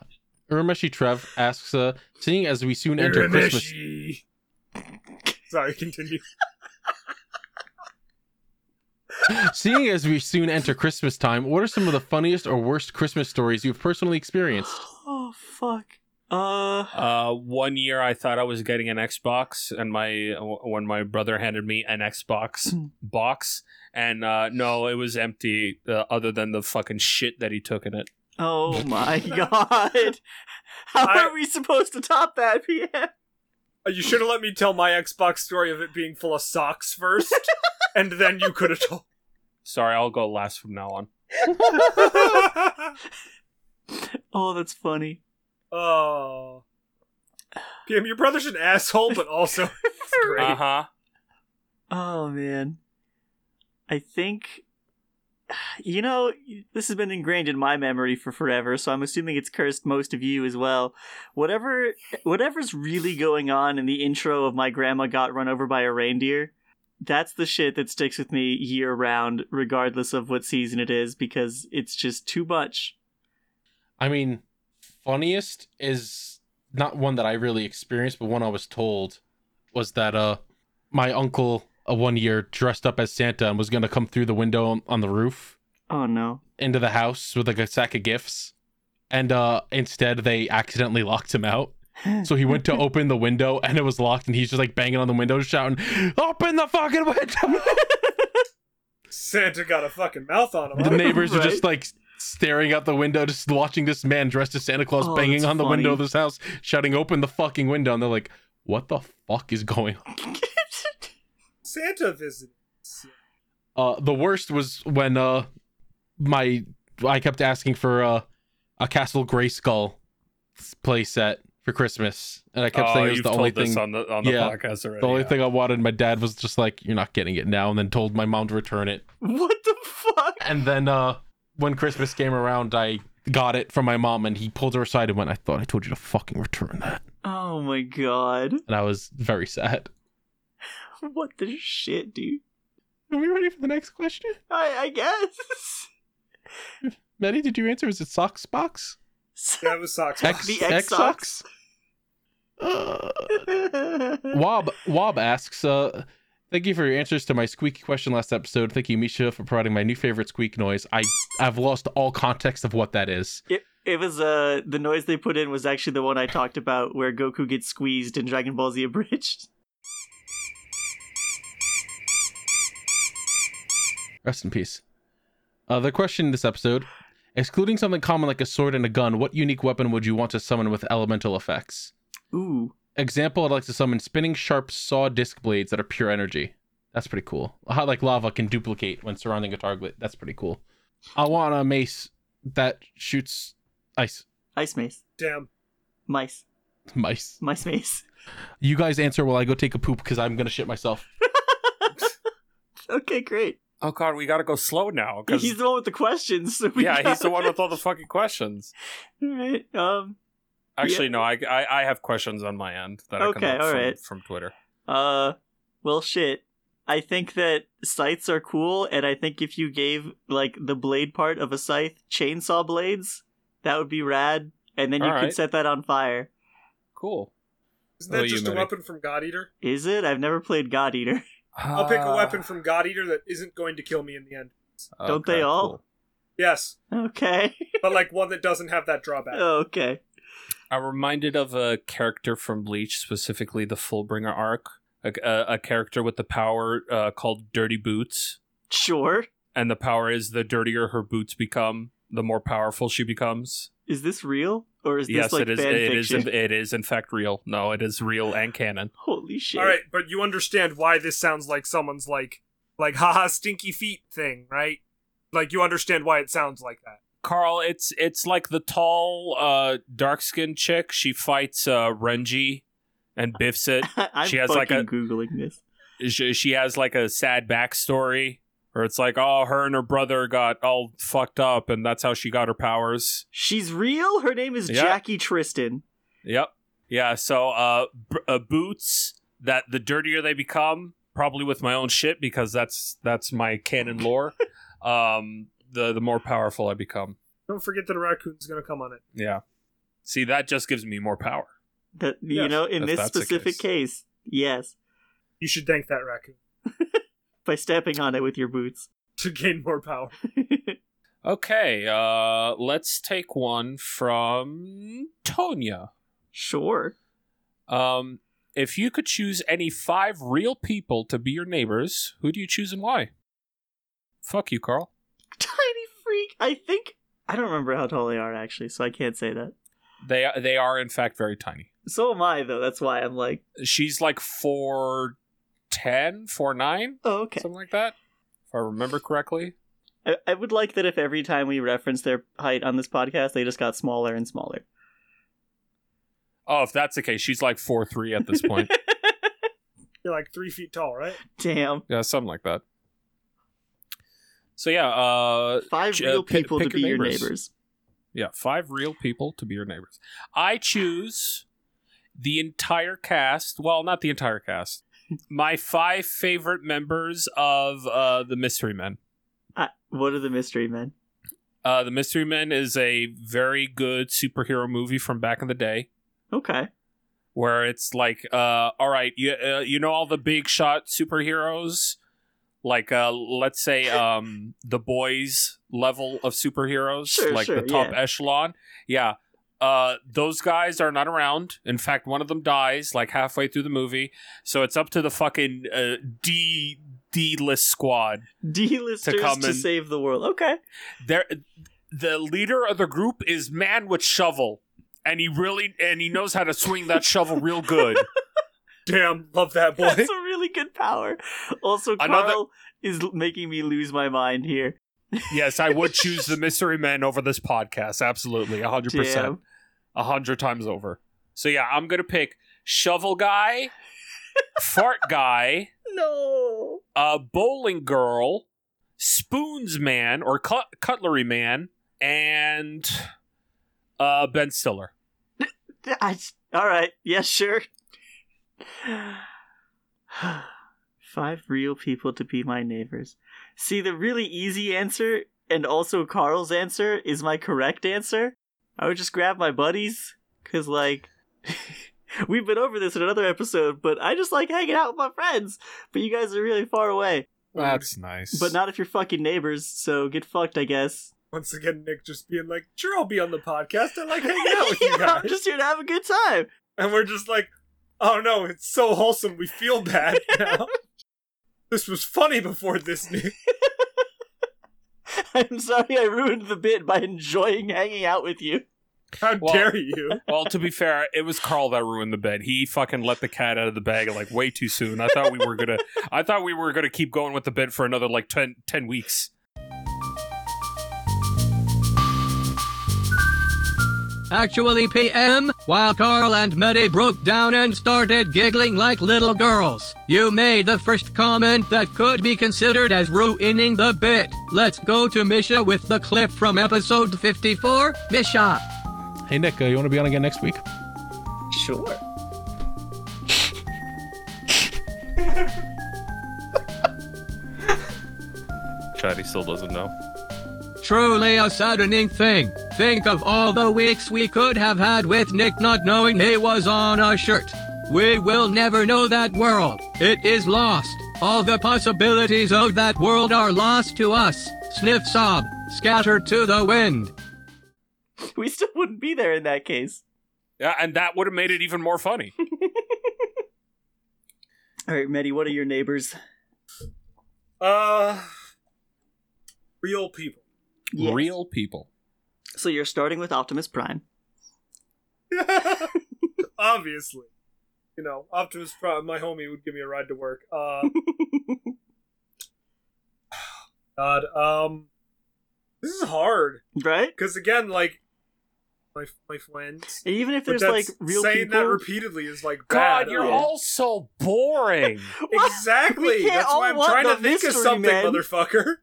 C: Urmeshi Trev asks, uh, seeing as we soon enter Christmas.
A: Tiramisu. Sorry, continue.
C: Seeing as we soon enter Christmas time, what are some of the funniest or worst Christmas stories you've personally experienced?
B: Oh fuck. Uh,
D: Uh, one year I thought I was getting an Xbox, and my when my brother handed me an Xbox
B: Hmm.
D: box, and uh, no, it was empty uh, other than the fucking shit that he took in it.
B: oh [LAUGHS] my god. How
A: I-
B: are we supposed to top that, PM?
A: Uh, You should have let me tell my Xbox story of it being full of socks first, and then you could have told.
D: Sorry, I'll go last from now on.
B: Oh, that's funny.
A: [LAUGHS] oh. PM, your brother's an asshole, but also it's great.
D: Uh huh.
B: Oh man. I think you know, this has been ingrained in my memory for forever, so I'm assuming it's cursed most of you as well. Whatever whatever's really going on in the intro of my grandma got run over by a reindeer, that's the shit that sticks with me year round regardless of what season it is because it's just too much.
C: I mean, funniest is not one that I really experienced, but one I was told was that uh my uncle uh, one year dressed up as Santa and was gonna come through the window on, on the roof
B: Oh no.
C: into the house with like a sack of gifts, and uh instead they accidentally locked him out. So he went to open the window and it was locked, and he's just like banging on the window, shouting, "Open the fucking window!" [LAUGHS]
A: Santa got a fucking mouth on him.
C: The
A: huh?
C: neighbors are just
B: Right.
C: like staring out the window, just watching this man dressed as Santa Claus
B: Oh,
C: banging
B: that's
C: on the
B: funny.
C: window of this house, shouting, "Open the fucking window!" And they're like, "What the fuck is going on?"
A: Santa visited.
C: Uh, the worst was when uh, my I kept asking for uh, a Castle Grayskull playset for Christmas, and I kept
D: oh,
C: saying it was
D: you've
C: the
D: told
C: only
D: this
C: thing.
D: on the on the
C: Yeah.
D: podcast already.
C: the only
D: yeah.
C: thing I wanted, my dad was just like, "You're not getting it now," and then told my mom to return it.
B: What the fuck?
C: And then uh when Christmas came around, I got it from my mom and he pulled her aside and went, I thought I told you to fucking return that.
B: Oh my god. [LAUGHS]
C: And I was very sad.
B: What the shit, dude?
C: Are we ready for the next question?
B: I I guess. [LAUGHS]
C: Maddie, did you answer? Is it socks box?
A: Yeah, it was socks.
C: X
B: The
C: X
B: X socks?
C: socks? Uh, Wob Wob asks, uh Thank you for your answers to my squeaky question last episode. Thank you, Misha, for providing my new favorite squeak noise. I I've lost all context of what that is.
B: It, it was uh the noise they put in was actually the one I talked about where Goku gets squeezed in Dragon Ball Z Abridged. [LAUGHS]
C: Rest in peace. Uh, the question in this episode, excluding something common like a sword and a gun, what unique weapon would you want to summon with elemental effects?
B: Ooh.
C: Example, I'd like to summon spinning sharp saw disc blades that are pure energy. That's pretty cool. Hot like lava can duplicate when surrounding a target. That's pretty cool. I want a mace that shoots ice [LAUGHS]
B: Ice mace.
A: Damn.
B: Mice.
C: mice.
B: Mice mace. [LAUGHS]
C: You guys answer while I go take a poop because I'm gonna shit myself.
B: Okay, great.
D: Oh god, we gotta go slow now. 'cause-
B: He's the one with the questions. So we
D: yeah,
B: got-
D: he's the
B: [LAUGHS]
D: one with all the fucking questions.
B: Alright, Um
D: Actually, no, I, I I have questions on my end that I
B: Okay,
D: can look from,
B: alright.
D: from Twitter.
B: Uh, well, shit. I think that scythes are cool, and I think if you gave like the blade part of a scythe chainsaw blades, that would be rad. And then you could
D: Alright.
B: set that on fire.
D: Cool.
A: Isn't
D: Oh,
A: that
D: you,
A: just a
D: Maddie.
A: weapon from God Eater?
B: Is it? I've never played God Eater. [LAUGHS]
A: I'll pick
D: Uh, Ah.
A: a weapon from God Eater that isn't going to kill me in the end.
B: Don't they all?
A: Yes,
B: Okay. [LAUGHS]
A: but like one that doesn't have that drawback.
B: okay.
D: I'm reminded of a character from Bleach, specifically the Fullbringer arc, a, a, a character with the power uh, called Dirty Boots,
B: Sure.
D: and the power is the dirtier her boots become, the more powerful she becomes.
B: Is this real or is this
D: yes,
B: like
D: it is.
B: fan
D: It is.
B: fiction?
D: In, it is in fact real. No, it is real and canon.
B: Holy shit!
A: All right, but you understand why this sounds like someone's like, like, [LAUGHS] haha, stinky feet thing, right? Like, you understand why it sounds like that.
D: Carl, it's it's like the tall, uh, dark skinned chick. She fights uh, Renji, and biffs it.
B: [LAUGHS] I'm
D: She has,
B: fucking
D: like, a-
B: googling this.
D: she, she has like a sad backstory or it's like oh her and her brother got all fucked up and that's how she got her powers
B: She's real. Her name is
D: Yeah.
B: Jackie Tristan.
D: yep yeah so uh, b- uh boots that the dirtier they become probably with my own shit because that's that's my canon lore um the the more powerful i become
A: Don't forget that a raccoon's gonna come on it.
D: yeah see that just gives me more power
B: That you
A: Yes,
B: know, in
D: if
B: this
D: that's the
B: specific
D: case.
B: case, yes,
A: You should thank that raccoon [LAUGHS]
B: by stepping on it with your boots. [LAUGHS]
A: to gain more power.
D: okay uh let's take one from tonya
B: Sure.
D: Um, if you could choose any five real people to be your neighbors, who do you choose and why? Fuck you, Carl.
B: Tiny freak. I think I don't remember how tall they are actually, so I can't say that.
D: They they are in fact very tiny.
B: So am I though. That's why I'm like,
D: She's like four ten, four nine,
B: oh, okay.
D: something like that, if I remember correctly.
B: I, I would like that if every time we referenced their height on this podcast, they just got smaller and smaller.
D: Oh, if that's the case, she's like four three at this point.
A: You're like three feet tall, right?
B: Damn.
D: yeah, something like that. So yeah, uh,
B: Five
D: J-
B: real
D: uh, pi-
B: people
D: pick
B: to be your neighbors.
D: Yeah, five real people to be your neighbors. I choose the entire cast. Well, not the entire cast. My five favorite members of uh, the Mystery Men.
B: I, what are the mystery men?
D: Uh, the Mystery Men is a very good superhero movie from back in the day,
B: Okay. [LAUGHS]
D: where it's like, uh, all right, you uh, you know all the big shot superheroes, like uh, let's
B: [LAUGHS]
D: say um, the boys level of superheroes,
B: Sure,
D: like
B: sure,
D: the top
B: yeah.
D: echelon. Yeah, uh, those guys are not around. In fact, one of them dies like halfway through the movie, so it's up to the fucking uh, D D list squad
B: D-listers
D: To
B: to,
D: come and-
B: save the world. Okay. [LAUGHS]
D: there the leader of the group is man with shovel and he really and he knows how to swing that shovel real
B: [LAUGHS]
D: good
A: Damn, love that boy.
B: That's a really good power. Also, Carl
D: Another-
B: is l- making me lose my mind here.
D: yes i would choose the mystery men over this podcast absolutely 100%
B: Damn.
D: a 100 times over so yeah i'm gonna pick shovel guy fart guy
B: No.
D: uh, bowling girl spoons man or cut cutlery man and uh, ben stiller
B: I, all right. Yeah, sure. [SIGHS] Five real people to be my neighbors. See, the really easy answer and also Carl's answer is my correct answer. I would just grab my buddies because, like, [LAUGHS] we've been over this in another episode, but I just like hanging out with my friends. But you guys are really far away.
D: that's nice
B: Mm. But not if you're fucking neighbors, so get fucked,
A: [LAUGHS]
B: I guess.
A: [LAUGHS] Once again, Nick just being like, "Sure, I'll be on the podcast. I like hanging
B: [LAUGHS]
A: out with
B: Yeah,
A: you guys."
B: I'm just here to have a good time.
A: and we're just like, "Oh no, it's so wholesome. We feel
B: [LAUGHS]
A: bad now." this was funny before this, Nick.
B: [LAUGHS] I'm sorry I ruined the bit by enjoying hanging out with you. [LAUGHS]
A: How
D: Well-
A: dare you?
D: well, to be fair, it was Carl that ruined the bed. He fucking let the cat out of the bag like way too soon. I thought we were gonna, I thought we were gonna keep going with the bed for another like 10, 10 weeks.
J: Actually, PM, while Carl and Meddy broke down and started giggling like little girls, you made the first comment that could be considered as ruining the bit. Let's go to Misha with the clip from episode 54. Misha.
C: Hey, Nick, uh, you want to be on again next week?
D: Uh,
B: Sure.
K: Chad, he still doesn't know.
J: Truly a saddening thing. Think of all the weeks we could have had with Nick not knowing he was on a shirt. We will never know that world. It is lost. All the possibilities of that world are lost to us. Sniff sob, scattered to the wind.
B: We still wouldn't be there in that case.
D: Yeah, and that would have made it even more [LAUGHS] funny.
B: All right, Meddy, what are your neighbors?
A: Uh, real people.
B: Yes.
D: Real people.
B: So you're starting with Optimus Prime.
A: [LAUGHS] Obviously, you know Optimus Prime, my homie, would give me a ride to work. Uh, God, um, this is hard
B: right?
A: because again, like my my friends.
B: And even if
A: But
B: there's like
A: that's-
B: real
A: saying
B: people,
A: that repeatedly is like
D: God,
A: bad.
D: you're
A: Uh,
D: all so boring.
B: [LAUGHS] What?
A: exactly.
B: We can't
A: That's
B: all
A: why I'm
B: want
A: trying to
B: the
A: think of
B: mystery
A: something,
B: men.
A: motherfucker.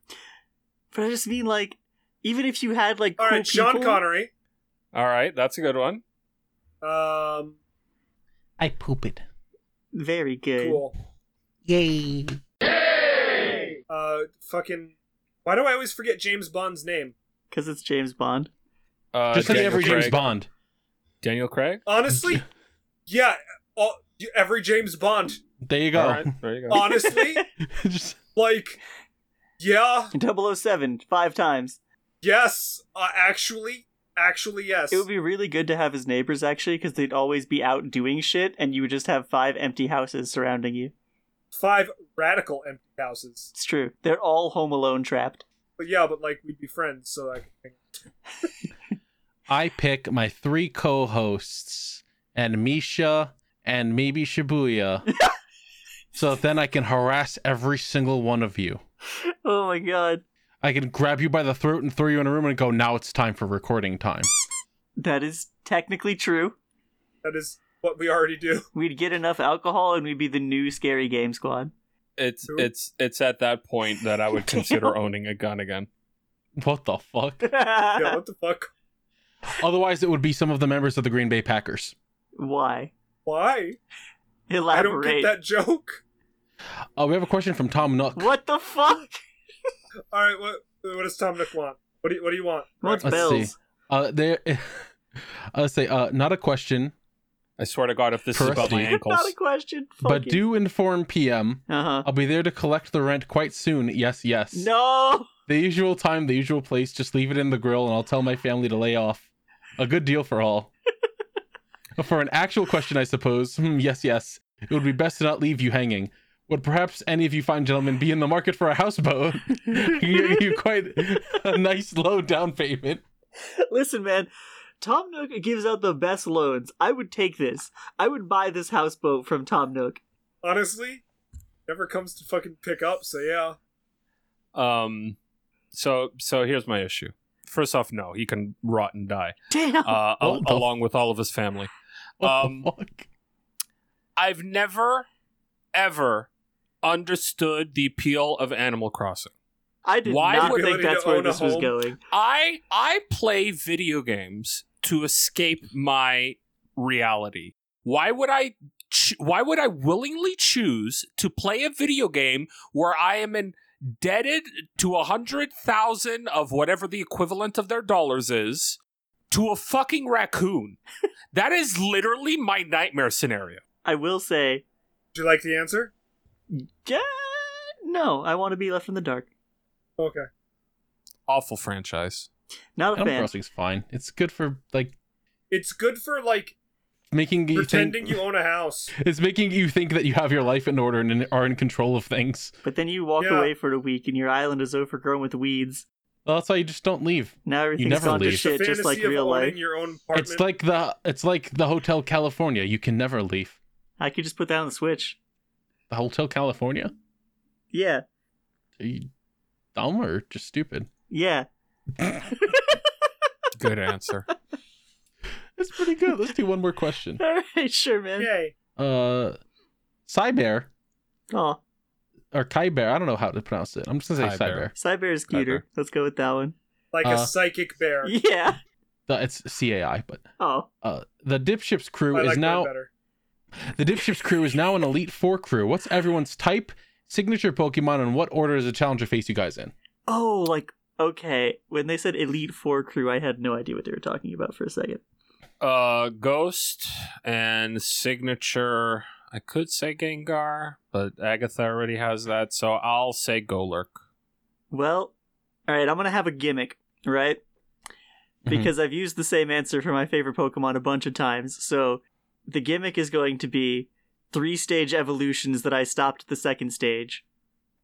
B: but I just mean like, even if you had like
A: All
B: cool
A: right, Sean
B: people-
A: Connery.
D: [LAUGHS] All right, that's a good one.
A: Um,
C: I poop it.
B: very good.
A: cool.
C: Yay.
A: Uh, fucking. Why do I always forget James Bond's name?
B: Because it's James Bond. [LAUGHS]
D: Uh,
C: Just like
D: Daniel
C: every James
D: Craig.
C: Bond.
D: Daniel Craig.
A: Honestly, yeah. All, every James Bond.
C: There you go.
D: All right, there you go.
A: Honestly,
C: [LAUGHS] Just-
A: like, yeah,
B: 007, five times.
A: yes. Uh, actually, Actually, yes.
B: It would be really good to have his neighbors actually, because they'd always be out doing shit, and you would just have five empty houses surrounding you.
A: Five radical empty houses.
B: It's true. They're all home alone trapped. [LAUGHS]
A: But yeah, but like we'd be friends, so I can.
C: I pick my three co-hosts and Misha and
B: [LAUGHS]
C: maybe Shibuya. so then I can harass every single one of you.
B: Oh my god.
C: I can grab you by the throat and throw you in a room and go, now it's time for recording time. [LAUGHS]
B: That is technically true.
A: That is what we already
B: [LAUGHS]
A: do.
B: We'd get enough alcohol and we'd be the new scary
A: [LAUGHS]
B: game squad.
D: It's it's it's at that point that I would [LAUGHS] consider owning a gun again.
C: What the fuck?
A: yeah, what the fuck?
C: Otherwise, it would be some of the members of the Green Bay Packers.
B: Why?
A: Why?
B: Elaborate.
A: I don't get that joke. [LAUGHS]
C: Uh, we have a question from Tom Nook.
B: What the fuck? [LAUGHS]
A: All right, what what does Tom Nook want? What do you, what do you want?
B: What's
C: Let's
B: Bill's?
C: see. Uh, there. [LAUGHS] I'll say uh, not a question,
D: I swear to God, if this is about my
C: [LAUGHS] Perusty.
D: ankles,
B: Not a question. Fuck
C: but do inform PM.
B: Uh huh.
C: I'll be there to collect the rent quite soon. Yes, yes.
B: No. [LAUGHS]
C: The usual time, the usual place. Just leave it in the grill, and I'll tell my family to lay off. A good deal for all. for an actual question, I suppose. Hmm, yes, yes. It would be best to not leave you hanging. Would perhaps any of you fine gentlemen be in the market for a houseboat? [LAUGHS] you, you quite a nice low down payment.
B: Listen, man. Tom Nook gives out the best loans. I would take this. I would buy this houseboat from Tom Nook.
A: Honestly, never comes to fucking pick up. So yeah,
D: um, so so here's my issue. First off, no, he can rot and [LAUGHS] die,
B: Damn.
D: uh, al-
C: What the f-
D: along with all of his family.
C: What
D: Um,
C: the [LAUGHS] fuck?
D: I've never, ever understood the appeal of Animal Crossing.
B: I did
D: why
B: not
A: would
B: think
A: Ability
B: that's
A: to
B: where
A: own a
B: this was
A: home?
B: going.
D: I I play video games to escape my reality. Why would I ch- why would I willingly choose to play a video game where I am indebted to a hundred thousand of whatever the equivalent of their dollars is to a fucking raccoon? [LAUGHS] that is literally my nightmare scenario.
B: I will say,
A: do you like the answer?
B: yeah, no, I want to be left in the dark.
A: Okay.
D: Awful franchise.
B: Not a
C: Animal
B: fan.
C: Crossing's fine. It's good for like
A: It's good for like
C: making you think.
A: pretending you own a house.
C: It's making you think that you have your life in order and are in control of things.
B: But then you walk
A: Yeah.
B: away for a week and your island is overgrown with weeds.
C: Well, that's why you just don't leave.
B: Now everything's
C: never
B: gone to
C: leave.
A: It's the
B: shit, just
A: fantasy
B: like
A: of
B: real
A: owning
B: life.
A: your own apartment.
C: It's like the it's like the Hotel California. You can never leave.
B: I could just put that on the Switch.
C: The Hotel California?
B: Yeah,
C: Are you dumb or just stupid?
B: yeah. [LAUGHS]
D: Good answer.
C: That's pretty good. Let's do one more question.
B: All right, sure, man.
A: yay.
C: [LAUGHS] Uh Cybear
B: Oh,
C: or Kyber, I don't know how to pronounce it. I'm just gonna say
D: Cyber.
C: Cyber.
B: Cyber is cuter.
D: Cyber.
B: Let's go with that one.
A: Like
C: Uh,
A: a psychic bear.
B: Yeah.
C: The- It's C A I, but
B: Oh,
C: uh the dipships crew
A: I
C: is
A: like
C: now
A: that better.
C: the dipships crew is now an elite four crew. What's everyone's type, signature Pokemon, and what order does the challenger face you guys in?
B: oh, like okay. When they said Elite Four crew, I had no idea what they were talking about for a second.
D: Uh, Ghost and Signature. I could say Gengar, but Agatha already has that, so I'll say Golurk.
B: Well, all right. I'm gonna have a gimmick, right? Because I've used the same answer for my favorite Pokemon a bunch of times. So the gimmick is going to be three stage evolutions that I stopped at the second stage,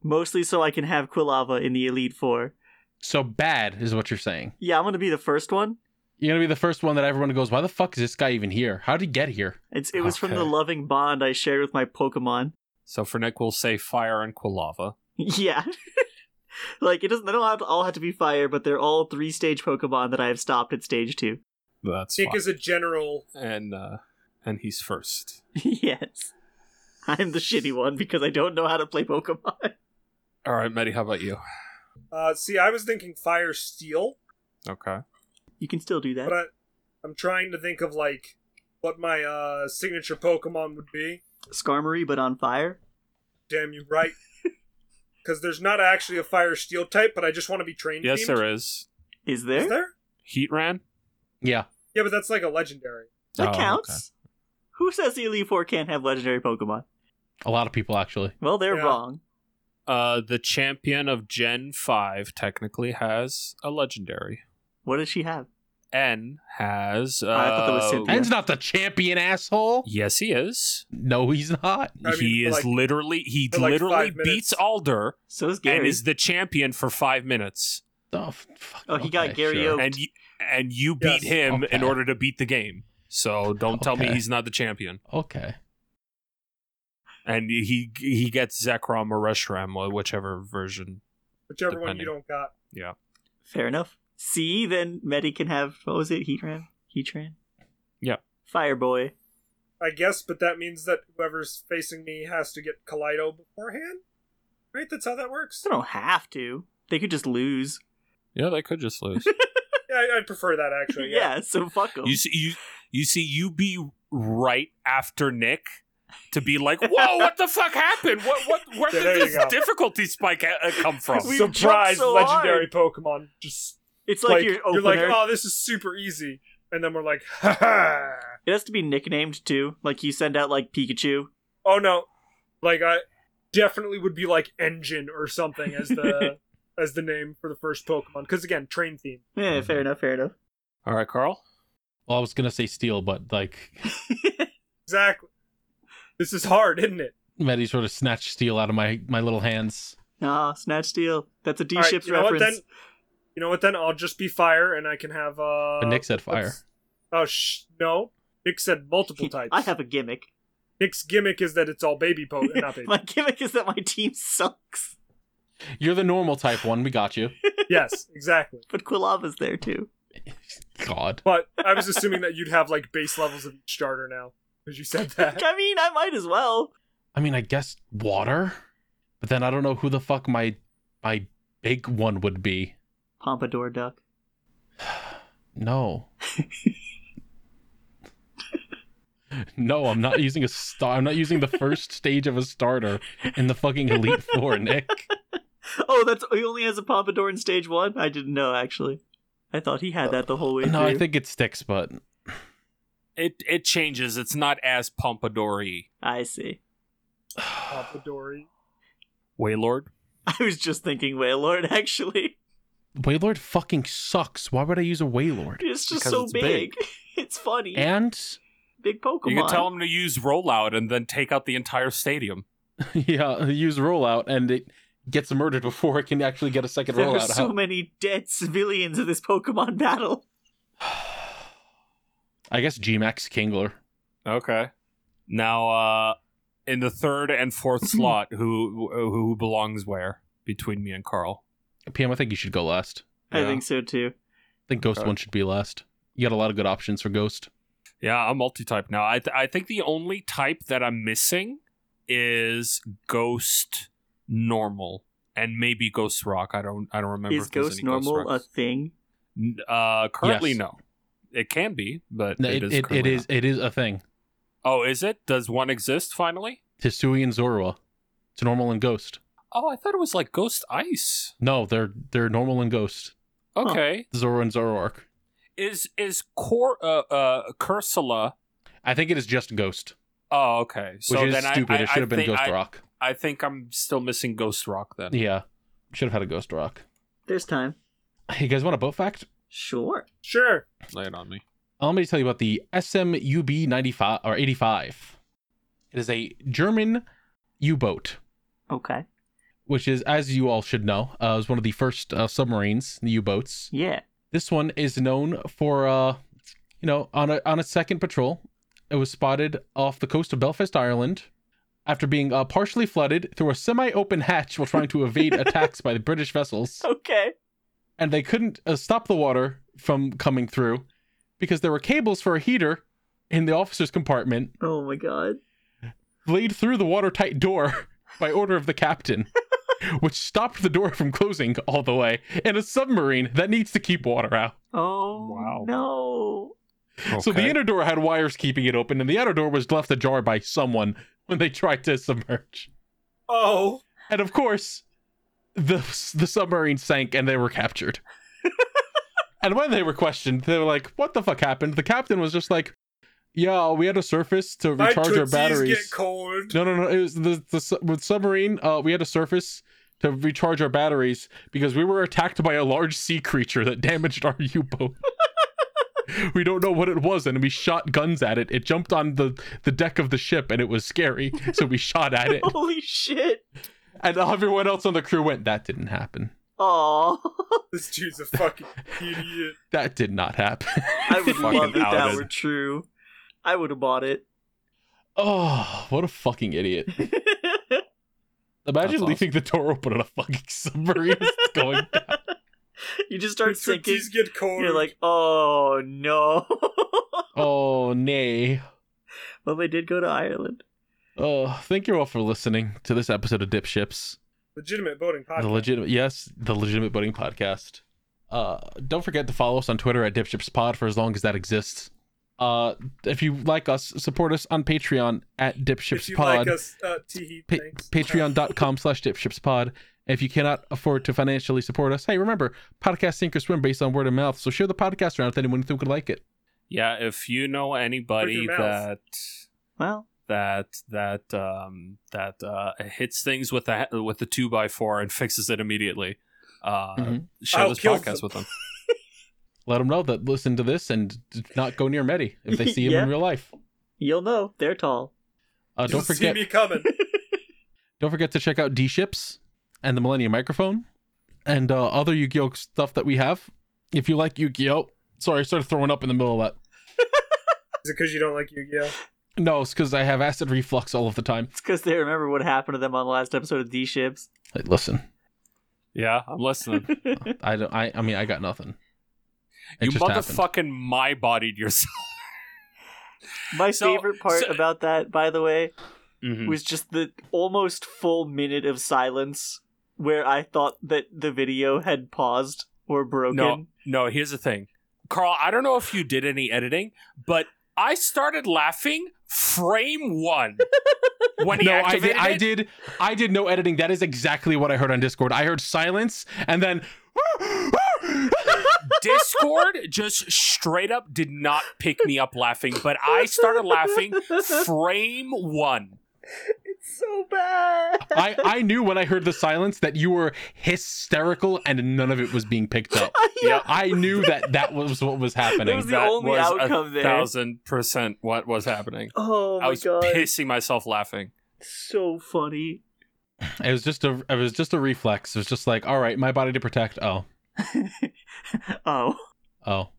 B: mostly so I can have Quilava in the Elite Four.
C: So bad is what you're saying.
B: Yeah, I'm gonna be the first one.
C: You're gonna be the first one that everyone goes, Why the fuck is this guy even here? How would he get here?
B: It's it was from
D: Okay.
B: the loving bond I shared with my Pokemon. [LAUGHS]
D: So for Nick, we'll say Fire and Quilava.
B: yeah. like it doesn't they don't have to, all have to be fire, but they're all three stage Pokemon that I have stopped at stage two.
D: That's
A: Nick
D: fine.
A: is a general.
D: and uh, and he's first.
B: [LAUGHS] yes. I'm the shitty one because I don't know how to play Pokemon. [LAUGHS]
D: All right, Maddie, how about you?
A: Uh, see, I was thinking fire steel,
D: Okay.
B: You can still do
A: but
B: that.
A: I, I'm trying to think of like what my uh, signature Pokemon would be.
B: Skarmory but on fire.
A: Damn you
B: [LAUGHS]
A: right. Because there's not actually a fire steel type, but I just want to be trained.
D: Yes, there is.
B: Is there?
A: Is there?
D: Heatran.
C: Yeah.
A: Yeah, but that's like a legendary.
B: That
D: Oh,
B: counts. Who says the Elite Four can't have legendary Pokemon?
C: A lot of people actually.
B: Well, they're
A: Yeah.
B: wrong.
D: Uh, the champion of Gen Five technically has a legendary.
B: What does she have?
D: N has. Uh,
B: I thought that was Cynthia.
C: En's not the champion, asshole.
D: Yes, he is.
C: No, he's not.
A: I mean,
D: he
A: for
D: is
A: like-
D: literally he
A: for like
D: literally
A: five minutes.
D: beats Alder
B: So is
D: and
B: Gary.
D: is the champion for five minutes,
C: Oh, f- fuck,
B: Oh, he got
C: okay,
B: Gary
C: sure.
B: Oaked.
D: and you, and you beat
A: Yes.
D: him in
C: Okay.
D: order to beat the game. So don't tell me
C: Okay.
D: he's not the champion.
C: Okay.
D: And he he gets Zekrom or Reshram, or whichever version.
A: Whichever one you
D: Depending.
A: don't got.
D: Yeah,
B: Fair enough. C then Medi can have what was it? Heatran? Heatran?
D: Yeah.
B: Fireboy.
A: I guess, but that means that whoever's facing me has to get Kaleido beforehand? Right? That's how that works?
B: [LAUGHS] They don't have to. They could just lose.
D: yeah, they could
A: [LAUGHS]
D: just lose.
A: Yeah, I- I'd prefer that, actually. Yeah.
B: yeah. so fuck them.
D: you see, you you see, you be right after Nick to be like, whoa, what the fuck happened? What what where
A: Yeah,
D: did
A: there you
D: this
A: go.
D: difficulty spike uh, come from?
A: [LAUGHS]
B: We- We've
A: Surprise,
B: jumped so
A: legendary Pokemon. Just
B: it's like,
A: like,
B: your opener.
A: you're like, oh, this is super easy. And then we're like, ha ha.
B: It has to be nicknamed too. Like you send out like Pikachu.
A: Oh, no. Like, I definitely would be like Engine or something as
B: [LAUGHS]
A: the. As the name for the first Pokemon, because again, train theme.
D: Mm-hmm.
B: Yeah, Eh, fair enough, fair enough.
D: All right, Carl.
C: Well, I was gonna say steel, but like
A: Exactly. This is hard, isn't it?
C: Medi sort of snatched steel out of my my little hands.
B: Ah, Snatch Steel. That's a D
A: All right,
B: Ships
A: you know what,
B: reference.
A: then? You know what? Then I'll just be fire, and I can have. uh
C: But Nick said fire.
A: what's- Oh sh! No, Nick said
B: [LAUGHS]
A: multiple types.
B: I have a gimmick.
A: Nick's gimmick is that it's all baby
B: [LAUGHS]
A: po not baby.
B: my gimmick is that my team sucks.
C: You're the normal type one. We got you.
A: yes, exactly.
B: But Quilava's there too.
C: God.
A: But I was assuming that you'd have like base levels of each starter now because you said
B: [LAUGHS]
A: that.
B: I mean, I might as well.
C: I mean, I guess water, but then I don't know who the fuck my my big one would be.
B: Pompadour duck. [LAUGHS]
C: No. no, I'm not using a star. I'm not using the first stage of a starter in the fucking Elite Four, Nick.
B: Oh, that's he only has a pompadour in stage one. I didn't know actually. I thought he had that the whole way through.
C: No, I think it sticks, but
D: It it changes. It's not as pompadoury.
B: I see. [LAUGHS]
A: Pompadori.
D: Waylord.
B: I was just thinking Waylord [LAUGHS] actually.
C: Waylord fucking sucks. Why would I use a Waylord?
B: It's just
D: Because
B: so
D: it's
B: big.
D: big.
B: [LAUGHS] it's funny.
C: And [LAUGHS]
B: big Pokemon.
D: You can tell him to use rollout and then take out the entire stadium.
C: yeah, use rollout, and it gets murdered before it can actually get a second
B: there are
C: rollout
B: so
C: out.
B: many dead civilians in this Pokemon battle.
C: I guess Gmax Kingler.
D: Okay. Now, uh, in the third and
B: [CLEARS THROAT]
D: fourth slot, who who belongs where between me and Carl?
C: PM, I think you should go last.
B: I
D: Yeah.
B: think so too.
C: I think Ghost
D: Okay.
C: One should be last. You got a lot of good options for Ghost.
D: Yeah, I'm multi-type now. I th- I think the only type that I'm missing is Ghost Normal and maybe Ghost Rock. I don't I don't remember.
B: Is
D: if there's
B: Ghost
D: any Ghost
B: Normal a
D: Rocks.
B: thing?
D: N- Uh, currently,
C: Yes.
D: no. It can be, but
C: No,
D: it is.
C: it, it
D: currently
C: is
D: not.
C: it is a thing.
D: Oh, is it? Does one exist finally?
C: Hisui and Zorua. It's normal and Ghost.
D: Oh, I thought it was like Ghost Ice.
C: No, they're they're normal and Ghost.
D: Okay.
C: Zoro and Zoroark.
D: Is is Cor uh, uh Cursula?
C: I think it is just Ghost,
D: Oh, okay.
C: which
D: So
C: is
D: then I-
C: stupid.
D: I,
C: it should have
D: I
C: been
D: think,
C: Ghost
D: I,
C: Rock.
D: I think I'm still missing Ghost Rock then.
C: Yeah, should have had a Ghost Rock.
B: There's time.
C: Hey, [LAUGHS] you guys want a boat fact?
B: Sure.
A: Sure.
D: Lay it on me.
C: Uh, Let me tell you about the SMUB 95 or 85. It is a German U-boat,
B: Okay.
C: which is, as you all should know, uh, was one of the first uh, submarines, the U-boats.
B: Yeah.
C: This one is known for, uh, you know, on a on a second patrol, it was spotted off the coast of Belfast, Ireland, after being uh, partially flooded through a semi-open hatch while trying to evade attacks by the British vessels,
B: Okay.
C: and they couldn't uh, stop the water from coming through because there were cables for a heater in the officer's compartment,
B: Oh my god.
C: laid through the watertight door [LAUGHS] by order of the captain. [LAUGHS] Which stopped the door from closing all the way in a submarine that needs to keep water out.
B: Oh
D: Wow.
B: no.
C: So the inner door had wires keeping it open, and the outer door was left ajar by someone when they tried to submerge.
A: Oh,
C: And of course, the the submarine sank, and they were captured.
A: [LAUGHS]
C: and when they were questioned, they were like, "What the fuck happened?" The captain was just like, "Yeah, we had to surface to
A: my
C: recharge our
A: tootsies
C: batteries."
A: get
C: [LAUGHS]
A: cold.
C: No, no, no. It was the, the su- with submarine. Uh, we had to surface to recharge our [LAUGHS] batteries because we were attacked by a large sea creature that damaged our U boat. [LAUGHS] We don't know what it was, and we shot guns at it. It jumped on the the deck of the ship, and it was scary, so we shot at
B: [LAUGHS]
C: it.
B: Holy shit.
C: And everyone else on the crew went, "That didn't happen.
B: Aw.
A: This dude's a fucking idiot.
C: That did not happen." [LAUGHS]
B: I would
C: Fucking
B: love if that
C: outed.
B: were true. I would have bought it. [LAUGHS]
C: Oh, what a fucking idiot! Imagine
D: That's
C: leaving the door open on a fucking [LAUGHS] submarine It's going down.
B: you just [LAUGHS] start sinking.
A: These get cold.
B: You're like, oh no. [LAUGHS]
C: Oh, nay.
B: well, they did go to Ireland.
C: Oh, thank you all for listening to this episode of Dip Ships.
A: legitimate boating podcast.
C: The legitimate, yes, the legitimate boating podcast. Uh, don't forget to follow us on Twitter at DipshipsPod for as long as that exists. Uh, if you like us, support us on Patreon at
A: if you
C: DipshipsPod.
A: like us, uh, teehee,
C: pa-
A: thanks.
C: patreon.com slash dipshipspod. If you cannot afford to financially support us, hey, remember, podcast sink or swim based on word of mouth. So share the podcast around with anyone you think would like it.
D: Yeah, if you know anybody
A: mouth.
D: that
B: Well,
D: that that um that uh hits things with the with the two by four and fixes it immediately, uh,
C: Mhm.
D: share
A: I'll
D: this
A: kill
D: podcast
A: them.
D: with them.
C: Let them know that listen to this and d- not go near Medi
A: [LAUGHS]
C: if they see him
B: Yeah.
C: in real life.
B: you'll know. They're tall.
C: Uh,
A: You'll
C: don't
A: see
C: forget,
A: me coming. [LAUGHS]
C: don't forget to check out D Ships and the Millennium Microphone and uh, other Yu-Gi-Oh stuff that we have. If you like Yu-Gi-Oh, sorry, I started throwing up in the middle of
A: Is it because you don't like Yu-Gi-Oh?
C: that. No, it's because I have acid reflux all of the time.
B: It's because they remember what happened to them on the last episode of D Ships.
C: Like, listen,
D: Yeah, I'm listening.
C: I don't. I, I mean, I got nothing. It
D: you
C: just happened.
D: motherfucking my bodied yourself.
B: My
D: So-
B: favorite part
D: so-
B: about that, by the way,
C: Mm-hmm.
A: Hmm.
D: Mhm.
B: was just the almost full minute of silence where I thought that the video had paused or broken. [LAUGHS]
D: No, no. Here's the thing, Carl. I don't know if you did any editing, but I started laughing frame
B: [LAUGHS]
D: one when he
C: no, I did.
D: activated
C: I
D: it.
C: did. I did no editing. That is exactly what I heard on Discord. I heard silence, and then [LAUGHS]
D: Discord just straight up did not pick me up laughing, but I started laughing frame one.
B: So bad.
C: I I knew when I heard the silence that you were hysterical, and none of it was being picked up.
D: Yep.
C: I knew that that was what was
B: That was
C: happening.
B: the only outcome
D: a
B: there.
D: thousand percent what was happening.
B: Oh
D: I
B: my
D: was
B: god.
D: pissing myself laughing.
B: So funny. [LAUGHS]
C: It was just a. It was just a reflex. It was just like, all right, my body to protect. Oh,
B: Oh.
C: oh.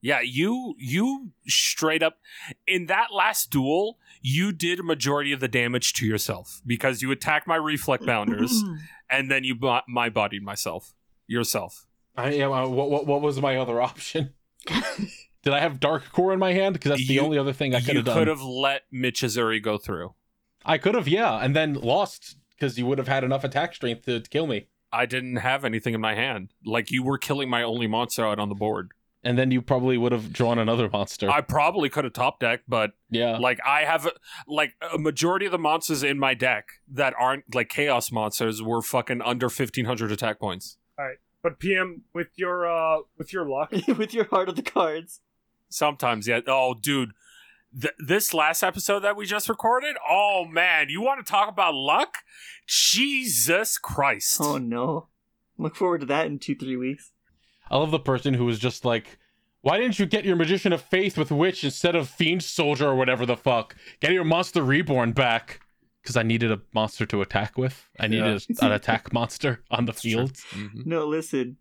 D: Yeah, you you straight up in that last duel, you did a majority of the damage to yourself because you attacked my reflect
C: [LAUGHS]
D: bounders and then you bo- my bodied myself yourself.
C: I am. I, what, what what was my other option? [LAUGHS] Did I have dark core in my hand? Because that's the
D: You-
C: only other thing I could
D: you
C: have
D: could
C: done.
D: have let Mitch Azuri go through.
C: I could have, yeah, and then lost because you would have had enough attack strength to kill me.
D: I didn't have anything in my hand. Like you were killing my only monster out on the board.
C: and then you probably would have drawn another monster.
D: I probably could have top deck, but
C: yeah.
D: like I have like a majority of the monsters in my deck that aren't like chaos monsters were fucking under 1500 attack points.
A: But PM, with your uh, with your
B: [LAUGHS]
A: luck,
B: [LAUGHS] With your heart of
A: [LAUGHS]
B: the cards.
D: Sometimes, yeah. Oh, dude. Th- this last episode that we just recorded, oh man, you want to talk about luck? Jesus Christ.
B: Oh no. Look forward to that in two, three weeks.
C: I love the person who was just like, why didn't you get your Magician of Faith with Witch instead of Fiend Soldier or whatever the fuck? Get your Monster Reborn back. Because I needed a monster to attack with. I needed an attack [LAUGHS] monster on the field.
D: Mhm.
B: No, listen.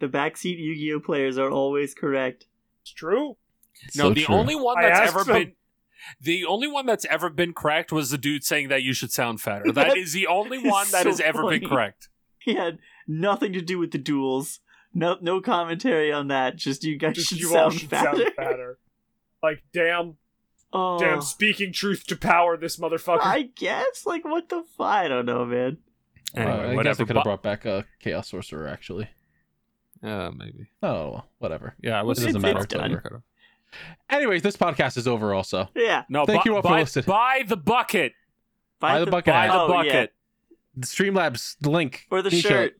B: The backseat Yu-Gi-Oh players are always correct. [LAUGHS]
A: it's true.
C: It's
D: No,
C: so
D: the
C: true.
D: only one
A: I
D: that's
A: asked
D: ever
A: him.
D: been the only one that's ever been correct was the dude saying that you should sound fatter. That is the only
B: That is
D: one that
B: so
D: has ever
B: funny.
D: been correct.
B: He had nothing to do with the duels. No, no commentary on that. Just you guys
A: Just
B: should,
A: you all
B: sound,
A: should
B: fatter. [LAUGHS]
A: sound fatter. Like damn,
B: Oh,
A: damn, speaking truth to power, this motherfucker.
B: I guess. Like, what the? F- I don't know, man.
C: Uh,
D: Anyway,
C: I guess I
D: whatever.
C: could have brought back a Chaos Sorcerer, actually.
D: Bu- uh, maybe.
C: Oh, well, whatever.
D: Yeah, I was
C: It doesn't
B: It's
C: matter.
B: done.
C: Whatever. Anyways, this podcast is over also.
B: Yeah.
D: No,
C: Thank
D: bu-
C: you all for
D: buy,
C: listening.
D: buy the bucket.
C: Buy the bucket
D: Buy
C: hat.
D: the
B: oh, yeah.
D: bucket.
C: Streamlabs, the link.
B: Or the
C: t-shirt.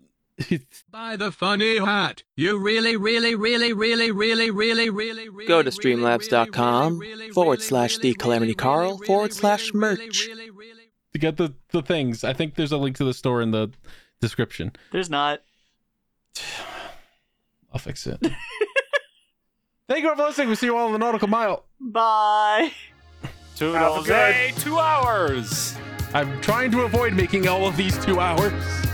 L: Buy the funny hat. You really, really, really, really, really, really, really, really.
J: Go to streamlabs.com forward slash the calamity Carl forward slash merch.
C: to get the, the things. I think there's a link to the store in the description.
B: There's not.
C: I'll fix it. [LAUGHS] Thank you all for listening. We'll see you all in the nautical mile.
B: Bye.
K: Toodles.
C: good-
K: Hey, two hours.
C: I'm trying to avoid making all of these two hours.